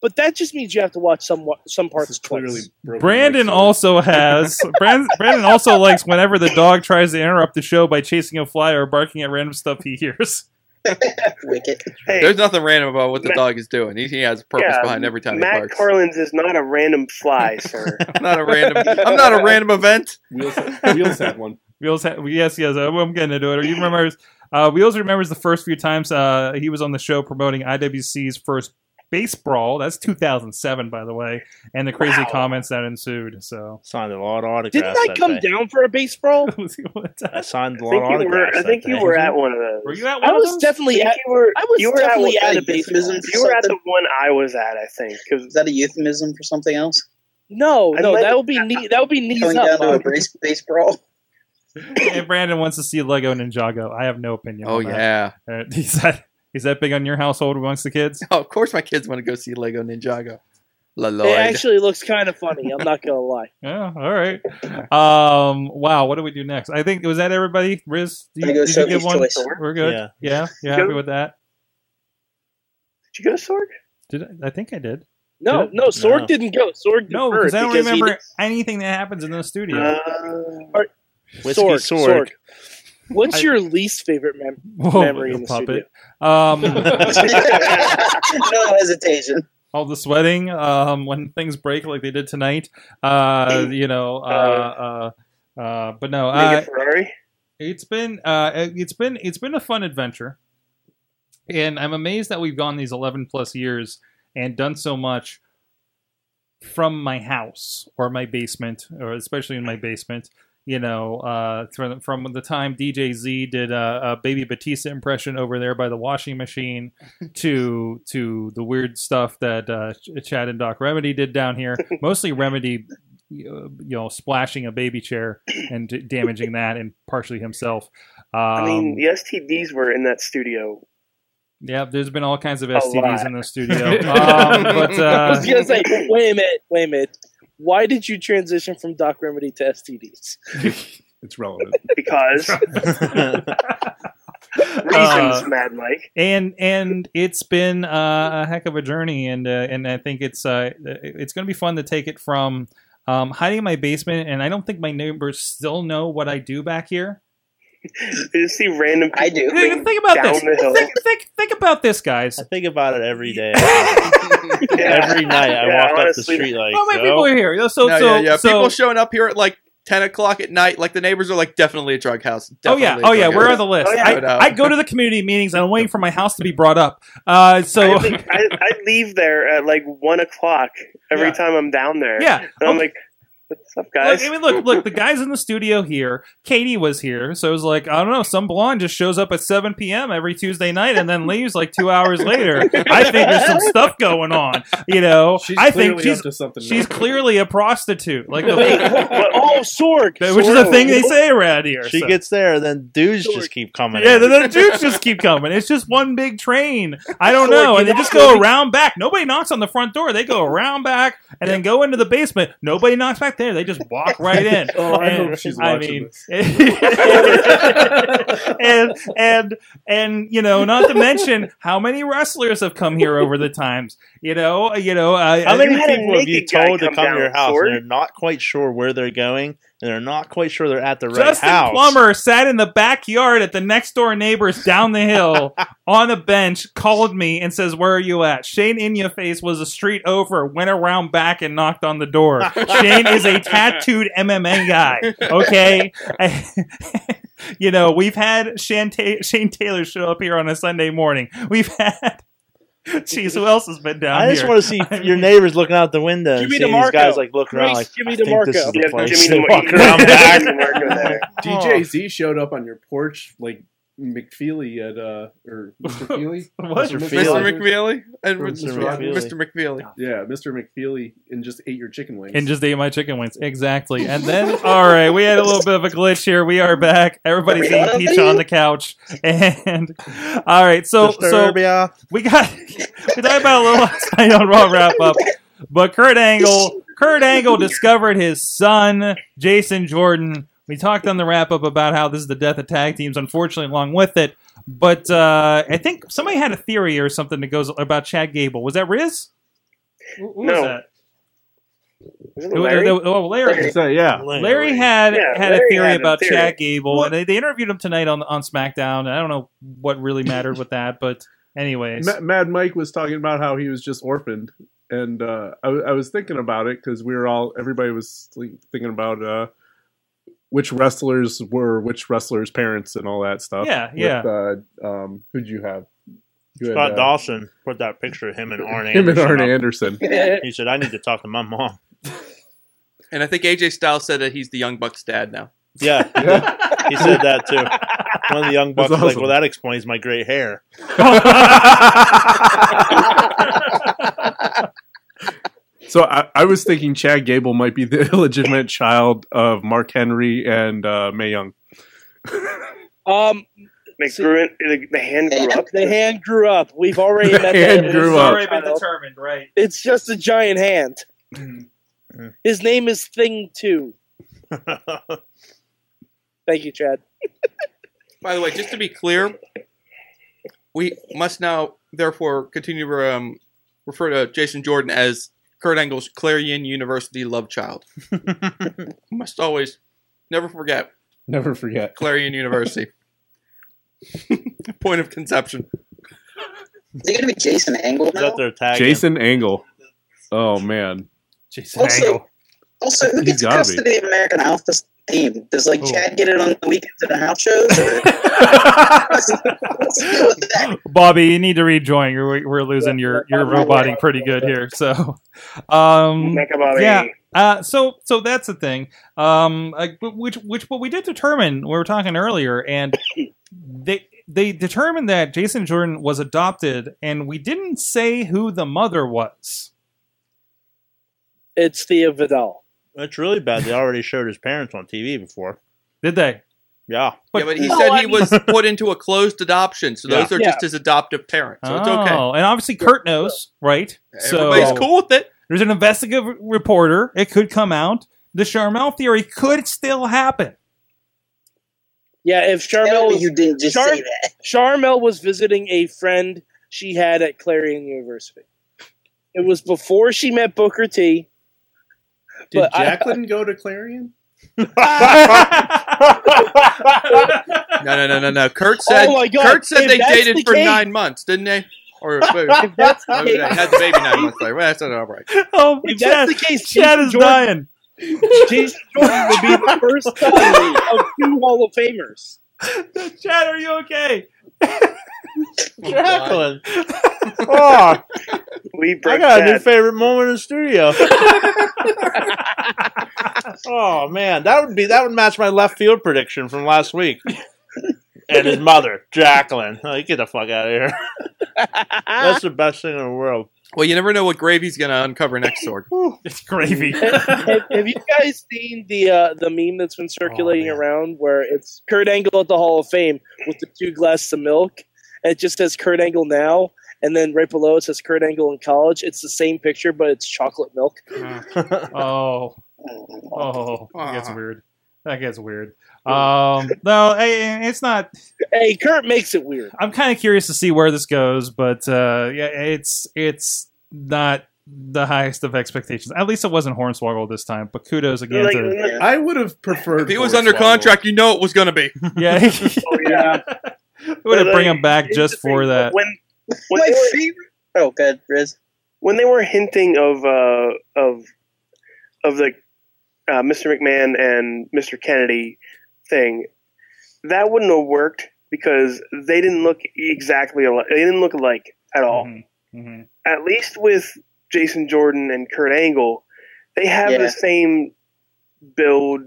Speaker 6: but that just means you have to watch some wa- some parts twice.
Speaker 2: Brandon also
Speaker 8: [LAUGHS]
Speaker 2: has Brandon, Brandon also likes whenever the dog tries to interrupt the show by chasing a fly or barking at random stuff he hears.
Speaker 11: Wicked.
Speaker 9: There's nothing random about what the dog is doing. He, he has a purpose
Speaker 8: Yeah,
Speaker 9: behind every time
Speaker 8: Matt
Speaker 9: he barks.
Speaker 8: Carlins is not a random
Speaker 6: [LAUGHS]
Speaker 8: fly, sir.
Speaker 9: [LAUGHS] I'm not a random. I'm not a random event.
Speaker 12: Wheels,
Speaker 9: [LAUGHS]
Speaker 12: Wheels had one.
Speaker 2: Wheels, ha- yes, yes, I'm I'm getting into it. You remembers uh, Wheels remembers the first few times uh, he was on the show promoting IWC's first base brawl. That's 2007, by the way, and the crazy comments that ensued. So [LAUGHS]
Speaker 3: signed a lot of
Speaker 6: Didn't
Speaker 3: autographs.
Speaker 6: I
Speaker 3: that
Speaker 6: come
Speaker 3: day.
Speaker 6: down for a base brawl?
Speaker 3: I signed a
Speaker 8: I
Speaker 3: lot of
Speaker 8: think you were.
Speaker 3: autographs.
Speaker 8: I
Speaker 3: that
Speaker 8: think you
Speaker 3: day.
Speaker 8: were at one of those.
Speaker 2: Were you at
Speaker 6: I was definitely at, I was
Speaker 8: you were at
Speaker 6: definitely
Speaker 8: one-
Speaker 6: at a
Speaker 8: like
Speaker 6: base
Speaker 8: euphemism
Speaker 6: brawl.
Speaker 8: You were at the one I was at, I think. Cause
Speaker 11: Is that a euphemism for something else?
Speaker 6: No,
Speaker 11: I
Speaker 6: no,
Speaker 11: might-
Speaker 6: that would be knee, that would
Speaker 8: [LAUGHS]
Speaker 6: be knees
Speaker 11: Going [LAUGHS]
Speaker 6: up.
Speaker 11: down to a
Speaker 6: Mike.
Speaker 11: brace base brawl.
Speaker 2: and Brandon wants to see Lego Ninjago. I have no opinion.
Speaker 9: Oh,
Speaker 2: on that.
Speaker 9: yeah.
Speaker 2: Uh, [LAUGHS] Is that is that big on your household amongst the kids? [LAUGHS]
Speaker 9: Oh, of course, my kids want to go see Lego Ninjago. La Lloyd.
Speaker 6: It actually looks kind of funny. I'm not gonna lie.
Speaker 2: Yeah. All right. Um. Wow. What do we do next? I think was that everybody. Riz, do
Speaker 6: I
Speaker 2: you,
Speaker 6: go
Speaker 2: did you give
Speaker 6: Sophie's
Speaker 2: one?
Speaker 6: Choice.
Speaker 2: We're good.
Speaker 3: Yeah.
Speaker 2: Yeah. Yeah. You're happy with that?
Speaker 8: [LAUGHS] Did you go Sorg?
Speaker 2: Did I, I think I did?
Speaker 6: No,
Speaker 2: Did I?
Speaker 6: no, Sorg didn't go. Sorg
Speaker 2: No,
Speaker 6: deferred
Speaker 2: because I don't
Speaker 6: because he
Speaker 2: remember
Speaker 6: didn't-
Speaker 2: anything that happens in the studio.
Speaker 6: All right,
Speaker 2: Whiskey
Speaker 6: Sorg,
Speaker 2: Sorg.
Speaker 6: Sorg. What's
Speaker 2: I-
Speaker 6: your least favorite mem-
Speaker 2: [LAUGHS] Whoa,
Speaker 6: memory
Speaker 2: you
Speaker 6: in the
Speaker 2: puppet.
Speaker 6: [LAUGHS]
Speaker 2: Um,
Speaker 11: no hesitation.
Speaker 2: all the sweating um, when things break like they did tonight. Uh, you know, uh, uh, uh, but no,
Speaker 8: Make
Speaker 2: uh,
Speaker 8: it Ferrari.
Speaker 2: it's been uh, it's been it's been a fun adventure, and I'm amazed that we've gone these 11 plus years and done so much from my house or my basement, or especially in my basement. You know, uh, from, from the time DJ Z did a, a Baby Batista impression over there by the washing
Speaker 8: [LAUGHS]
Speaker 2: machine, to to the weird stuff that uh, Ch- Chad and Doc Remedy did down
Speaker 8: [LAUGHS]
Speaker 2: here. Mostly Remedy, uh, you know, splashing a baby chair and d- damaging that, and partially himself. Um,
Speaker 8: I mean, the STDs were in that studio.
Speaker 2: yeah, there's been all kinds of
Speaker 8: A
Speaker 2: STDs
Speaker 8: lot.
Speaker 2: in the
Speaker 9: [LAUGHS]
Speaker 2: studio. um, but
Speaker 6: I
Speaker 2: uh,
Speaker 6: was gonna say, wait a minute, wait a minute. Why did you transition from Doc Remedy to STDs?
Speaker 12: It's [LAUGHS] relevant.
Speaker 8: Because
Speaker 2: Uh,
Speaker 8: reasons, Mad Mike.
Speaker 2: and and it's been uh, a heck of a journey, and uh, and I think it's uh, it's going to be fun to take it from um, hiding in my basement, and I don't think my neighbors still know what I do back here.
Speaker 8: You just see random people
Speaker 11: I do.
Speaker 8: coming
Speaker 2: Think about
Speaker 8: down
Speaker 2: this.
Speaker 8: the hill.
Speaker 2: Think, think, think about this, guys.
Speaker 3: [LAUGHS] I think about it every day.
Speaker 2: [LAUGHS]
Speaker 3: every night I
Speaker 8: [LAUGHS] Yeah,
Speaker 3: walk up the
Speaker 8: honestly.
Speaker 3: street like,
Speaker 2: Oh, my
Speaker 3: so,
Speaker 2: people are here. So
Speaker 9: No,
Speaker 2: so
Speaker 9: yeah, yeah.
Speaker 2: so.
Speaker 9: People showing up here at like ten o'clock at night, like the neighbors are like definitely a drug house.
Speaker 2: Oh yeah,
Speaker 9: definitely a
Speaker 2: oh yeah.
Speaker 9: drug
Speaker 2: We're on
Speaker 9: house.
Speaker 2: the list.
Speaker 9: Oh, yeah. No doubt.
Speaker 2: I, I go to the community meetings. and I'm waiting for my house to be brought up. Uh, so
Speaker 8: I, think- I, I leave there at like one o'clock every
Speaker 2: Yeah.
Speaker 8: time I'm down there.
Speaker 2: Yeah.
Speaker 8: and I'm like, "What's up, guys?"
Speaker 2: Look, I mean, look, look. The guys in the studio here. Katie was here, so it was like I don't know. Some blonde just shows up at 7 p.m. every Tuesday night and then leaves like two hours later. I think there's some stuff going on. You know,
Speaker 12: She's
Speaker 2: I think
Speaker 12: clearly
Speaker 2: she's
Speaker 12: up to something
Speaker 2: she's
Speaker 12: now.
Speaker 2: clearly a
Speaker 12: [LAUGHS]
Speaker 2: prostitute, like
Speaker 6: Wait,
Speaker 2: the,
Speaker 6: what- oh, Sorg,
Speaker 2: which is a
Speaker 6: Sorg.
Speaker 2: thing they say around here.
Speaker 3: she
Speaker 2: so.
Speaker 3: gets there, then dudes just keep coming.
Speaker 2: Yeah,
Speaker 3: in.
Speaker 2: the, the dudes just keep coming. It's just one big train. I don't
Speaker 6: So, like,
Speaker 2: know.
Speaker 6: you
Speaker 2: And they
Speaker 6: know-
Speaker 2: just go around back. Nobody knocks on the front door. They go around back and then go into the basement. Nobody knocks back there. They just walk right in.
Speaker 12: Oh, I
Speaker 2: And,
Speaker 12: hope she's
Speaker 2: I
Speaker 12: watching
Speaker 2: mean, [LAUGHS] and and and you know, not to mention how many wrestlers have come here over the times. You know, you know, I,
Speaker 3: How many
Speaker 8: You had a
Speaker 3: people have you
Speaker 8: naked guy
Speaker 3: told to come
Speaker 8: come
Speaker 3: to your
Speaker 8: down,
Speaker 3: house?
Speaker 8: Sword?
Speaker 3: And they're not quite sure where they're going, and they're not quite sure they're at the right
Speaker 2: Justin
Speaker 3: house.
Speaker 2: Plummer sat in the backyard at the next door neighbor's down the
Speaker 3: [LAUGHS]
Speaker 2: hill on a bench, called me and says, Where are you at? Shane in your face was a street over, went around back and knocked on the
Speaker 3: [LAUGHS]
Speaker 2: door. Shane is a tattooed MMA guy. Okay. [LAUGHS] you know, we've had Shane, Ta- Shane Taylor show up here on a Sunday morning. We've had [LAUGHS] Jeez, who else has been down
Speaker 3: [LAUGHS] I just
Speaker 2: here?
Speaker 3: want to see your neighbors looking out the window and
Speaker 6: Jimmy
Speaker 3: seeing these
Speaker 6: DeMarco.
Speaker 3: guys like looking around,
Speaker 6: Grace
Speaker 3: like
Speaker 6: Jimmy
Speaker 3: I think this is
Speaker 6: DeMarco.
Speaker 3: the
Speaker 8: Yeah,
Speaker 3: place.
Speaker 8: Jimmy
Speaker 3: They
Speaker 8: DeMarco.
Speaker 3: walk around [LAUGHS]
Speaker 8: [LAUGHS]
Speaker 3: back.
Speaker 8: DeMarco there.
Speaker 2: Oh.
Speaker 12: DJ Z showed up on your porch like McFeely at uh or
Speaker 2: [LAUGHS]
Speaker 12: Mr. Feely.
Speaker 2: What? Mr.
Speaker 9: Mr. McFeely and
Speaker 12: Or
Speaker 9: Mr.
Speaker 12: Mr.
Speaker 9: McFeely.
Speaker 3: McFeely.
Speaker 9: Mr. McFeely.
Speaker 12: Yeah, Mr. McFeely and just ate your chicken wings.
Speaker 2: And just ate my chicken wings. Exactly. And
Speaker 8: [LAUGHS]
Speaker 2: then, all right, we had a little bit of a glitch here. We are back. Everybody's eating pizza on the couch. [LAUGHS] And, all right, so so
Speaker 3: Disturbia.
Speaker 2: we got, [LAUGHS] we talked about a little last night on Raw Wrap Up, but Kurt Angle, Kurt Angle discovered his son, Jason Jordan. We talked on the wrap up about how this is the death of tag teams, unfortunately, along with it. But uh, I think somebody had a theory or something that goes about Chad Gable. Was that Riz? Who, who was
Speaker 8: No.
Speaker 2: that?
Speaker 8: Is it
Speaker 2: Who-
Speaker 8: Larry?
Speaker 2: uh, Oh, Larry.
Speaker 12: So, yeah.
Speaker 2: Larry had
Speaker 8: Yeah,
Speaker 2: had a
Speaker 8: Larry
Speaker 2: theory
Speaker 8: had a
Speaker 2: about
Speaker 8: theory.
Speaker 2: Chad Gable, and they, they interviewed him tonight on on SmackDown. And I don't know what really mattered with that, but anyways,
Speaker 12: Ma- Mad Mike was talking about how he was just orphaned, and uh, I, w- I was thinking about it because we were all everybody was like, thinking about uh, which wrestlers were which wrestlers' parents and all that stuff.
Speaker 2: Yeah, yeah.
Speaker 12: With, uh, um, who'd you have? You had,
Speaker 3: Scott
Speaker 12: uh,
Speaker 3: Dawson put that picture of him [LAUGHS] and Arn
Speaker 12: Him and
Speaker 3: Anderson
Speaker 12: Arn
Speaker 3: up.
Speaker 12: Anderson.
Speaker 3: He said, "I need to talk to my mom."
Speaker 9: And I think AJ Styles said that he's the Young Bucks dad now.
Speaker 3: [LAUGHS] Yeah,
Speaker 4: [LAUGHS]
Speaker 3: he said that too. One of the [LAUGHS] young bucks
Speaker 12: That's
Speaker 3: was like,
Speaker 12: awesome.
Speaker 3: "Well, that explains my gray hair."
Speaker 14: [LAUGHS]
Speaker 3: [LAUGHS]
Speaker 14: So I, I was thinking Chad Gable might be the [LAUGHS] illegitimate child of Mark Henry and uh, May Young.
Speaker 8: Um,
Speaker 15: McGruin, the, the hand grew up.
Speaker 8: The hand grew up. We've already
Speaker 14: The
Speaker 8: met
Speaker 14: hand
Speaker 8: that.
Speaker 14: grew It's up. already
Speaker 9: been determined, right?
Speaker 8: It's just a giant hand. His name is Thing Two. Thank you, Chad.
Speaker 9: By the way, just to be clear, we must now therefore continue to um, refer to Jason Jordan as Kurt Engel's Clarion University love child. must always never forget
Speaker 4: Never forget.
Speaker 9: Clarion University. [LAUGHS] Point of conception.
Speaker 6: Is it going to be Jason Angle now?
Speaker 14: Jason Angle. Oh man.
Speaker 9: Jason
Speaker 6: Also- Angle. Also, who
Speaker 14: He's
Speaker 6: gets
Speaker 14: gotta
Speaker 6: custody
Speaker 14: be.
Speaker 6: of American Alpha theme? Does like Chad get it on the weekends at the house shows?
Speaker 15: [LAUGHS]
Speaker 6: Or... What's the deal with that?
Speaker 2: [LAUGHS] Bobby, you need to rejoin. You're, we're losing your your roboting pretty good here. So, um,
Speaker 15: Bobby.
Speaker 2: yeah.
Speaker 8: E.
Speaker 2: Uh, so so that's the thing. Um, like, but which which what we did determine we were talking earlier, and they they determined that Jason Jordan was adopted, and we didn't say who the mother was.
Speaker 8: It's Thea Vidal.
Speaker 3: That's really bad. They already showed his parents on TV before.
Speaker 2: Did they?
Speaker 3: Yeah.
Speaker 9: yeah, but he said he was put into a closed adoption, so those
Speaker 3: Yeah.
Speaker 9: are just his adoptive parents. So it's okay.
Speaker 2: Oh, and obviously Kurt knows, right?
Speaker 9: Everybody's cool with it.
Speaker 2: There's an investigative reporter. It could come out. The Charmel theory could still happen.
Speaker 8: Yeah, if Charmel was,
Speaker 6: you didn't just
Speaker 8: Char-
Speaker 6: say that.
Speaker 8: Charmel was visiting a friend she had at Clarion University. It was before she met Booker T.
Speaker 4: Did
Speaker 8: I-
Speaker 4: Jacqueline go to
Speaker 12: [LAUGHS]
Speaker 4: Clarion?
Speaker 2: Oh,
Speaker 9: No, no, no, no, no. Kurt said.
Speaker 8: [LAUGHS] Oh my God,
Speaker 9: Kurt said
Speaker 8: if
Speaker 9: they
Speaker 8: that's
Speaker 9: dated
Speaker 8: the
Speaker 9: for
Speaker 8: case-
Speaker 9: nine months, didn't they? Or
Speaker 8: [LAUGHS] If that's the
Speaker 9: Oh, they
Speaker 8: case-
Speaker 9: had the baby nine months later. Well, that's not all right.
Speaker 8: [LAUGHS]
Speaker 2: Oh,
Speaker 8: If that's the case,
Speaker 2: Chad
Speaker 8: Jason
Speaker 2: is
Speaker 8: Jordan-
Speaker 2: dying.
Speaker 8: Jason Jordan would be the first son of two Hall of Famers.
Speaker 2: Chad, are you okay?
Speaker 3: Jacqueline. oh,
Speaker 15: We
Speaker 3: I
Speaker 15: broke
Speaker 3: got a new
Speaker 15: that.
Speaker 3: favorite moment in the studio. oh man, that would be that would match my left field prediction from last week. and his mother, Jacqueline. Oh, you get the fuck out of here.
Speaker 8: Ah.
Speaker 3: That's the best thing in the world.
Speaker 9: Well, you never know what gravy's going to uncover next, Sorg.
Speaker 2: It's gravy.
Speaker 8: have, have you guys seen the uh, the meme that's been circulating around where it's Kurt Angle at the Hall of Fame with the two glasses of milk, and it just says Kurt Angle now, and then right below it says Kurt Angle in college. It's the same picture, but it's chocolate milk.
Speaker 2: Oh,
Speaker 6: [LAUGHS]
Speaker 2: oh, that gets
Speaker 9: Ah.
Speaker 2: weird. That gets weird. Um, no, eh, eh, it's not.
Speaker 8: Hey, Kurt makes it weird.
Speaker 2: I'm kind of curious to see where this goes, but uh, yeah, it's it's not the highest of expectations. At least it wasn't Hornswoggle this time. But kudos again
Speaker 15: Like,
Speaker 2: to
Speaker 4: I would have preferred.
Speaker 9: If he was under contract, you know it was going to be.
Speaker 2: [LAUGHS]
Speaker 15: [LAUGHS]
Speaker 2: yeah.
Speaker 15: oh, yeah.
Speaker 2: [LAUGHS] We're gonna
Speaker 15: But,
Speaker 2: bring
Speaker 15: like,
Speaker 2: him back just for that.
Speaker 15: When when
Speaker 6: My
Speaker 15: they were,
Speaker 6: favorite. Oh, good, Riz.
Speaker 15: when they were hinting of uh, of of the uh, Mr. McMahon and Mr. Kennedy thing, that wouldn't have worked because they didn't look exactly alike. They didn't look alike at all.
Speaker 2: Mhm, mhm.
Speaker 15: At least with Jason Jordan and Kurt Angle, they have
Speaker 6: Yeah.
Speaker 15: the same build.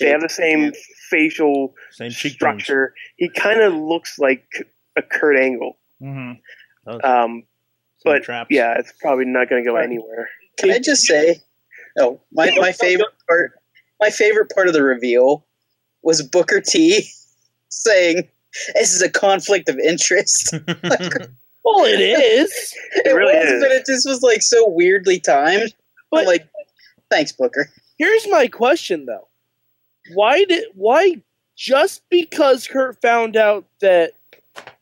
Speaker 15: They have the same facial
Speaker 3: [LAUGHS] Same cheekbones.
Speaker 15: structure. He kind of looks like a Kurt Angle.
Speaker 2: Mhm.
Speaker 15: Um,
Speaker 3: Same
Speaker 15: but
Speaker 3: traps.
Speaker 15: yeah, it's probably not going to go anywhere.
Speaker 6: Can I just say? Oh, my, my favorite part. My favorite part of the reveal was Booker T [LAUGHS] saying, "This is a conflict
Speaker 14: [LAUGHS]
Speaker 6: of interest." [LAUGHS]
Speaker 8: Well, it is.
Speaker 11: [LAUGHS]
Speaker 6: it
Speaker 15: really
Speaker 6: was,
Speaker 15: is.
Speaker 6: but it just was like so weirdly timed.
Speaker 8: But-
Speaker 6: But like, thanks, Booker.
Speaker 8: Here's my question though: Why did why just because Kurt found out that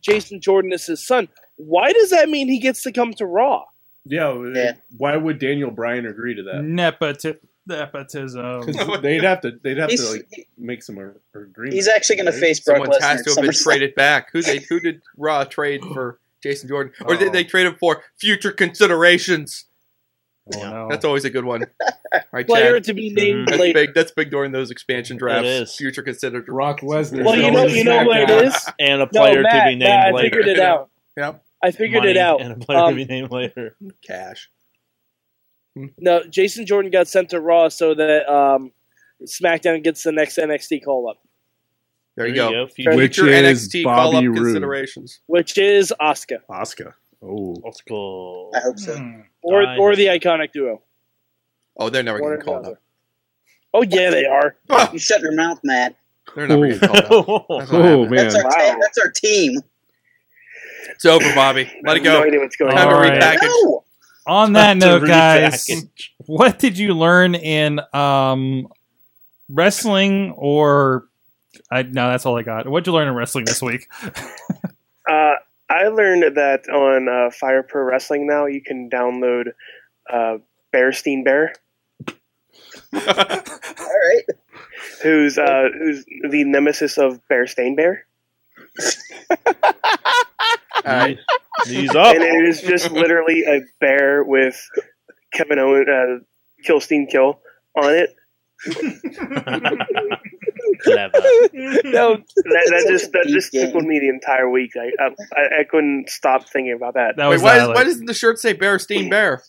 Speaker 8: Jason Jordan is his son? Why does that mean he gets to come to Raw?
Speaker 4: Yeah,
Speaker 6: Yeah.
Speaker 4: Why would Daniel Bryan agree to
Speaker 14: Mm.
Speaker 4: that?
Speaker 2: Nepoti- nepotism.
Speaker 4: 'Cause they'd have to. They'd have to
Speaker 6: He's,
Speaker 4: like make some ar- agreement.
Speaker 6: he's actually going to
Speaker 4: right?
Speaker 6: face Brock
Speaker 9: Someone
Speaker 6: Lesnar.
Speaker 9: has
Speaker 6: at
Speaker 9: to have been
Speaker 6: SummerSlam.
Speaker 9: traded back. Who they who did Raw trade for Jason Jordan, or did they trade him for future considerations?
Speaker 2: Oh, no.
Speaker 9: That's always a good one. All right,
Speaker 8: Player
Speaker 9: Chad.
Speaker 8: to be
Speaker 3: Mm-hmm.
Speaker 8: named
Speaker 9: That's
Speaker 8: later.
Speaker 9: big. That's big during those expansion drafts.
Speaker 3: is.
Speaker 9: Future consider.
Speaker 4: Brock Lesnar.
Speaker 8: Well, you know, you know what it is.
Speaker 3: And a player
Speaker 8: Matt,
Speaker 3: to be named
Speaker 8: Matt, I
Speaker 3: later.
Speaker 8: figured it out.
Speaker 9: Yep.
Speaker 8: I figured it
Speaker 3: Money
Speaker 8: out.
Speaker 3: And a player
Speaker 8: Um,
Speaker 3: to be named later.
Speaker 9: Cash.
Speaker 8: No, Jason Jordan got sent to Raw so that um, SmackDown gets the next NXT call up,
Speaker 9: There you go.
Speaker 3: Future.
Speaker 4: Which
Speaker 9: Future
Speaker 4: is
Speaker 9: NXT call up
Speaker 4: Bobby Roode.
Speaker 9: considerations.
Speaker 8: which is Asuka
Speaker 4: Oscar. Oh,
Speaker 3: Let's go.
Speaker 6: I hope so.
Speaker 2: Hmm.
Speaker 8: or
Speaker 3: Nice.
Speaker 8: or the Iconic duo.
Speaker 9: Oh, they're never
Speaker 11: One
Speaker 9: getting
Speaker 11: or
Speaker 9: called
Speaker 11: another.
Speaker 9: up.
Speaker 11: Oh yeah, they are. you shut your mouth, Matt.
Speaker 9: They're never
Speaker 11: Ooh.
Speaker 9: getting called
Speaker 3: [LAUGHS]
Speaker 9: up. [LAUGHS]
Speaker 2: Mm.
Speaker 9: That's not
Speaker 11: Oh,
Speaker 9: happening.
Speaker 11: That's our, ta- that's our team.
Speaker 9: It's over, Bobby. Let it
Speaker 11: I have
Speaker 9: go.
Speaker 11: no idea what's going
Speaker 9: Time to
Speaker 2: on. Alright.
Speaker 9: repackage.
Speaker 11: No.
Speaker 15: [LAUGHS]
Speaker 2: On that
Speaker 3: Time to
Speaker 2: note, guys,
Speaker 3: repackage.
Speaker 2: what did you learn in um, wrestling or? I, no, that's all I got. What'd you learn in wrestling this week?
Speaker 8: Uh, I learned that on uh, Fire Pro Wrestling now you can download uh, Bearstein Bear.
Speaker 11: All right.
Speaker 8: who's uh,
Speaker 9: Oh.
Speaker 8: who's the nemesis of Bear Stain Bear.
Speaker 3: Knees
Speaker 8: [LAUGHS]
Speaker 9: Oh.
Speaker 3: up.
Speaker 8: And it is
Speaker 9: [LAUGHS]
Speaker 8: just literally a bear with Kevin Owen, uh, Killstein Kill on it.
Speaker 11: No,
Speaker 8: that, that just that just tickled me the entire week. I I, I couldn't stop thinking about that.
Speaker 9: Wait, why, is, why doesn't the shirt say Bear Steen Bear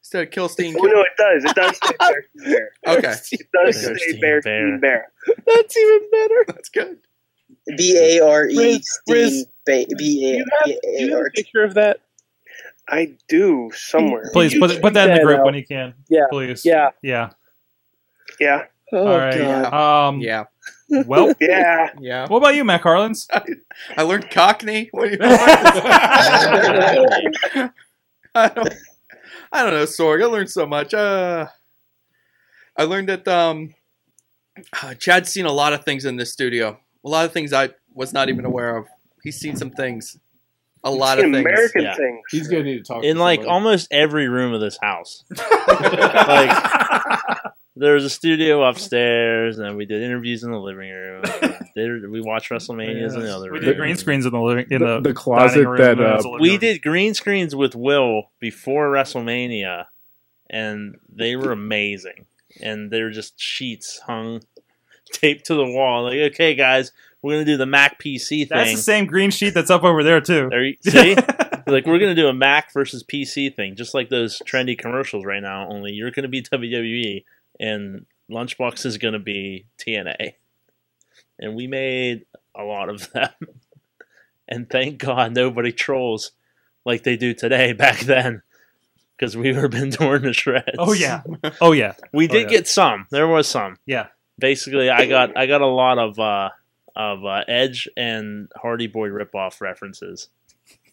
Speaker 9: instead of
Speaker 11: [LAUGHS]
Speaker 9: Kill Steen?
Speaker 8: Oh, no, it does. It does say
Speaker 9: [LAUGHS]
Speaker 8: Bear Stain Bear.
Speaker 9: Okay.
Speaker 8: It does say Bear Stain Bear.
Speaker 11: That's even better.
Speaker 9: That's good.
Speaker 11: B A R E
Speaker 8: Riz, Riz,
Speaker 11: Steen Ba- B A A R T.
Speaker 8: picture of that? I do somewhere.
Speaker 2: Please put put that in the group when you can.
Speaker 8: Yeah.
Speaker 2: Please.
Speaker 8: Yeah.
Speaker 2: Yeah.
Speaker 8: Yeah.
Speaker 9: Oh,
Speaker 2: all right. Um,
Speaker 9: yeah.
Speaker 2: Well.
Speaker 8: yeah.
Speaker 9: Yeah.
Speaker 2: What about you, Mac Harlins?
Speaker 9: I learned Cockney. What do
Speaker 11: [LAUGHS]
Speaker 9: you [LAUGHS] I don't, I don't know, Sorg. I learned so much. Uh, I learned that um, uh, Chad's seen a lot of things in this studio. A lot of things I was not even aware of. He's seen some things. A lot of
Speaker 3: seen
Speaker 9: things.
Speaker 3: American Yeah. things.
Speaker 9: He's
Speaker 12: gonna need to
Speaker 2: [LAUGHS]
Speaker 12: talk
Speaker 3: in like almost every room of this house.
Speaker 2: [LAUGHS]
Speaker 3: like there was a studio upstairs, and we did interviews in the living room.
Speaker 2: [LAUGHS]
Speaker 3: Did, we watched WrestleManias in the other
Speaker 2: We
Speaker 3: room.
Speaker 2: did green screens in the living in the,
Speaker 12: The- the closet
Speaker 2: dining room,
Speaker 12: that,
Speaker 2: and then
Speaker 12: uh,
Speaker 2: it's a living
Speaker 3: we
Speaker 2: room.
Speaker 3: did green screens with Will before WrestleMania, and they were amazing. And they were just sheets hung, taped to the wall. Like, okay, guys, we're gonna do the Mac PC thing.
Speaker 2: That's the same green sheet that's up over there too.
Speaker 3: There
Speaker 2: [LAUGHS]
Speaker 3: you, see, like we're gonna do a Mac versus PC thing, just like those trendy commercials right now. Only you're gonna be [LAUGHS] WWE, and Lunchbox is gonna be TNA. And we made a lot of them, [LAUGHS] and thank God nobody trolls like they do today. [LAUGHS] Back then, because we would have been [LAUGHS] torn to shreds.
Speaker 2: Oh yeah. Oh yeah.
Speaker 3: we
Speaker 2: Oh,
Speaker 3: did
Speaker 2: yeah.
Speaker 3: get some. There was some.
Speaker 2: Yeah.
Speaker 3: Basically, I got I got a lot of uh, of uh, Edge and Hardy Boy
Speaker 2: [LAUGHS]
Speaker 3: ripoff references.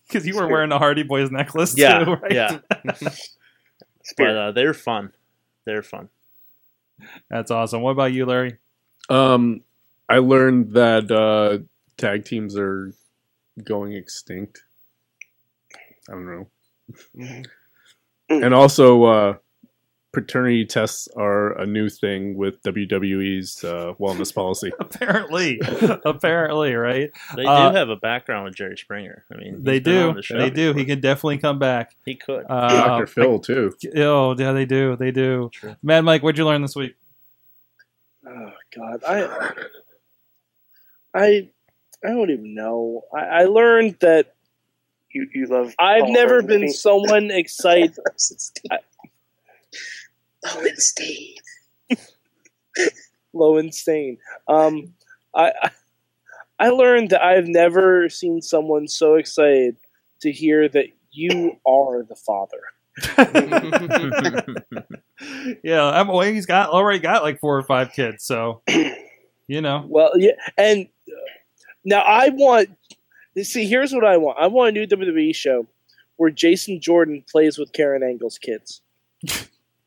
Speaker 2: because you were wearing the Hardy Boys necklace.
Speaker 3: Yeah,
Speaker 2: too, [LAUGHS] right?
Speaker 3: yeah. but uh, they're fun. They're fun.
Speaker 2: That's awesome. What about you, Larry?
Speaker 12: Um, I learned that uh, tag teams are going extinct. I don't know.
Speaker 9: Mm-hmm.
Speaker 12: And also, uh, paternity tests are a new thing with WWE's uh, wellness [LAUGHS] policy.
Speaker 2: Apparently, [LAUGHS] apparently, right?
Speaker 3: They
Speaker 2: Uh,
Speaker 3: do have a background with Jerry Springer. I mean,
Speaker 2: They
Speaker 3: he's been
Speaker 2: do.
Speaker 3: on the show
Speaker 2: they do. He can definitely come back. [LAUGHS]
Speaker 3: He could.
Speaker 12: Dr. Phil, [LAUGHS] too.
Speaker 2: Oh yeah, they do. They do. Mad Mike, what'd you learn this week?
Speaker 6: Oh God, I, I, I don't even know. I, I learned that
Speaker 8: you you love.
Speaker 6: I've
Speaker 8: Paul
Speaker 6: never
Speaker 8: Rudd,
Speaker 6: been
Speaker 8: right?
Speaker 6: someone [LAUGHS] excited. Oh,
Speaker 11: Lowenstein.
Speaker 6: Lowenstein. Um, I, I, I learned that I've never seen someone so excited to hear that you are the father.
Speaker 2: Yeah, I'm. Well, he's got already got like four or five kids, so you know.
Speaker 6: Well, yeah, and uh, now I want. See, here's what I want. I want a new WWE show where Jason Jordan plays with Karen Angle's kids.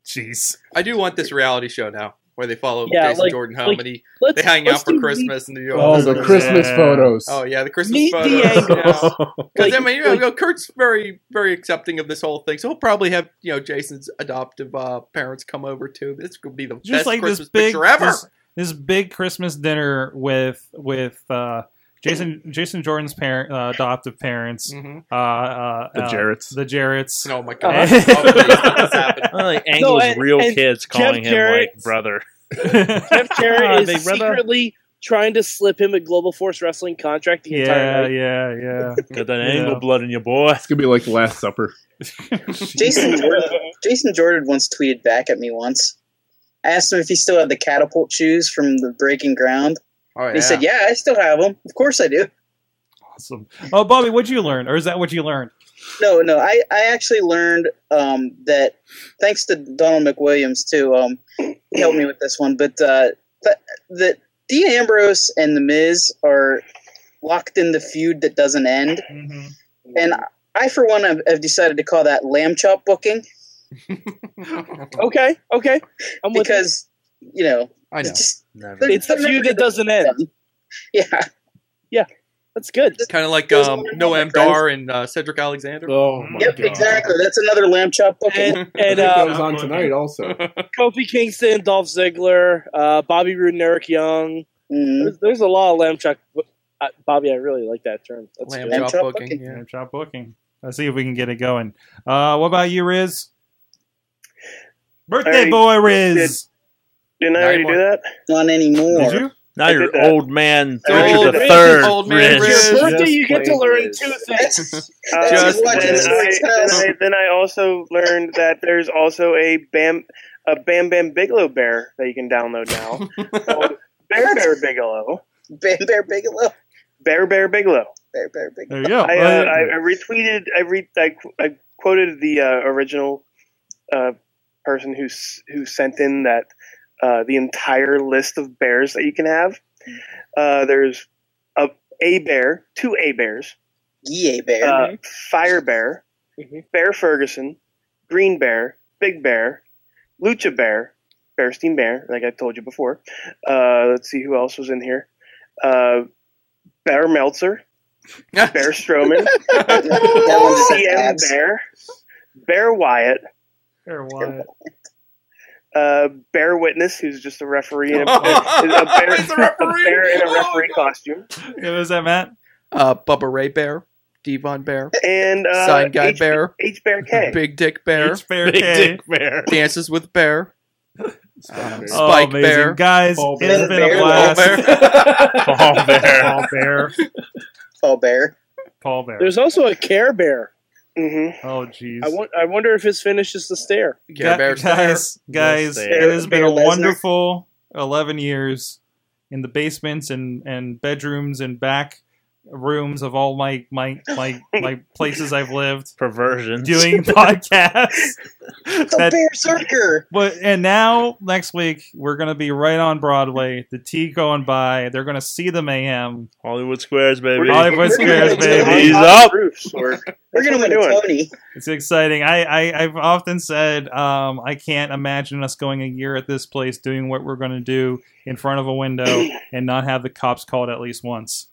Speaker 2: Jeez.
Speaker 9: I do want this reality show now where they follow
Speaker 6: Yeah,
Speaker 9: Jason
Speaker 6: like-
Speaker 9: Jordan home
Speaker 6: like,
Speaker 9: and he,
Speaker 6: let's-
Speaker 9: they hang
Speaker 6: let's
Speaker 9: out for
Speaker 6: do-
Speaker 9: Christmas and they do
Speaker 12: Oh,
Speaker 9: all
Speaker 12: the
Speaker 9: this-
Speaker 12: Christmas Yeah. photos.
Speaker 9: Oh yeah, the Christmas
Speaker 6: Meet the
Speaker 9: photos.
Speaker 6: angles.
Speaker 9: Because I
Speaker 6: Like-
Speaker 9: mean, you know, you know, Kurt's very, very accepting of this whole thing, so he'll probably have you know Jason's adoptive uh, parents come over too. This could be the
Speaker 2: just
Speaker 9: best
Speaker 2: like
Speaker 9: Christmas
Speaker 2: this big
Speaker 9: picture ever.
Speaker 2: This, this big Christmas dinner with with uh, Jason Jason Jordan's parent uh, adoptive parents, uh, uh,
Speaker 12: The
Speaker 2: uh,
Speaker 12: Jarretts.
Speaker 2: the Jarretts.
Speaker 9: Mm-hmm. Oh my
Speaker 2: god!
Speaker 3: like Angle's
Speaker 6: and-
Speaker 3: real
Speaker 6: and
Speaker 3: kids
Speaker 6: Jeff
Speaker 3: calling him
Speaker 6: Jarrett-
Speaker 3: like brother.
Speaker 6: Jeff
Speaker 3: Ah,
Speaker 6: Jarrett
Speaker 3: they
Speaker 6: is
Speaker 3: rub up.
Speaker 6: secretly trying to slip him a Global Force Wrestling contract the entire
Speaker 2: yeah,
Speaker 6: night.
Speaker 2: yeah, yeah.
Speaker 3: Got that
Speaker 2: Yeah.
Speaker 3: Angle blood in your boy.
Speaker 12: It's gonna be like the Last Supper.
Speaker 11: Jason Jordan, Jason Jordan once tweeted back at me once. I asked him if he still had the catapult shoes from the Breaking Ground.
Speaker 9: Oh,
Speaker 11: And he said, "Yeah, I still have them. Of course I do."
Speaker 2: Awesome. Oh, Bobby, what'd you learn, or is that what you learned?
Speaker 11: No, no. I, I actually learned um, that thanks to Donald McWilliams too. Um, he helped me with this one, but uh, th- that Dean Ambrose and the Miz are locked in the feud that doesn't end, and I for one have, have decided to call that lamb chop booking.
Speaker 9: Mm-hmm.
Speaker 8: Oh,
Speaker 16: okay, okay. I'm with
Speaker 11: because you. know
Speaker 16: I
Speaker 11: it's
Speaker 16: know.
Speaker 11: just
Speaker 16: Never. Oh It's the feud that doesn't end.
Speaker 11: Yeah,
Speaker 16: yeah. That's good.
Speaker 9: Kind of like um, Noam Dar and uh, Cedric Alexander.
Speaker 2: [LAUGHS]
Speaker 12: Oh
Speaker 11: yep, exactly. That's another lamb chop booking.
Speaker 16: And, and uh,
Speaker 9: [LAUGHS]
Speaker 12: also.
Speaker 16: Kofi Kingston, Dolph Ziggler, uh, Bobby Roode, and Eric Young.
Speaker 11: Mm,
Speaker 16: There's, there's a lot of lamb chop. uh, Bobby, I really like that term. That's
Speaker 9: Lamb
Speaker 16: good.
Speaker 9: chop Lamb chop booking, booking.
Speaker 2: Lamb chop booking. Let's see if we can get it going. Uh, what about you, Riz? Birthday
Speaker 11: I
Speaker 2: boy, Riz.
Speaker 11: Didn't I already do that? Not anymore.
Speaker 2: Did you?
Speaker 11: I
Speaker 3: Now
Speaker 11: did
Speaker 3: you're
Speaker 11: that.
Speaker 3: old man
Speaker 11: I did
Speaker 3: Richard
Speaker 11: that.
Speaker 3: the Third.
Speaker 11: Old man
Speaker 3: [LAUGHS]
Speaker 11: Riz. Your birthday, you get to learn
Speaker 16: two [LAUGHS]
Speaker 11: things.
Speaker 9: [LAUGHS]
Speaker 8: Uh,
Speaker 11: Just
Speaker 8: then, I,
Speaker 11: Riz.
Speaker 8: then, I, then I also learned that there's also a Bam a Bam Bam Bigelow bear that you can download now. called bear Bear Bigelow.
Speaker 11: Bam Bear Bigelow.
Speaker 8: Bear Bear Bigelow.
Speaker 11: Bear Bear Bigelow.
Speaker 2: There you go.
Speaker 8: I,
Speaker 2: Well,
Speaker 8: uh, I, I retweeted. I re, I, qu- I quoted the uh, original uh, person who s- who sent in that uh, the entire list of bears that you can have. Uh, there's a a bear, two a bears,
Speaker 11: yeah bear, [LAUGHS]
Speaker 16: Mm-hmm.
Speaker 8: uh, fire bear, bear Ferguson, green bear, big bear, lucha bear, bearstein bear. Like I told you before. Uh, let's see who else was in here. Uh, bear Meltzer.
Speaker 16: [LAUGHS]
Speaker 8: Bear Strowman,
Speaker 6: [LAUGHS]
Speaker 8: [LAUGHS] CM Bear, Bear Wyatt, uh, Bear Witness, who's just a
Speaker 16: [LAUGHS]
Speaker 8: referee in a, a bear, [LAUGHS] a bear in a
Speaker 16: Oh,
Speaker 8: referee costume,
Speaker 2: What was that, Matt?
Speaker 9: [LAUGHS] Uh, Bubba Ray Bear, Devon Bear,
Speaker 8: and uh,
Speaker 9: Sign Guy
Speaker 8: H-
Speaker 9: Bear,
Speaker 8: H Bear K,
Speaker 9: Big Dick Bear,
Speaker 2: H. Bear Big K. Dick
Speaker 9: Bear, Dances with Bear, um,
Speaker 3: Uh,
Speaker 2: Oh,
Speaker 9: Spike
Speaker 2: amazing.
Speaker 9: Bear,
Speaker 2: Guys,
Speaker 9: Paul
Speaker 2: it's
Speaker 9: Bear.
Speaker 2: been a
Speaker 9: Oh, Bear.
Speaker 2: blast.
Speaker 6: [LAUGHS]
Speaker 9: Paul Bear.
Speaker 12: [LAUGHS]
Speaker 2: Paul Bear.
Speaker 11: Paul Oh, Bear.
Speaker 2: Paul Bear.
Speaker 16: There's also a Care Bear.
Speaker 8: Mm-hmm.
Speaker 2: Oh, jeez.
Speaker 16: I, won- I wonder if his finish is the stare.
Speaker 2: Gu- guys, guys, it has been a wonderful 11 years in the basements and, and bedrooms and back rooms of all my my my, my places I've lived.
Speaker 3: Perversion.
Speaker 2: Doing [LAUGHS] podcasts.
Speaker 11: The Berserker.
Speaker 2: But and now next week we're gonna be right on Broadway. The T going by. They're gonna see the mayhem.
Speaker 3: Hollywood Squares, baby.
Speaker 2: Hollywood
Speaker 3: We're gonna
Speaker 8: [LAUGHS]
Speaker 2: Squares,
Speaker 3: do the
Speaker 2: baby.
Speaker 3: He's up.
Speaker 11: We're gonna win a Tony.
Speaker 2: It's exciting. I, I I've often said um, I can't imagine us going a year at this place doing what we're going to do in front of a window and not have the cops called at least once.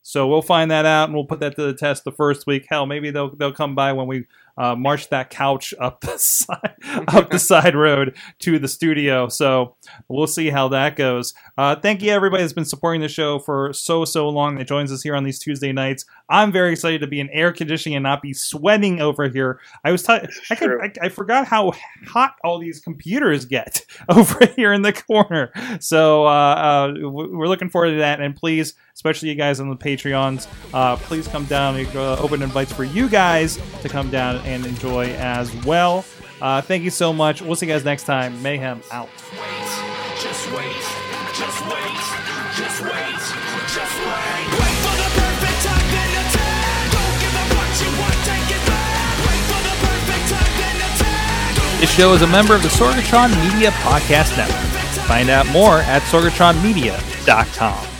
Speaker 2: So we'll find that out and we'll put that to the test the first week. Hell, maybe they'll they'll come by when we uh, march that couch up the [LAUGHS] side up the side road to the studio. So we'll see how that goes. Uh, thank you everybody that's been supporting the show for so so long. That joins us here on these Tuesday nights. I'm very excited to be in air conditioning and not be sweating over here. I was t- I, could, I I forgot how hot all these computers get [LAUGHS] over here in the corner. So uh, uh, w- we're looking forward to that. And please, especially you guys on the Patreons, uh, please come down. We uh, open invites for you guys to come down and enjoy as well. Uh, thank you so much. We'll see you guys next time. Mayhem out.
Speaker 1: Just wait, just wait, just wait, just wait. Wait for the perfect time, then attack. Don't give up what you want, take it back. Wait for the perfect time, then attack.
Speaker 2: This show is a member of the Sorgatron Media Podcast Network. Find out more at sorgatronmedia.com.